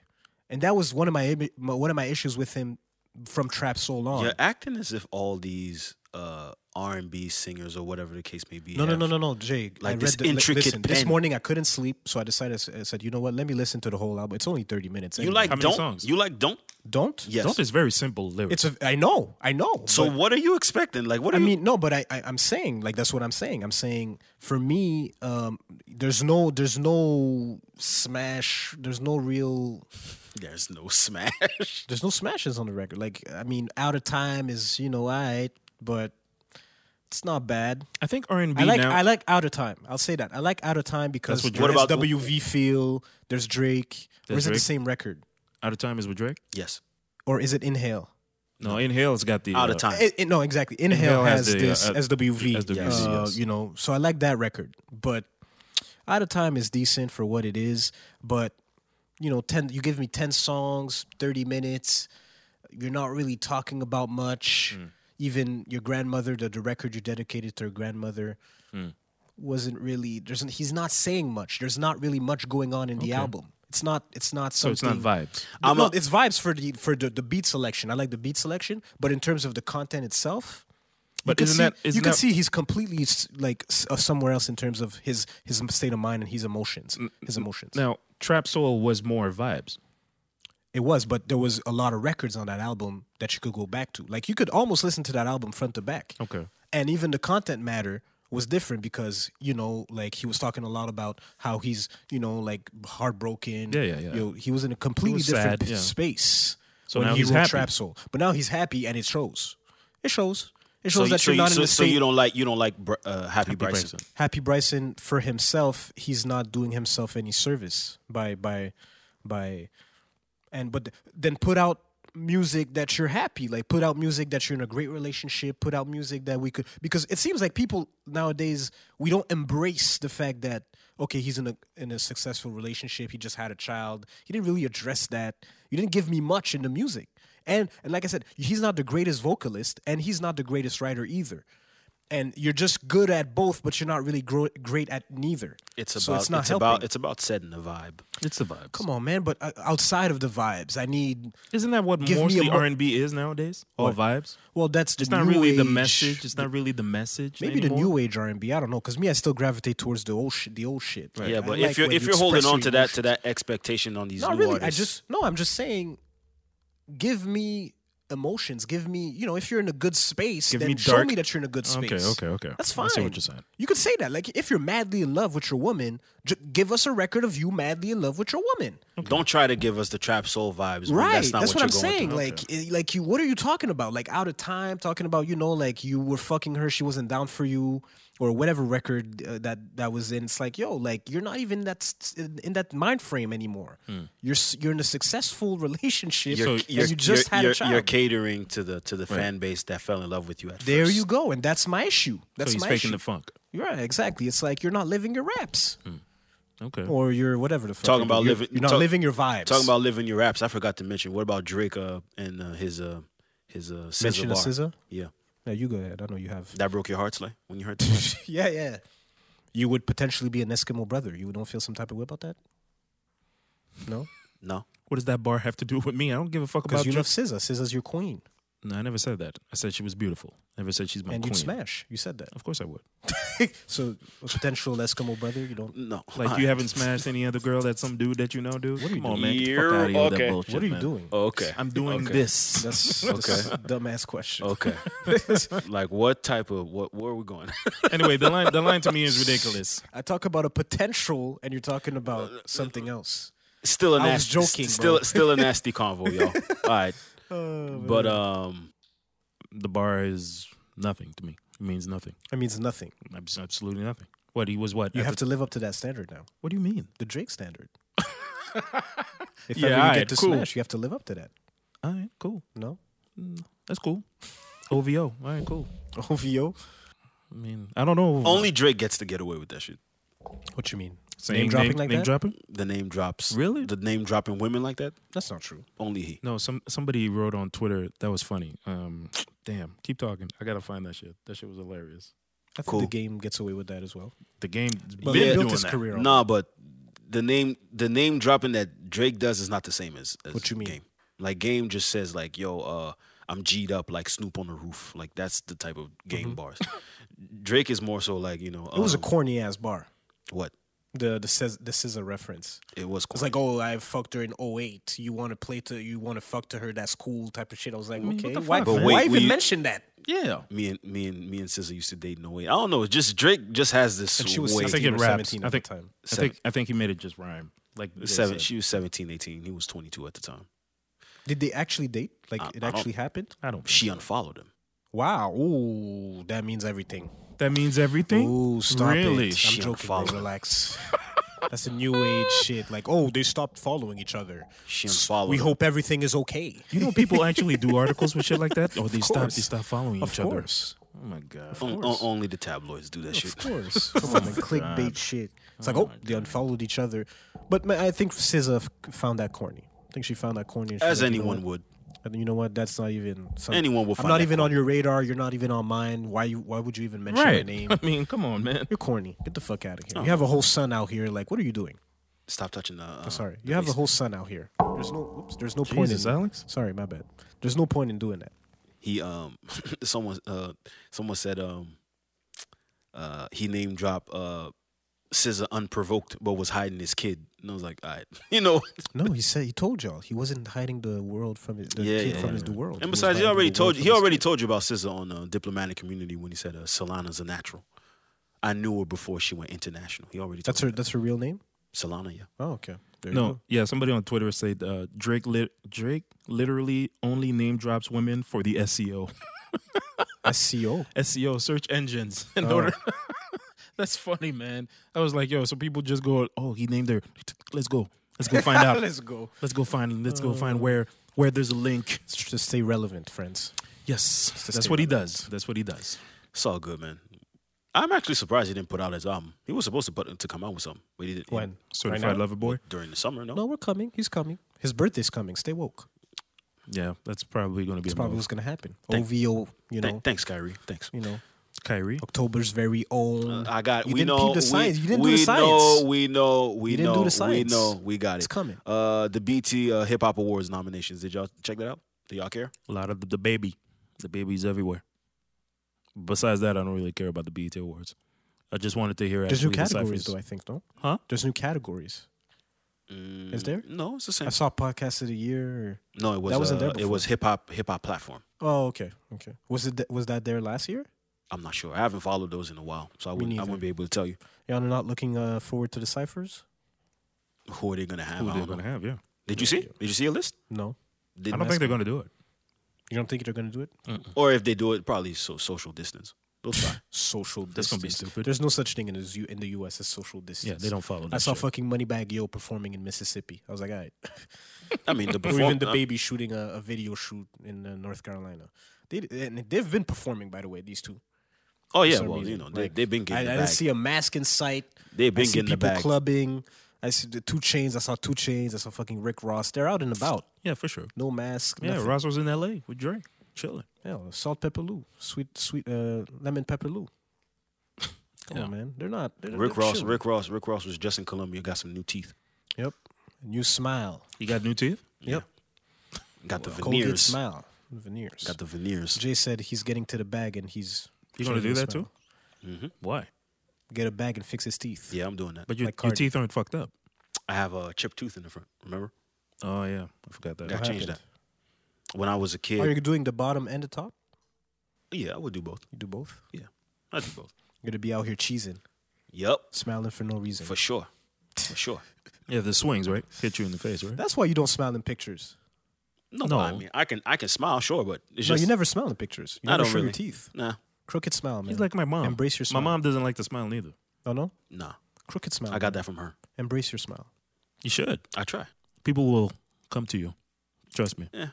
and that was one of my, imi- my one of my issues with him from trap soul on. You're acting as if all these uh, R&B singers or whatever the case may be. No, no, have- no, no, no, Jay. like this intricate listen, This pen. morning I couldn't sleep, so I decided I said, you know what? Let me listen to the whole album. It's only thirty minutes. You anyway. like How many don't? songs? You like don't? don't? Yes. Don't is very simple lyrics. It's a. I know. I know. so but- what are you expecting? Like what? Are I you, mean, no, but I, I I'm saying like that's what I'm saying. I'm saying for me, um, there's no there's no smash. There's no real. there's no smash. There's no smashes on the record. Like I mean, out of time is you know alright, but it's not bad. I think R and B I like now. I like Out of Time. I'll say that. I like Out of Time because what what Drake- What about- WV Feel? There's Drake. or There's is it the Drake? same record? Out of time is with Drake. yes. Or is it Inhale? No, Inhale's got the Out of uh, time. It- it- no, exactly. Inhale, Inhale has has, the, uh, this uh, SWV. SWV, uh, yes. You know, so I like that record. But Out of Time is decent for what it is. But you know, ten. You give me ten songs, thirty minutes. You're not really talking about much. Hmm. Even your grandmother, the, the record you dedicated to her grandmother, Hmm. wasn't really. There's. n- He's not saying much. There's not really much going on in the album. It's not. It's not So something. it's not vibes. I'm no, a- it's vibes for the for the, the beat selection. I like the beat selection, but in terms of the content itself, But you isn't can that- see, you isn't can that- see he's completely s- like s- uh, somewhere else in terms of his his state of mind and his emotions. His emotions. Now trap soul was more vibes. It was, but there was a lot of records on that album that you could go back to. Like you could almost listen to that album front to back. Okay. And even the content matter was different because you know, like he was talking a lot about how he's you know like heartbroken. Yeah, yeah, yeah. You know, he was in a completely was different sad, yeah. space So when now he he's wrote happy. Trap Soul. But now he's happy, and it shows. It shows. It So, shows you, that so, you're you, not in so, the so state. you don't like you don't like Br- uh, Happy, Bryson. Bryson. Happy Bryson for himself, he's not doing himself any service by by by and but th- then put out music that you're happy like put out music that you're in a great relationship put out music that we could because it seems like people nowadays we don't embrace the fact that okay he's in a in a successful relationship he just had a child he didn't really address that you didn't give me much in the music and and like i said he's not the greatest vocalist and he's not the greatest writer either and you're just good at both but you're not really gro- great at neither It's about So it's not about helping. it's about setting the vibe. It's the vibes. come on man but uh, outside of the vibes i need Isn't that what Give me mostly a mo- R and B is nowadays? All vibes. well that's It's not really the message. It's not really the message. Maybe anymore. the new age R and B. I don't know, because me, I still gravitate towards the old shit. The old shit. Yeah, Like, I but like if you're when if you you're holding express your on to that to emotions. that expectation on these not new really. artists, I just no. I'm just saying, give me emotions. Give me, you know, if you're in a good space, Give then me show dark- me that you're in a good space. Okay, okay, okay. That's fine. I see what you're saying. You could say that. Like, if you're madly in love with your woman, j- give us a record of you madly in love with your woman. don't try to give us the trap soul vibes. when Right. That's That's, not what, what, I'm you're going saying. through. Like, i- like you. What are you talking about? Like out of time, talking about you know, like you were fucking her, she wasn't down for you, or whatever record uh, that that was in. It's like, yo, like you're not even that s- in, in that mind frame anymore. You're s- you're in a successful relationship, Hmm. you're, and you're, you just you're, had you're, a child. you're catering to the to the fan base that fell in love with you at there first. you go, and that's my issue. So That's he's my faking issue. the funk. yeah, exactly. It's like you're not living your raps, Okay. or you're whatever the fuck. Mm-hmm. Talking you're about doing. You're- living- You're not talk- living your vibes. Talking about living your raps, I forgot to mention. What about Drake uh, and uh, his uh, his uh, SZA mention bar? of SZA. Yeah, Yeah, you go ahead. I know you have. that broke your heart, Slay, when you heard that. Yeah, yeah. You would potentially be an Eskimo brother. You don't feel some type of way about that? No? no, What does that bar have to do with me? I don't give a fuck Because about you you. love SZA. SZA's your queen. No, I never said that. I said she was beautiful. Never said she's my and queen. you'd smash. You said that. Of course I would. So a potential Eskimo brother, you don't. No, Like you haven't smashed any other girl that some dude that you know do. What are you Come on, man. Get the fuck You're- out of here with that okay. bullshit, What are you man. Oh. doing? Okay, I'm doing Okay. this. That's Okay. okay. Dumbass question. Okay, like what type of what? Where are we going? anyway, the line the line to me is ridiculous. I talk about a potential, and you're talking about something else. still a I was nasty, joking, Still, bro. Oh, still a nasty convo, y'all. All right, but um, The bar is nothing to me. It means nothing. That means nothing. Abs- Absolutely nothing. What he was what? You at have the- to live up to that standard now, What do you mean? the Drake standard. if Yeah, ever you alright, get to cool. smash, you have to live up to that. All right, cool. No That's cool. OVO. All right, cool. OVO. I mean, I don't know. only Drake gets to get away with that shit. What you mean? Same name dropping like name that? dropping? The name drops. Really? The name dropping women like that? That's not true. Only he. No, some somebody wrote on Twitter that was funny. Um, damn, keep talking. I gotta find that shit. That shit was hilarious. I think Cool. the game gets away with that as well. The game But Yeah. he been built doing his that. career on Nah, but the name the name dropping that Drake does is not the same as, as What you mean? Game. Like Game just says like, yo, uh, I'm G'd up like Snoop on the roof. Like that's the type of game bars. Drake is more so like you know. that. Mm-hmm. It was a um, corny ass bar. what? The the says this is a reference. It was cool. It's like, oh, I fucked her in 08. You want to play to, you want to fuck to her? That's cool, type of shit. I was like, mean, what okay, the why, fuck, But man? wait, why even we- mention that? Yeah, me and me and me and SZA used to date in 08. I don't know. It's just Drake just has this And she was way. I think 16 it or raps. 17 I at think the time. I think I think he made it just rhyme. Like they Seven. said. She was 17, 18. He was 22 at the time. Did they actually date? Like, I- I it don't- actually happened? I don't. She unfollowed him. Wow. Ooh, that means everything. That means everything. Ooh, stop really? it. I'm She joking. unfollowed. Bro, relax. That's a new age shit. Like, oh, they stopped following each other. She S- unfollowed. We him. hope everything is okay. You know, people actually do articles with shit like that, or they stop. course. They stop following Of each course. other. Oh my god. On- on- course. only the tabloids do that shit. Of course. Come on, man, clickbait shit. It's like, oh, they unfollowed each other. But man, I think SZA f- found that corny. I think she found that corny. and she was As like, you know anyone what? would. And you know what? That's not even something. Anyone will I'm find not that even on your radar. You're not even on mine. Why you? Why would you even mention my Right. name? I mean, come on, man. You're corny. Get the fuck out of here. You have a whole son out here. Like, what are you doing? Stop touching the. Uh, Sorry, the you have a waist. whole son out here. There's no. Oops, there's no point in. Jesus, Alex. Sorry, my bad. There's no point in doing that. He um, someone uh, someone said um, uh, he name drop uh, Scissor unprovoked, but was hiding his kid. And I was like, all right, you know. No, he said he told y'all he wasn't hiding the world from his the Yeah, kid yeah, from yeah. his the world. And was besides, he hiding the already world told from you. He his already kid. told you about Scissor on uh, diplomatic community when he said uh, Solana's a natural. I knew her before she went international. He already told That's her. That's her real name. Solana, yeah. Oh, okay. There No, yeah. Somebody on Twitter said uh, Drake. Lit- Drake literally only name drops women for the E SEO. SEO. SEO E search engines in Oh. order. That's funny, man. I was like, yo, so people just go, oh, he named her. Let's go. Let's go find out. let's, go. go Oh. find. Let's go find where where there's a link. To stay relevant, friends. Yes, that's stay what he does. That's what he does. It's all good, man. I'm actually surprised he didn't put out his album. He was supposed to put to come out with something, but he didn't. When Certified now? lover boy. during the summer, no. No, we're coming. He's coming. His birthday's coming. Stay woke. Yeah, that's probably going to be That's a probably move. what's gonna happen. Thank- OVO. You Th- know. thanks, Kyrie. Thanks. You know. Kyrie. October's very own. Uh, I got. You we didn't know. peep the science. We, You didn't do we the know. science. We know. We You didn't know. do the We science. know. We got it. It's coming. Uh, the BT uh, Hip Hop Awards nominations. Did y'all check that out? Do y'all care? A lot of the, the baby. The baby's everywhere. Besides that, I don't really care about the BET Awards. I just wanted to hear There's new actually the categories, ciphers. though. I think no. Huh? There's new categories. Is there? Mm, No, it's the same. I saw podcast of the year. No, it was. That wasn't uh, there It before. was hip hop. Hip hop platform. Oh, okay, okay. Was it th- was that there last year? I'm not sure. I haven't followed those in a while, so I wouldn't. I neither. wouldn't be able to tell you Y'all are not looking uh, forward to the ciphers. who are they gonna have. Who I they're don't going to know. have? Yeah. Did you see? it? Did you see a list? No, Didn't I don't ask think they're me. going to do it. you don't think they're gonna do it. Or if they do it, probably so social distance. They'll try. Social. Distance. That's gonna be stupid. There's no such thing in the U- in the U.S. as social Yeah, distance. they don't follow. I that saw shit. fucking Moneybag Yo performing in Mississippi. I was like, all right. I mean, the Or even the perform- uh, baby shooting a, a video shoot in uh, North Carolina. They and they've been performing, by the way, these two. Oh for yeah, some well you reason. know they Like, they've been I, getting I the didn't bag. see a mask in sight. They've been I see getting the people bag. clubbing. I see the two chains. I saw two chains. I saw fucking Rick Ross. They're out and about. Yeah, for sure. No mask. Yeah, nothing. Ross was in L.A. with Dre, chilling. Hell, salt pepper Lou, sweet sweet uh, lemon pepper Lou. Come Yeah. on, man. They're not. They're, Rick they're Ross, chilling. Rick Ross, Rick Ross was just in Columbia, got some new teeth, Yep. New smile. He got new teeth. Yep. got the Colgate veneers. smile. veneers. Got the veneers. Jay said he's getting to the bag and he's. You gonna do changing that his smile. too? Why? Get a bag and fix his teeth. Yeah, I'm doing that. But your, Like your Cardi. teeth aren't fucked up. I have a chipped tooth in the front. Remember? Oh yeah, I forgot that. I What changed that. happened? Oh, When I was a kid, Are you doing the bottom and the top? yeah, I would do both. You do both. I do both. You're gonna be out here cheesing, Yep, smiling for no reason. for sure, for sure. Yeah, the swings right hit you in the face, right? That's why you don't smile in pictures. No, No. I mean, I can, I can smile, sure, but it's no, just you never smile in pictures. You I never don't show really. your teeth. nah, Crooked smile, man. He's like my mom. Embrace your smile. My mom doesn't like to smile neither. Oh no, nah. crooked smile. I got that from her. Embrace your smile. You should. I try. People will come to you. Trust me. Yeah,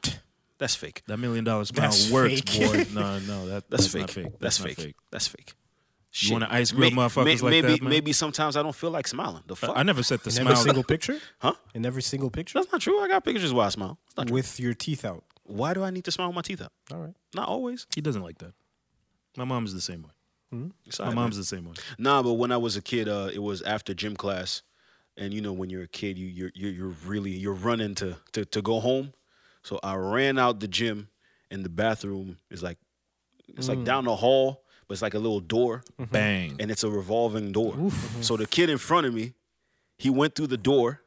that's fake. That million dollar smile That's works, fake. boy. No, no, that, That's, that's fake. Not fake. That's, not fake. That's fake. You wanna ice grill motherfuckers like maybe, that, man? Maybe sometimes I don't feel like smiling. The fuck? I, I never set the In smile. every single picture, Huh? In every single picture, That's not true. I got pictures where I smile. It's not true. with your teeth out. Why do I need to smile with my teeth out? All right. Not always. He doesn't like that. My mom's the same way. It's My alright, man. mom's the same way. Nah, but when I was a kid, uh, it was after gym class, and you know when you're a kid, you you're you're, you're really you're running to, to to go home. So I ran out the gym, and the bathroom is like it's Mm. like down the hall, but it's like a little door, Bang. and it's a revolving door. So the kid in front of me, he went through the door,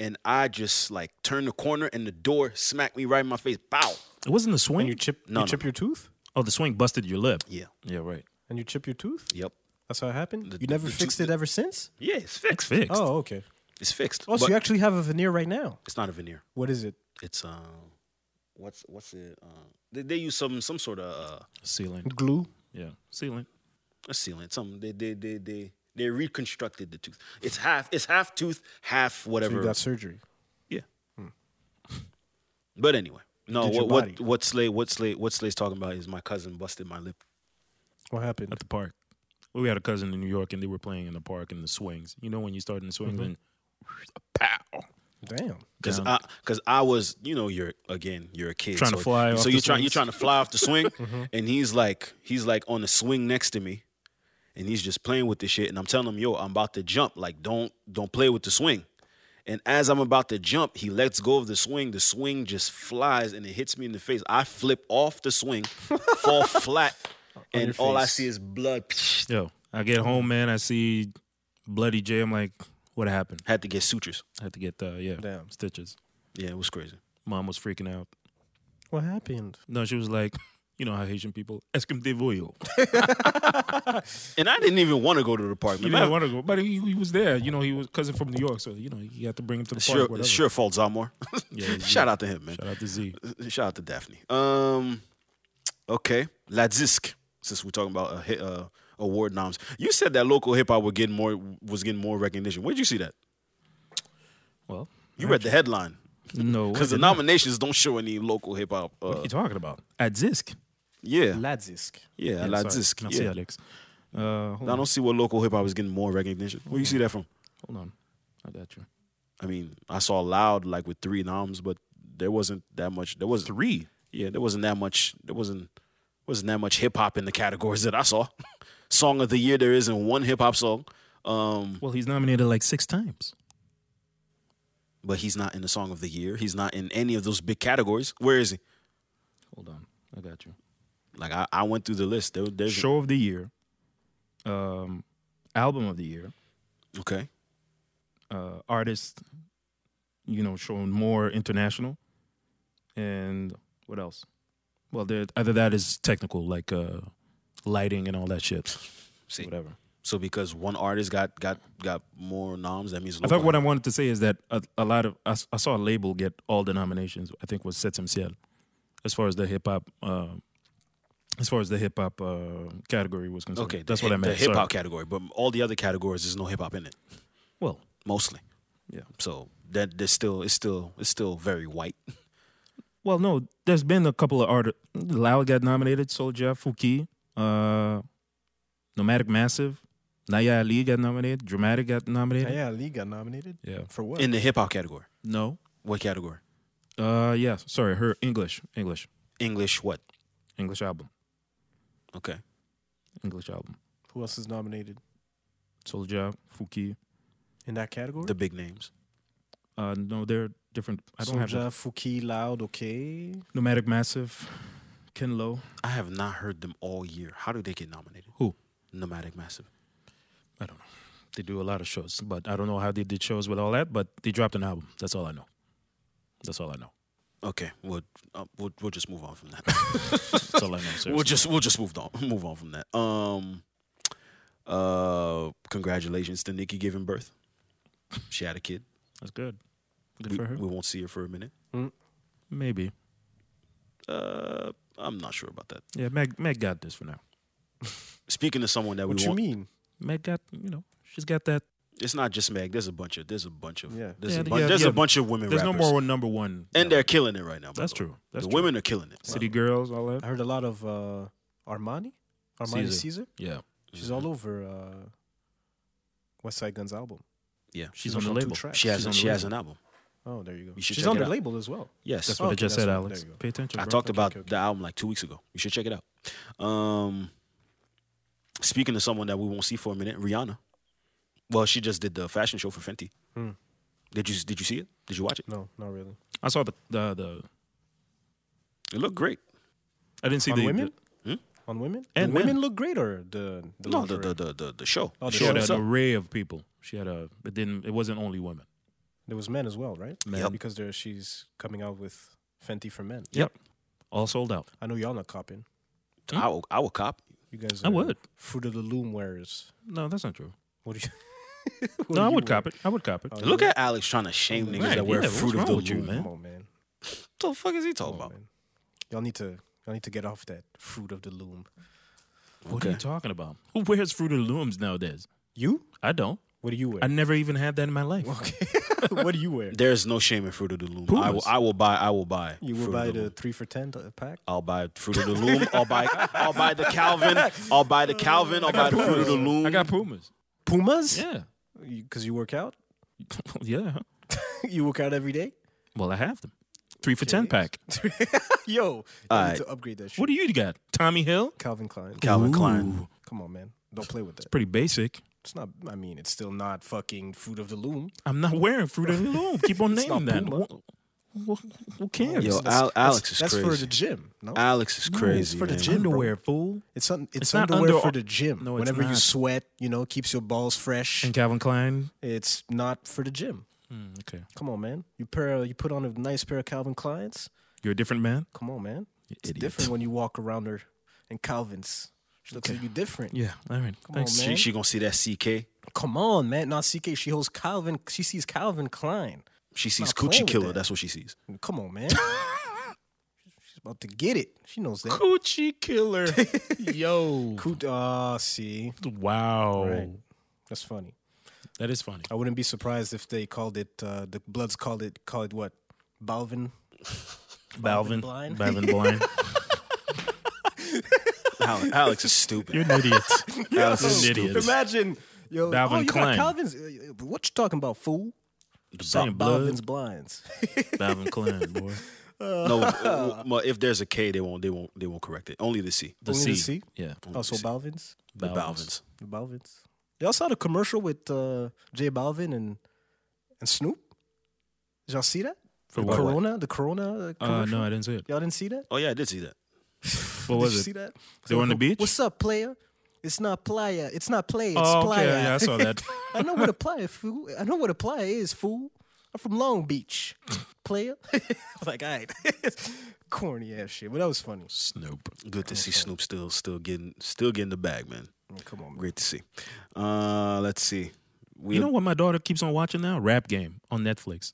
and I just like turned the corner, and the door smacked me right in my face. Bow. it wasn't the swing. And you chip, No, no, you chip no. your tooth, oh, the swing busted your lip. Yeah. Yeah, right. and you chip your tooth. Yep. That's how it happened. The- You never the fixed tooth- it ever since. Yeah, it's It's fixed. fixed. Oh, okay. It's fixed. Oh, so but you actually have a veneer right now. it's not a veneer. What is it? it's um what's what's it um they, they use some some sort of uh, Sealant. Glue. Yeah, sealant. a sealant something they they they they they reconstructed the tooth it's half it's half tooth half So whatever you got surgery. yeah but anyway no did your what what body. what slay what slay what slay's talking about is my cousin busted my lip What happened? at the park. We had a cousin in New York, and they were playing in the park in the swings. You know when you start in the swings, and pow, Damn. because Down. I because I was you know you're again you're a kid Trying so, to fly so off the Mm-hmm. you're trying you're swings. trying to fly off the swing and he's like he's like on the swing next to me and he's just playing with this shit and I'm telling him yo I'm about to jump like don't don't play with the swing and as I'm about to jump he lets go of the swing the swing just flies and it hits me in the face I flip off the swing fall flat and your all I face. see is blood yo. I get home, man. I see bloody J. I'm like, what happened? had to get sutures I had to get uh, yeah Damn. stitches. yeah it was crazy Mom was freaking out. What happened? No, she was like, you know how Haitian people est comme des voyous. and I didn't even want to go to the park You man. didn't want to go, but he, he was there. You know, he was cousin from New York, so you know you had to bring him to the it's park. your, whatever. it's your fault Zamor Yeah, shout out to him man Shout out to Z. Shout out to Daphne. Um, okay, La Disque. Since we're talking about uh, hi- uh, award noms, you said that local hip hop was getting more was getting more recognition. Where'd you see that? Well, You read the headline no, because the what nominations don't show any local hip hop. are Uh, you talking about? At Zisk. yeah, Ladzisk. yeah, La Disque. Merci, Yeah. Alex. Uh, hold, I don't see what local hip hop is getting more recognition. Where you see that from? hold on, I got you. I mean, I saw Loud like with three noms, but there wasn't that much. There wasn't Three. yeah, there wasn't that much. There wasn't wasn't that much hip hop in the categories that I saw. song of the year, there isn't one hip hop song. Um, Well, he's nominated like six times. but he's not in the song of the year. He's not in any of those big categories. Where is he? Hold on, I got you. Like I, I went through the list. There, there's Show of the year, um, album of the year, okay. uh, artist, you know, showing more international, and what else? Well, there either that is technical, like uh, lighting and all that shit, See, whatever. so because one artist got got got more noms, that means I thought what I wanted to say is that a, a lot of I, s- I saw a label get all the nominations. I think was Setem Ciel, as far as the hip hop, uh, as far as the hip hop uh, category was concerned. okay, that's the, what I meant. The hip sorry. hop category, but all the other categories, there's no hip hop in it Well, mostly. Yeah. So that there's still it's still it's still very white. Well, no, there's been a couple of artists. Loud got nominated, Soulja, Fouki, uh, Nomadic Massive, Naya Ali got nominated, Dramatic got nominated. Yeah, Lee got nominated. Yeah. For what? In the hip hop category, No. what category? Uh, yeah, sorry, her English, English, English what? English album, Okay. English album. Who else is nominated Soulja, Fouki. in that category? The big names. Uh, no, they're different. I don't have Soulja, a, Fouki, Loud, okay. Nomadic Massive, Ken Lo. I have not heard them all year. How do they get nominated? Who? Nomadic Massive. I don't know. They do a lot of shows, but I don't know how they did shows with all that. But they dropped an album. That's all I know. That's all I know. Okay, we'll, uh, we'll we'll just move on from that. That's all I know. seriously. we'll just we'll just move on move on from that. Um, uh, congratulations to Nikki giving birth. She had a kid. That's good. Good We, for her. we won't see her for a minute. Maybe. Uh, I'm not sure about that. Yeah, Meg. Meg got this for now. Speaking to someone that What we you want, mean? Meg got. You know, she's got that. it's not just Meg. There's a bunch of there's a bunch of Yeah. there's Yeah, a bunch yeah, there's yeah. a bunch of women. There's no rappers. more number one. and they're killing it right now. by That's the way. true. That's the true. women are killing it. City girls, all that. I heard a lot of uh, Armani. Armani Caesar. Caesar. Yeah, She's all over uh, West Side Gun's album. Yeah, she's on She was the on two label. tracks. she has She's on a, the she has label. an album. Oh, there you go. You should She's check on it the out. label as well. Yes, That's what I Okay, just that's said, what- Alex. there you go. Pay attention. I bro. talked okay, about okay, okay. the album like two weeks ago. You should check it out. Um, speaking to someone that we won't see for a minute, Rihanna. Well, she just did the fashion show for Fenty. Hmm. Did you did you see it? Did you watch it? No, not really. I saw the the, the It looked great. I didn't see On the women? Hmm? On women? And The women men. look great or the the no, the lingerie? the, the the the show. Oh, the She had show. What's an up? array of people. She had a. It didn't. It wasn't only women. There was men as well, right? Men. Yeah, Because there she's coming out with Fenty for men. Yep. All sold out. I know y'all not copying. Hmm? I will, I will cop. You guys I are would. Fruit of the Loom wearers. No, that's not true. What do you what do no, I you would wear? cop it. I would cop it. Oh, Look yeah? Oh, at Alex trying to shame niggas Right, that wear yeah, what's fruit of wrong the with you, loom. Oh, man? Come on, man. What the fuck is he Come talking on, about? Oh, man. Y'all need to y'all need to get off that fruit of the loom. What are you Okay. talking about? Who wears Fruit of the Looms nowadays? You? I don't. What do you wear? I never even had that in my life. okay. what do you wear? There's no shame in fruit of the loom. I will Pumas. I will buy I will buy. You will Fruit of buy the the Loom. three for ten t- pack. I'll buy fruit of the loom. I'll buy I'll buy the Calvin. I'll buy the Calvin. I'll buy the fruit of the loom. I got Pumas. Pumas? Yeah. Because you work out. yeah. you work out every day. Well, I have them. Three for ten Okay. pack. Yo, I Alright. need to upgrade that shit. What do you got? Tommy Hill. Calvin Klein. Calvin Ooh. Klein. Come on, man. Don't play with that. Pretty basic. It's not. I mean, it's still not fucking fruit of the loom. I'm not wearing Fruit of the Loom. Keep on It's not naming that. Puma. Who, who cares? Yo, That's- Al- Alex is that's crazy. for the gym. No, Alex is crazy. for the man. gym. underwear, fool. it's un- it's, it's not underwear under- for the gym. No, it's Whenever you not. sweat, you know, keeps your balls fresh. And Calvin Klein. It's not for the gym. Mm, okay. Come on, man. You pair. You put on a nice pair of Calvin Kleins. You're a different man. Come on, man. You It's idiot. different when you walk around her in Calvin's. She looks Okay. at you different. Yeah. All right. Come Thanks. on, She, man. she gonna see that CK. Come on, man. Not CK. She holds Calvin. She sees Calvin Klein. She sees Not playing Coochie with Killer. that. That's what she sees. Come on, man. She's about to get it. She knows that. Coochie killer. Yo. Coot. Ah, see, Wow. Right. that's funny. That is funny. I wouldn't be surprised if they called it. Uh, the Bloods called it. Call it what? Balvin. Balvin. Blind. Balvin Blind. Al- Alex is stupid. You're an idiot. Alex is Yo. stupid. Idiot. Imagine. Yo, Balvin oh, you Klein. got Calvin's. uh, What you talking about, fool? Same Balvin's blood. blinds. Balvin Klein, boy. No, uh, well, if there's a K, they won't. They won't. They won't correct it. Only the C. The Only C. the C? Yeah. Only also the C. Balvin's. The Balvins. The Balvin's. Y'all saw the commercial with uh, J Balvin and and Snoop. Did y'all see that? For the what? Corona. The Corona. Uh, Uh, commercial? no, I didn't see it. Y'all didn't see that? Oh yeah, I did see that. What Did you was see it? that? They were on the beach? What's up, player? It's not playa. It's not play. It's Oh, okay. playa. Yeah, I saw that. I know what a playa fool. I know what a playa is, fool. I'm from Long Beach, player. like, all right, corny ass shit, but that was funny. Snoop. Good to see Snoop still still getting still getting the bag, man. Come on, man. Great to see. Uh, let's see. We You know what my daughter keeps on watching now? Rap Game on Netflix.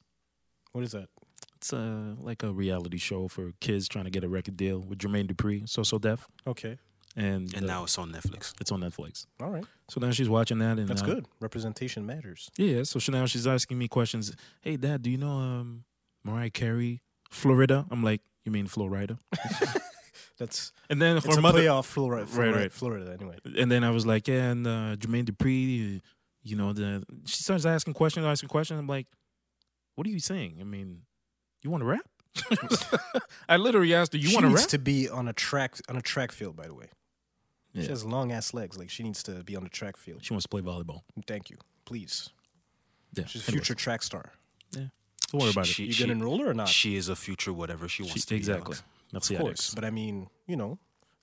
what is that? It's uh, like a reality show for kids trying to get a record deal with Jermaine Dupri, So So Def, Okay, and, and uh, now it's on Netflix. it's on Netflix. all right, So now she's watching that, and that's uh, good. Representation matters. Yeah, so she, now she's asking me questions. Hey, Dad, do you know um, Mariah Carey, Florida? I'm like, you mean Florida? That's And then it's her a mother, playoff Florida, Florida, right. Florida. Anyway, and then I was like, yeah, and uh, Jermaine Dupri, uh, you know, the she starts asking questions, asking questions. I'm like, what are you saying? I mean, you want to rap? I literally asked her, you she want to needs rap? to be on a track on a track field. By the way, Yeah. she has long ass legs. Like she needs to be on the track field. She wants to play volleyball. Thank you, please. Yeah, She's a anyway. future track star. Don't worry about it. She- You gonna enroll her or not? She is a future whatever she wants She- to be. exactly. Alex. Merci, of course. Alex. But I mean, you know,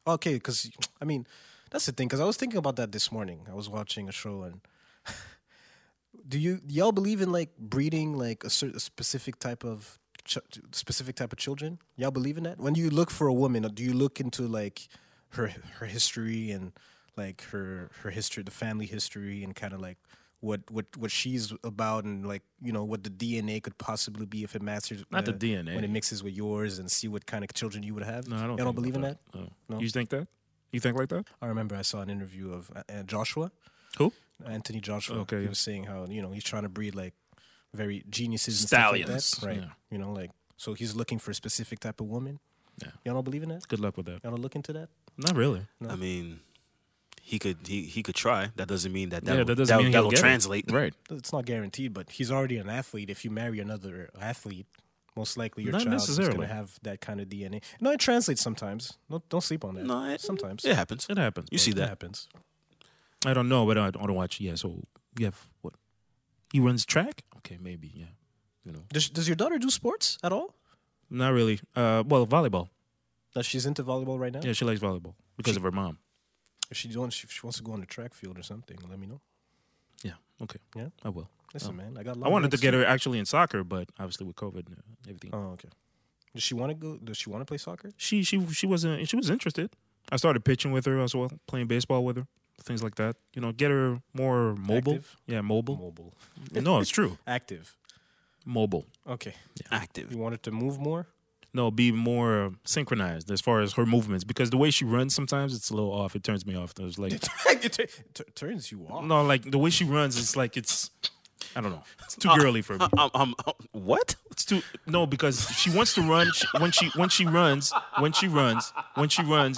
okay, because I mean, that's the thing. Because I was thinking about that this morning. I was watching a show, and do you y'all believe in like breeding like a, cer- a specific type of ch- specific type of children? Y'all believe in that? When you look for a woman, uh, do you look into like her her history and like her her history, the family history, and kind of like what what what she's about and like you know what the DNA could possibly be if it matches Not the uh, DNA. when it mixes with yours and see what kind of children you would have. No, I don't. Y'all don't think believe in that. about that. No. No. You think that? You think like that? I remember I saw an interview of uh, uh, Joshua, Who? Anthony Joshua. Okay, he yeah. was saying how you know he's trying to breed like very geniuses, and Stallions, stuff like that. right? yeah. You know, like so he's looking for a specific type of woman. Yeah. Y'all don't believe in that? Good luck with that. Y'all don't look into that? Not really. I mean, he could he he could try. That doesn't mean that that yeah, will, that that, doesn't mean he'll will get it. translate. Right. It's not guaranteed, but he's already an athlete. If you marry another athlete, most likely your Not child is going necessarily. to have that kind of DNA. No, it translates sometimes. Don't don't sleep on that. No, it, sometimes it happens. It happens. You see that that? happens. I don't know, but I don't, I don't watch. Yeah, so you have what? He runs track. Okay, maybe. Yeah, you know, Does does your daughter do sports at all? not really. Uh, well, volleyball. That she's into volleyball right now. Yeah, she likes volleyball because of her mom. If she wants, if she wants to go on the track field or something, let me know. Yeah. Okay. Yeah. I will. Um, Listen, man, Oh. I got. a lot I of wanted to legs, get too. her actually in soccer, but obviously with COVID and uh, everything, Oh, okay. Does she want to go? Does she want to play soccer? she she she wasn't she was interested. I started pitching with her as well, playing baseball with her, things like that. You know, get her more mobile. Active? Yeah, mobile. Mobile, no, it's true. active. Mobile. Okay, Active. you wanted to move more. No, be more synchronized as far as her movements because the way she runs sometimes it's a little off. It turns me off. There's like it t- t- turns you off. No, like the way she runs, it's like it's. I don't know. It's too girly for me. Um, um, um, what? It's too no because she wants to run she, when she when she runs when she runs when she runs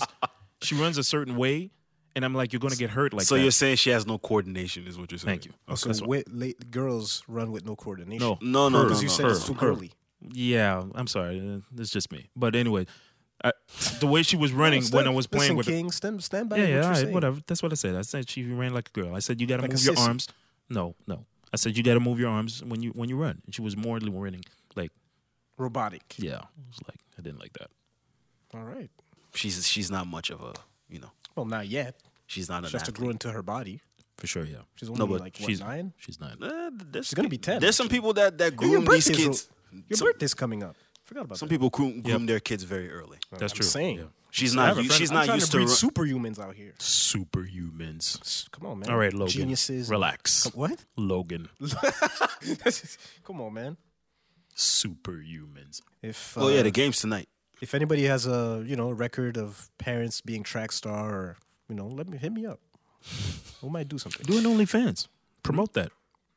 she runs a certain way, and I'm like, you're gonna get hurt like so that. you're saying she has no coordination, is what you're saying? Uh, Thank you. So wi- late girls run with no coordination. No, No, no, no, because you no, said no. it's too girly. yeah. I'm sorry. uh, It's just me. But anyway, I, the way she was running when I was Listen, playing with her. King, stand stand by. Yeah, yeah, what all you're right, saying. whatever. That's what I said. I said she ran like a girl. I said you got to Like a move your sissy. arms. No, no. I said you got to move your arms when you when you run. And she was more running like Robotic. yeah. I was like I didn't like that. All right. She's she's not much of a you know. Well, not yet. She's not an She has to athlete. grow into her body. For sure, yeah. She's only No, but like what, she's nine. Uh, She's nine. Eh, there's She's gonna be pe- ten, There's some people that that Hey, your groom these birthday's kids. ro- Your some, birthday's coming up. Forgot about some that. people groom, groom their kids very early. That's I'm true. Saying Yeah. She's I have not. a u- friend- She's I'm not trying used to to. breed ru- superhumans out here. Superhumans. S- Come on, man. All right, Logan. Geniuses. Relax. What? Logan. Come on, man. Superhumans. If uh, Oh yeah, the game's tonight. if anybody has a you know record of parents being track star or you know, let me hit me up. We might do something Doing OnlyFans. Promote that.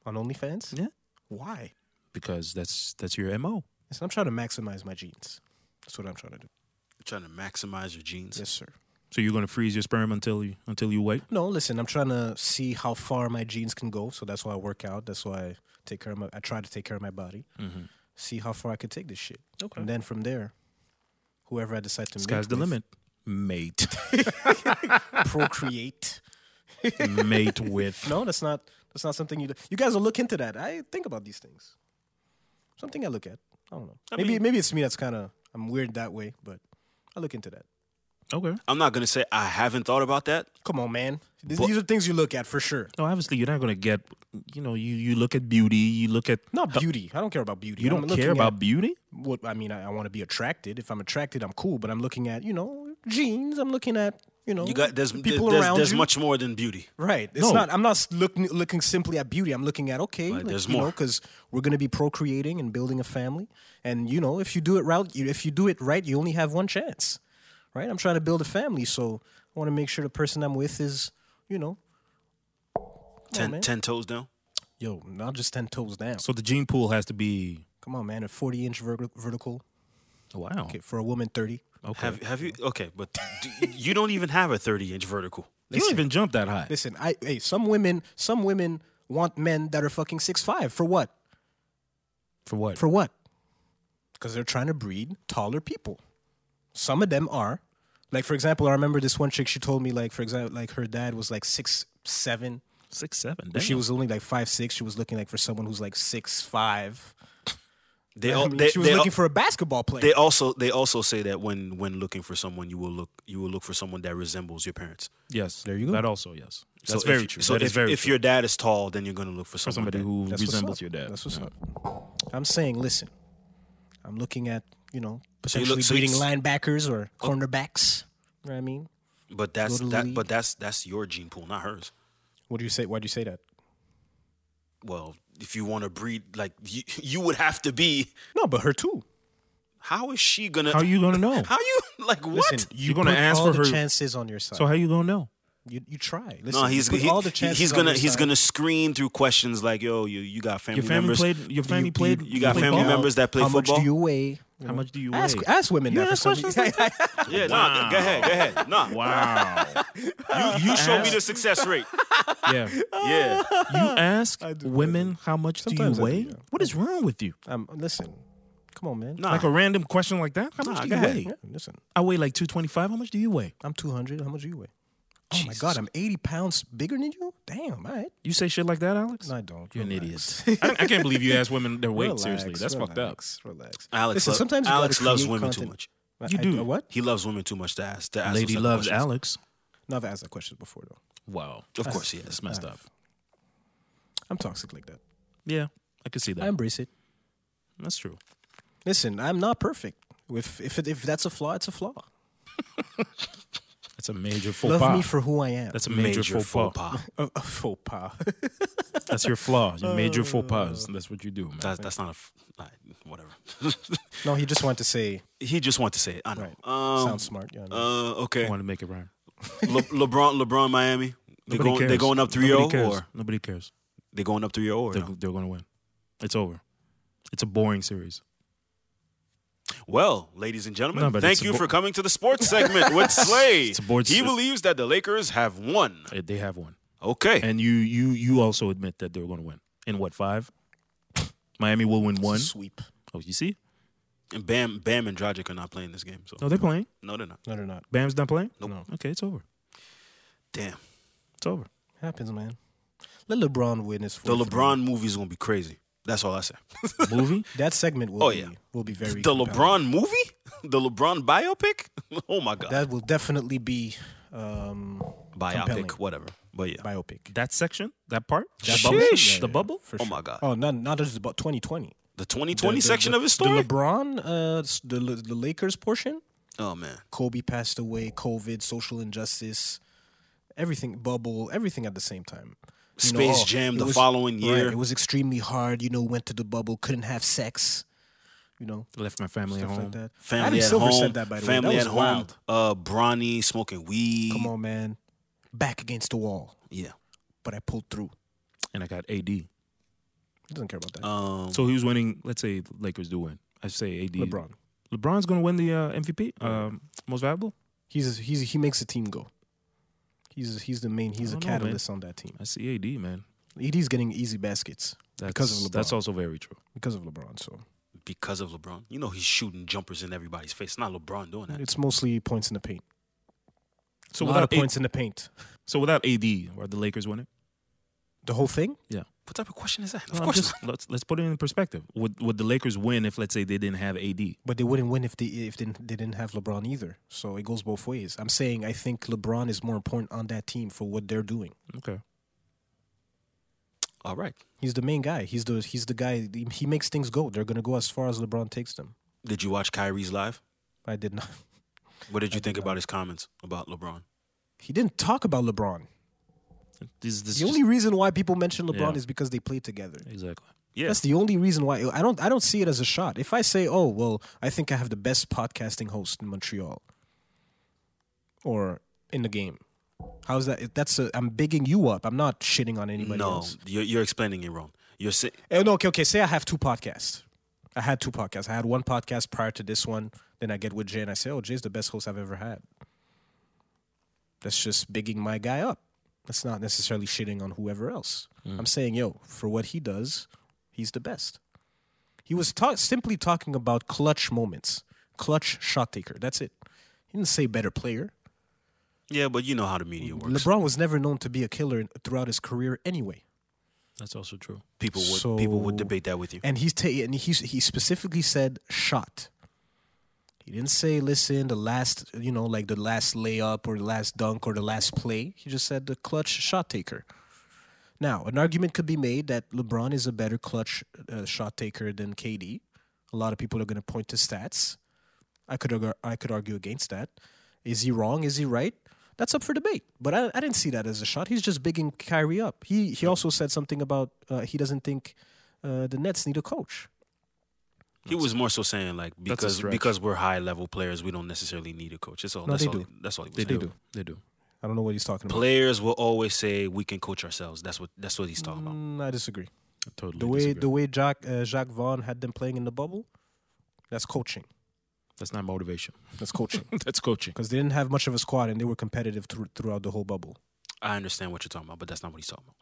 on OnlyFans. Yeah. Why? Because that's that's your MO. Listen, I'm trying to maximize my genes. That's what I'm trying to do. Trying to maximize your genes. Yes, sir. So you're gonna freeze your sperm until you until you wait? No, listen, I'm trying to see how far my genes can go. So that's why I work out. That's why I take care of my. I try to take care of my body. Mm-hmm. See how far I can take this shit. Okay. And then from there, whoever I decide to Sky's mate the with, limit. Mate. procreate. Mate with. No, that's not. That's not something you. Do. You guys will look into that. I think about these things. Something I look at. I don't know. maybe maybe it's me that's kind of I'm weird that way, but I look into that. Okay. I'm not gonna say I haven't thought about that. Come on, man. These, But- these are things you look at for sure. No, obviously you're not gonna get you know, you, you look at beauty, you look at Not beauty. I don't care about beauty. you I'm don't looking care about at beauty? what I mean. I, I want to be attracted. If I'm attracted, I'm cool. But I'm looking at you know genes. I'm looking at you know You got there's Oh, the people people there's, around there's you. much more than beauty. Right. It's No. not. I'm not s- looking looking simply at beauty. I'm looking at okay. like, there's you more. because we're going to be procreating and building a family. And you know, if you do it right, you- if you do it right, you only have one chance. Right. I'm trying to build a family, so I want to make sure the person I'm with is, you know, Ten, man. ten toes down. yo, not just ten toes down. So the gene pool has to be Come on, man. A 40 inch ver- vertical Wow. okay, for a woman, 30. Okay. Have have you okay? But do, you don't even have a 30 inch vertical. you don't even jump that high. Listen, I hey, some women, some women want men that are fucking six five for what? For what? For what? Because they're trying to breed taller people. Some of them are. Like for example, I remember this one chick. She told me like for example, like her dad was like six seven. six seven. She damn. was only like five six. She was looking like for someone who's like six five. They, I al- mean, they, she was they, al- looking for a basketball player. they also they also say that when when looking for someone, you will look you will look for someone that resembles your parents. Yes. There you go. That also, yes. So That's if- very true. So that if, is very if true. your dad is tall, then you're gonna look for For someone somebody that- who That's what's resembles up. your dad. That's what's yeah. up. I'm saying, listen, I'm looking at you know you potentially look- so you breeding s- linebackers or Oh. cornerbacks. You know what I mean, But that's Go to the that. league. But that's that's your gene pool, not hers. what do you say? Why do you say that? Well, if you want to breed, like you, you would have to be. No, but her too. How is she gonna? How are you gonna know? How you like what? Listen, You're gonna put ask all for the her- chances on your side. So how you gonna know? you, you try. Listen, no, he's you put he- all the he- chances. he's on gonna your he's side. gonna screen through questions like, yo, you you got family, Your family members. played. Your family played. you got played family ball? members that play How football. much do you weigh? How much do you Ask weigh? ask women You that. for ask some questions reason. yeah, nah, go ahead, go ahead. Nah, Wow. you, you show me ask- the success rate. yeah. You Yeah, ask women how much Sometimes do I you do, weigh? yeah. What is wrong with you? um, listen, come on, man. nah. Like a random question like that? How much Nah, do go you ahead. weigh? Yeah, listen, I weigh like 225. How much do you weigh? I'm 200. How much do you weigh? Oh my God, I'm 80 pounds bigger than you. Damn, all right. You say shit like that, Alex? No, I don't. You're an Relax. idiot. I, I can't believe you ask women their weight. Relax, Seriously, that's fucked up. relax, Relax. Alex, Listen, lo- sometimes you Alex gotta loves create women too content. much. I- You I- do. what? He loves women too much to ask. To ask those Lady type of loves questions. Alex. No, I've asked that question before though. Wow. Of course, yes. That's messed up. I'm toxic like that. Yeah, I can see I that. embrace it. That's true. Listen, I'm not perfect. If if it, if that's a flaw, it's a flaw. That's a major faux Love pas. me for who I am. Oh, That's a major, Major, faux, faux pas. pas. a, a faux pas. That's your flaw. Your major faux pas. That's what you do, man. That's that's not a f- all right, whatever. no, he just wanted to say he just wanted to say it. I know. Right. Um, sounds smart. You know what I mean? Uh, I okay. want to make it rhyme. Le- LeBron, LeBron, Miami. They Nobody going, cares. they going up 3 0 Nobody cares. or Nobody cares. they going up 3 0 or They're, no? they're going to win. It's over. It's a boring series. Well, ladies and gentlemen, No, but thank it's a you bo- for coming to the sports segment with Slay. It's a board he s- believes that the Lakers have won. Uh, They have one, Okay. and you you you also admit that they're going to win. In what five? Miami will win one. sweep. Oh, you see? And Bam, Bam, and Dragic are not playing this game. So No, they're playing. no, they're not. No, they're not. Bam's not playing. Nope. No. Okay, it's over. Damn. It's over. Happens, man. Let LeBron win his. The fourth LeBron movie is gonna be crazy. That's all I say. Movie. That segment will Oh, be yeah. will be very The compelling. LeBron movie? The LeBron biopic? Oh my god. that will definitely be um biopic, compelling. whatever. But yeah. biopic. That section. That part. That Sheesh. bubble. Yeah, The yeah. bubble. For oh sure. my god. Oh, not not just about 2020. the 2020 section of his The story? LeBron, uh, s- the Le- the Lakers portion. oh man. Kobe passed away, COVID, social injustice, everything, bubble, everything at the same time. You know, Space oh, Jam it the was- following right, year. it was extremely hard. You know, went to the bubble, couldn't have sex. You know, Left my family at stuff home. like that. Family Adam at Silver home. said that by the family way. That at was home. wild. Uh, Bronny smoking weed. Come on, man. Back against the wall, Yeah. but I pulled through. And I got AD. He doesn't care about that. Um, So who's winning? Let's say the Lakers do win. I say AD. LeBron. LeBron's going to win the uh, MVP. Um, most valuable. He's he's he makes the team go. He's he's the main. He's a don't know, man. catalyst on that team. I see AD, man. Ed's getting easy baskets That's, Because of That's LeBron. also very true. because of LeBron. So because of LeBron, you know he's shooting jumpers in everybody's face. Not LeBron doing that. it's mostly points in the paint. So a lot of without points in the paint. So without AD, are the Lakers winning? The whole thing. What type of question is that? Of Well, I'm course. just- let's let's put it in perspective. Would would the Lakers win if let's say they didn't have AD? But they wouldn't win if they if they, they didn't have LeBron either. So it goes both ways. I'm saying I think LeBron is more important on that team for what they're doing. Okay. not. All right. He's the main guy. He's the he's the guy. He makes things go. They're gonna go as far as LeBron takes them. Did you watch Kyrie's live? I did not. What did you I did think not. about his comments about LeBron? He didn't talk about LeBron. This, this The just- only reason why people mention LeBron Yeah. is because they played together. exactly. Yeah. That's the only reason why I don't I don't see it as a shot. If I say, "Oh, well, I think I have the best podcasting host in Montreal or in the game." How's that that's a, I'm bigging you up. I'm not shitting on anybody no, else. you're, you're explaining it wrong. You're si- Eh, no, okay, okay, say I have two podcasts. I had two podcasts. I had one podcast prior to this one, then I get with Jay and I say, "Oh, Jay's the best host I've ever had." That's just bigging my guy up. That's not necessarily shitting on whoever else. I'm saying, yo, for what he does, he's the best. He was ta- simply talking about clutch moments, clutch shot taker. That's it. He didn't say better player. yeah, but you know how the media works. LeBron was never known to be a killer throughout his career anyway. That's also true. People would people would So- debate that with you. And he's ta- and he's he specifically said shot. He didn't say listen the last you know like the last layup or the last dunk or the last play. He just said the clutch shot taker. Now an argument could be made that LeBron is a better clutch uh, shot taker than KD. A lot of people are going to point to stats. I could argu- I could argue against that. Is he wrong? Is he right? That's up for debate. But I, I didn't see that as a shot. He's just bigging Kyrie up. He he also said something about uh, he doesn't think uh, the Nets need a coach. He was more so saying like a because stretch. because we're high level players, we don't necessarily need a coach. That's all. No, that's they all. do. That's all he was They saying. do. They do. I don't know what he's talking about. Players will always say we can coach ourselves. That's what that's what he's talking about. Mm, I disagree. I totally. The way disagree. the way Jacques uh, Jacques Vaughn had them playing in the bubble, that's coaching. that's not motivation. That's coaching that's coaching. because they didn't have much of a squad and they were competitive thr- throughout the whole bubble. I understand what you're talking about, but that's not what he's talking about.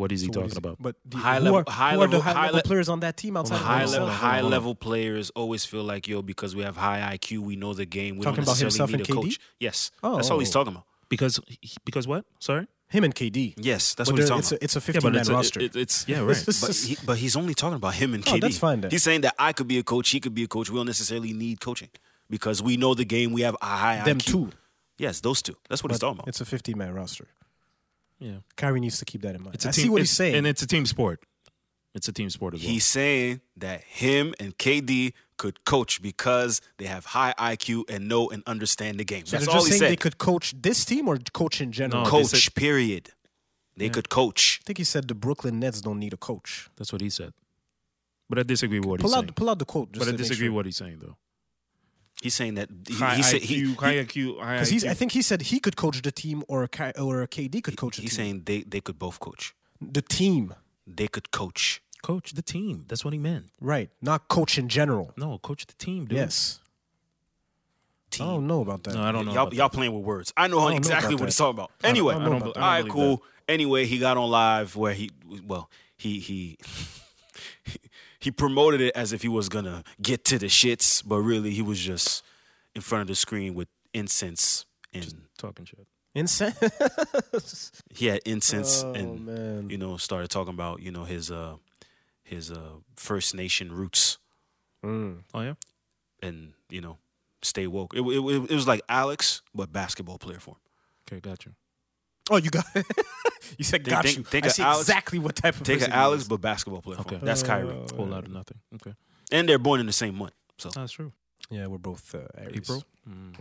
What is he So what talking is it? about? But the, High who level- are, high who are level- the high, high level le- players on that team outside of high level, themselves? high level players always feel like yo because we have high IQ, we know the game. We Talking don't about himself necessarily need a and KD? coach. Yes, that's all he's Oh. talking about. Because he- because what? Sorry. Him and KD. Yes, that's But what he's they're- talking it's about. a, it's a 15 man it's a- roster. it- it's yeah right. But, he, but he's only talking about him and Oh, KD. that's fine then. He's saying that I could be a coach, he could be a coach. We don't necessarily need coaching because we know the game. We have a high them IQ. two. Yes, those two. That's what he's But talking about. It's a 15 man roster. yeah. Kyrie needs to keep that in mind. It's a I team, see what it's- he's saying. and it's a team sport. It's a team sport as well. He's saying that him and KD could coach because they have high IQ and know and understand the game. so That's they're all he just saying said. they could coach this team or coach in general. No, I coach, they said- period. They could coach. think he said the Brooklyn Nets don't need a coach. That's what he said. But I disagree with what he's Pull saying. out, pull out the quote. Just But I to make disagree sure. with what he's saying though. He's saying that he, High he said IQ, he, high IQ, high Because IQ. he's, I think he said he could coach the team, or a Ky- or a KD could coach the he's team. saying they, they could both coach. the team, They could coach. coach the team. That's what he meant. right? Not coach in general. No, coach the team, dude. Yes, Team. I don't know about that. No, I don't know. y'all about y'all playing with words. I know know exactly about what he's that. talking about. Anyway, I that. I don't, know about I all don't right, believe cool. Anyway, he got on live where he well he he. He promoted it as if he was gonna get to the shits, but really he was just in front of the screen with incense and that. Talking shit. Insen- he had incense Oh, and man. you know started talking about you know his uh his uh First Nation roots Mm. Oh yeah. and you know stay woke. It, wa- it, wa- it was like Alex but basketball player form. Okay, got you. oh, you got. you said They got think- you. think I of see Alex- exactly what type of Take person an he Alex is. but basketball player form. Okay. That's Kyrie, Uh, Whole lot of nothing. Okay, and they're born in the same month. So that's true. Yeah, we're both uh, Aries. April. Mm.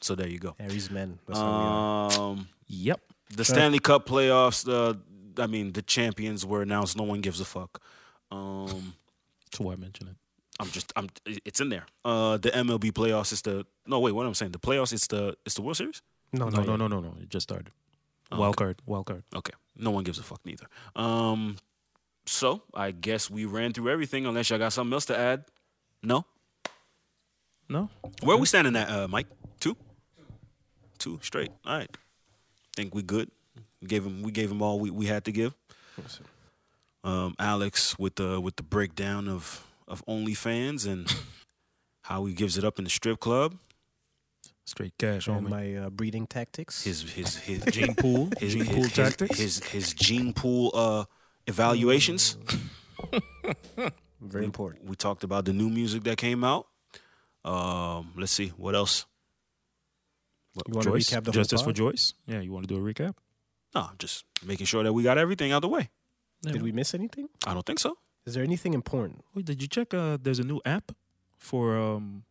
so there you go. Aries men. That's how we are. Um, Yep. the Stanley Cup playoffs. The I mean, the champions were announced. No one gives a fuck. Um, That's why I mentioned it. I'm just I'm. It's in there. Uh, the MLB playoffs. It's the no wait. What I'm saying. The playoffs. It's the it's the World Series. No, No, no, no, no, no, no. It just started. Oh, wild okay. card. Wild card. Okay. No one gives a fuck neither. Um, so I guess we ran through everything. Unless y'all got something else to add. No. No. Where we standing at, uh, Mike? Two. Two straight. All right. Think we good. We gave him. We gave him all we, we had to give. Um, Alex with the with the breakdown of of OnlyFans and how he gives it up in the strip club. Straight cash And on me. my uh, breeding tactics. His his his Gene pool. his, Gene his- pool his- tactics. His his gene pool uh, evaluations. Very important. We talked about the new music that came out. Um, let's see what else. You want to Joyce. recap the Justice whole for pod? Joyce. Yeah, you want to do a recap? No, just making sure that we got everything out the way. Yeah. Did we miss anything? I don't think so. Is there anything important? Wait, did you check? Uh, there's a new app for um,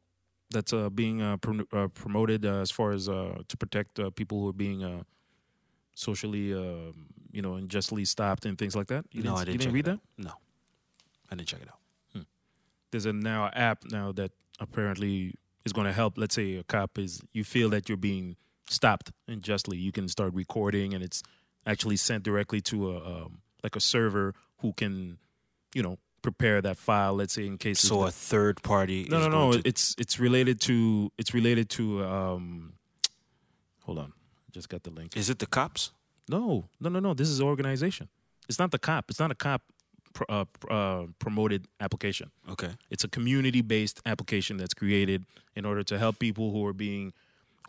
that's uh, being uh, prom- uh, promoted uh, as far as uh, to protect uh, people who are being uh, socially, uh, you know, unjustly stopped and things like that. You no, didn't, I didn't. You check didn't read it that? out. No, I didn't check it out. There's a now app now that apparently is going to help. Let's say a cop is you feel that you're being stopped unjustly, you can start recording, and it's actually sent directly to a um, like a server who can, you know, prepare that file. Let's say in case So a third party. No, is going no, no. to- It's it's related to it's related to. Um, hold on, just got the link. is it the cops? No, no, no, no. This is organization. It's not the cop. It's not a cop pr- uh, pr- uh, promoted application. Okay. It's a community based application that's created in order to help people who are being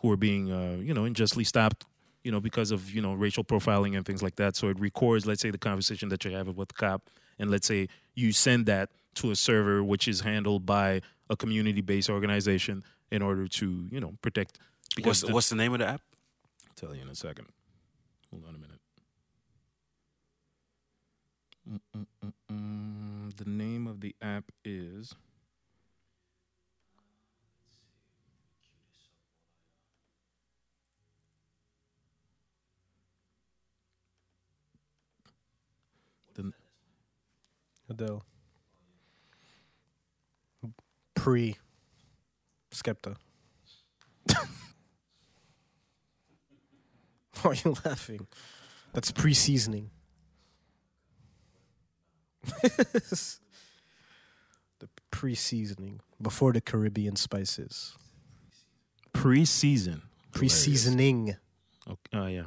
who are being uh, you know unjustly stopped you know, because of you know racial profiling and things like that. So it records, let's say, the conversation that you're having with the cop, and let's say you send that to a server which is handled by a community-based organization in order to you know protect. What's Because the, what's the name of the app? I'll tell you in a second. Hold on a minute. Mm, Mm-mm-mm-mm. mm. The name of the app is. Adele. Pre Skepta. Why are you laughing? That's pre seasoning. the pre seasoning. Before the Caribbean spices. Preseason. Pre seasoning. Okay. Oh, yeah.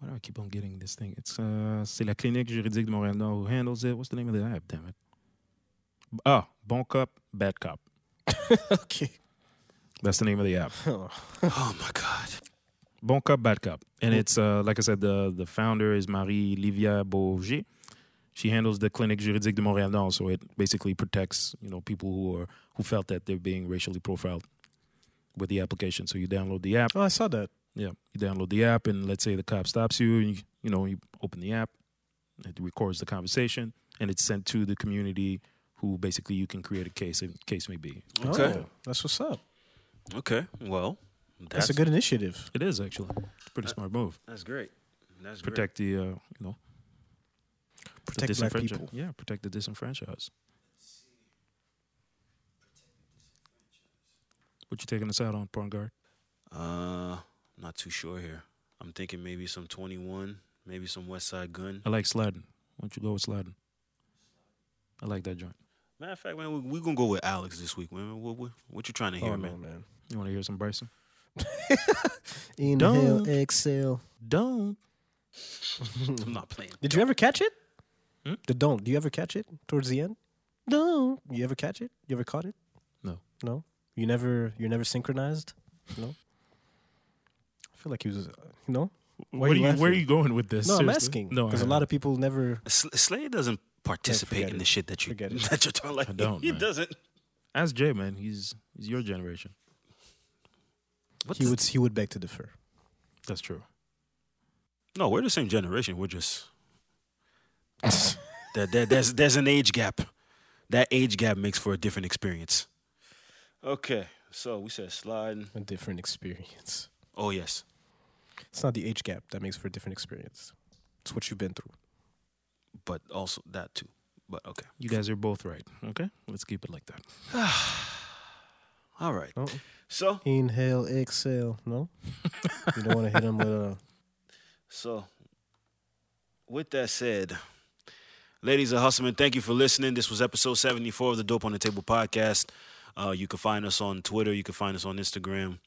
Why do I keep on getting this thing? It's uh, c'est la clinique juridique de Montréal Nord who handles it. What's the name of the app? Damn it. B- Ah, Bon Cop, Bad Cop. Okay. That's the name of the app. oh my God. Bon Cop, Bad Cop. And it's, uh, like I said, the, the founder is Marie Livia Bourget. She handles the Clinique Juridique de Montréal Nord, so it basically protects, you know, people who are who felt that they're being racially profiled with the application. So you download the app. Oh, I saw that. Yeah, you download the app, and let's say the cop stops you, and you, you know you open the app, it records the conversation, and it's sent to the community, who basically you can create a case, if case may be. Okay. Oh, that's what's up. Okay. Well, That's, a good initiative. It is actually it's a pretty smart move. That's great. That's great. Protect the uh, you know the Protect black disenfranchi- people. Yeah, protect the disenfranchised. What you taking us out on, porn guard? Uh, not too sure here. I'm thinking maybe some 21, maybe some West Side Gun. I like sliding. Why don't you go with sliding? I like that joint. Matter of fact, man, we're we gonna go with Alex this week, man. What, what, what you trying to hear, Oh, man? no, man. You want to hear some Bryson? Inhale, Don't. exhale. Don't. I'm not playing. Did you ever catch it? The don't. Do you ever catch it towards the end? No. You ever catch it? You ever caught it? No. No. You never. You never synchronized. No. I feel like he was. uh, You know. Why Where, you are you, where are laughing? you going with this? No, I'm Seriously? asking. No, I because a lot of people never. Sl- Slade doesn't participate forget in it. the shit that you Forget it. that you're talking. Like I don't, he man. doesn't. haven't. ask Jay, man. He's he's your generation. He would. He would beg to differ. That's true. No, we're the same generation. We're just there, there, there's there's an age gap. That age gap makes for a different experience. Okay, so we said sliding. A different experience. Oh yes, It's not the age gap that makes for a different experience. It's what you've been through. but also that too. But okay, You guys are both right. Okay, let's keep it like that. all right. No. So Inhale, exhale. No. you don't want to hit him with a. So, with that said, ladies and hustlemen, thank you for listening. This was episode 74 of the Dope on the Table podcast. Uh, you can find us on Twitter. You can find us on Instagram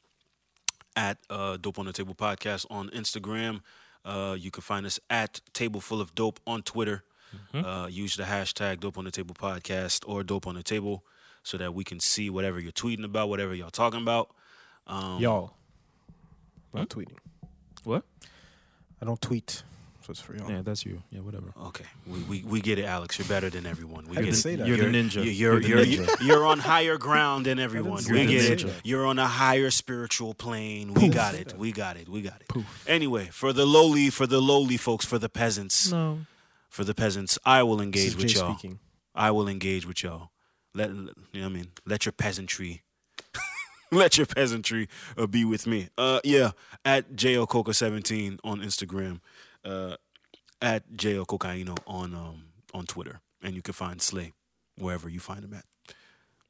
at uh, Dope on the Table podcast on Instagram. Uh, you can find us at Table Full of Dope on Twitter. Uh, use the hashtag Dope on the Table podcast or Dope on the Table so that we can see whatever you're tweeting about, whatever y'all talking about. Um, Y'all. Not tweeting. What? I don't tweet, so it's for y'all. Yeah, that's you. Yeah, whatever. Okay, we, we, we get it, Alex. You're better than everyone. We I get didn't it. say that. You're the You're- ninja. You're the you're, you're, ninja. you're on higher ground than everyone. say We that. get You're it. the ninja. You're on a higher spiritual plane. We got it. We got it. We got it. Anyway, for the lowly, for the lowly folks, for the peasants, No. for the peasants, I will engage This is with Jay y'all. speaking. I will engage with y'all. Let you know what I mean. Let your peasantry, let your peasantry uh, be with me. Uh, yeah, at jococa17 on Instagram, uh, at jococaino on um on Twitter, and you can find Slay wherever you find him at.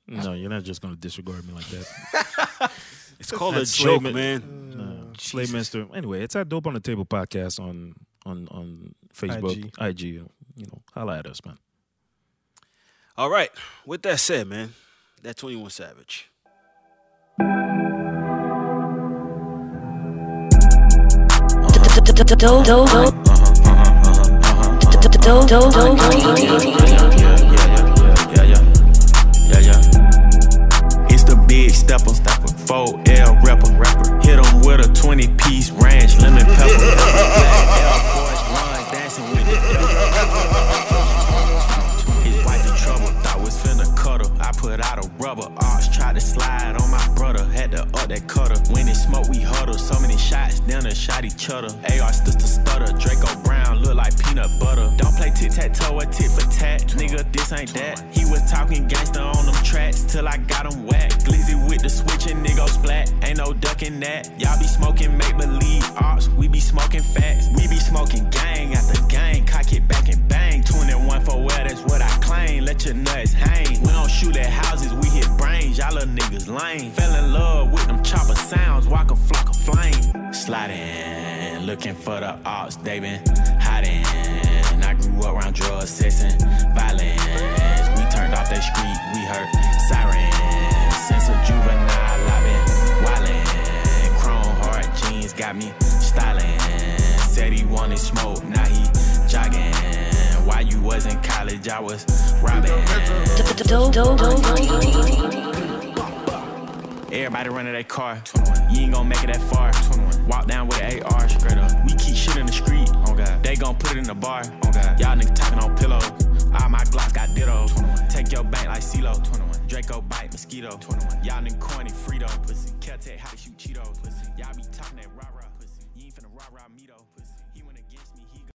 No, you're not just gonna disregard me like that. It's called a That's joke, Slayman- man. no. Slave Master. Anyway, it's at Dope on the Table podcast on on on Facebook, IG. you know, holla at us, man. All right. With that said, man, that 21 Savage. Yeah, yeah. It's the big stepper, stepper, 4L rapper, rapper. Hit 'em with a 20 piece ranch, lemon pepper. Air Force Ones dancing with the devil. His wife in trouble, thought was finna cuddle. I put out a rubber, arch, tried to slide on my brother. Had to up that cutter. When it smoke, we huddle. So many shots, down and shot each other. AR sister stutter, Draco Brown look like peanut butter. Don't play tic tac toe or tit for tat. Nigga, this ain't that. He was talking gangster on them tracks till I got him whacked. Glizzy with the switch and nigga splat. Ain't no ducking that. Y'all be smoking make believe ops. We be smoking facts. We be smoking gang after gang. Cock it back and bang. 21 for where that's what I claim. Let your nuts hang. We don't shoot at houses, we hit brains. Y'all little niggas lame. Fell in love with them chopper sounds. Walk a flock of flame. Sliding, looking for the ops. They been hiding. I grew up around drugs, sex, and violence. We turned off that street, we heard sirens. Since a juvenile, i been wildin'. Chrome hard jeans got me styling. Said he wanted smoke, now he jogging. While you was in college, I was robbing. Everybody running their car. You ain't gonna make it that far. Walk down with an AR. Straight up. Oh, We keep shit in the street. They gon' put it in the bar. Y'all niggas talking on pillows. All my Glocks got ditto. Take your bank like CeeLo. Draco bite mosquito. Y'all niggas corny Frito. Pussy Kel-Tec, how to shoot Cheetos. Pussy. Y'all be talking that.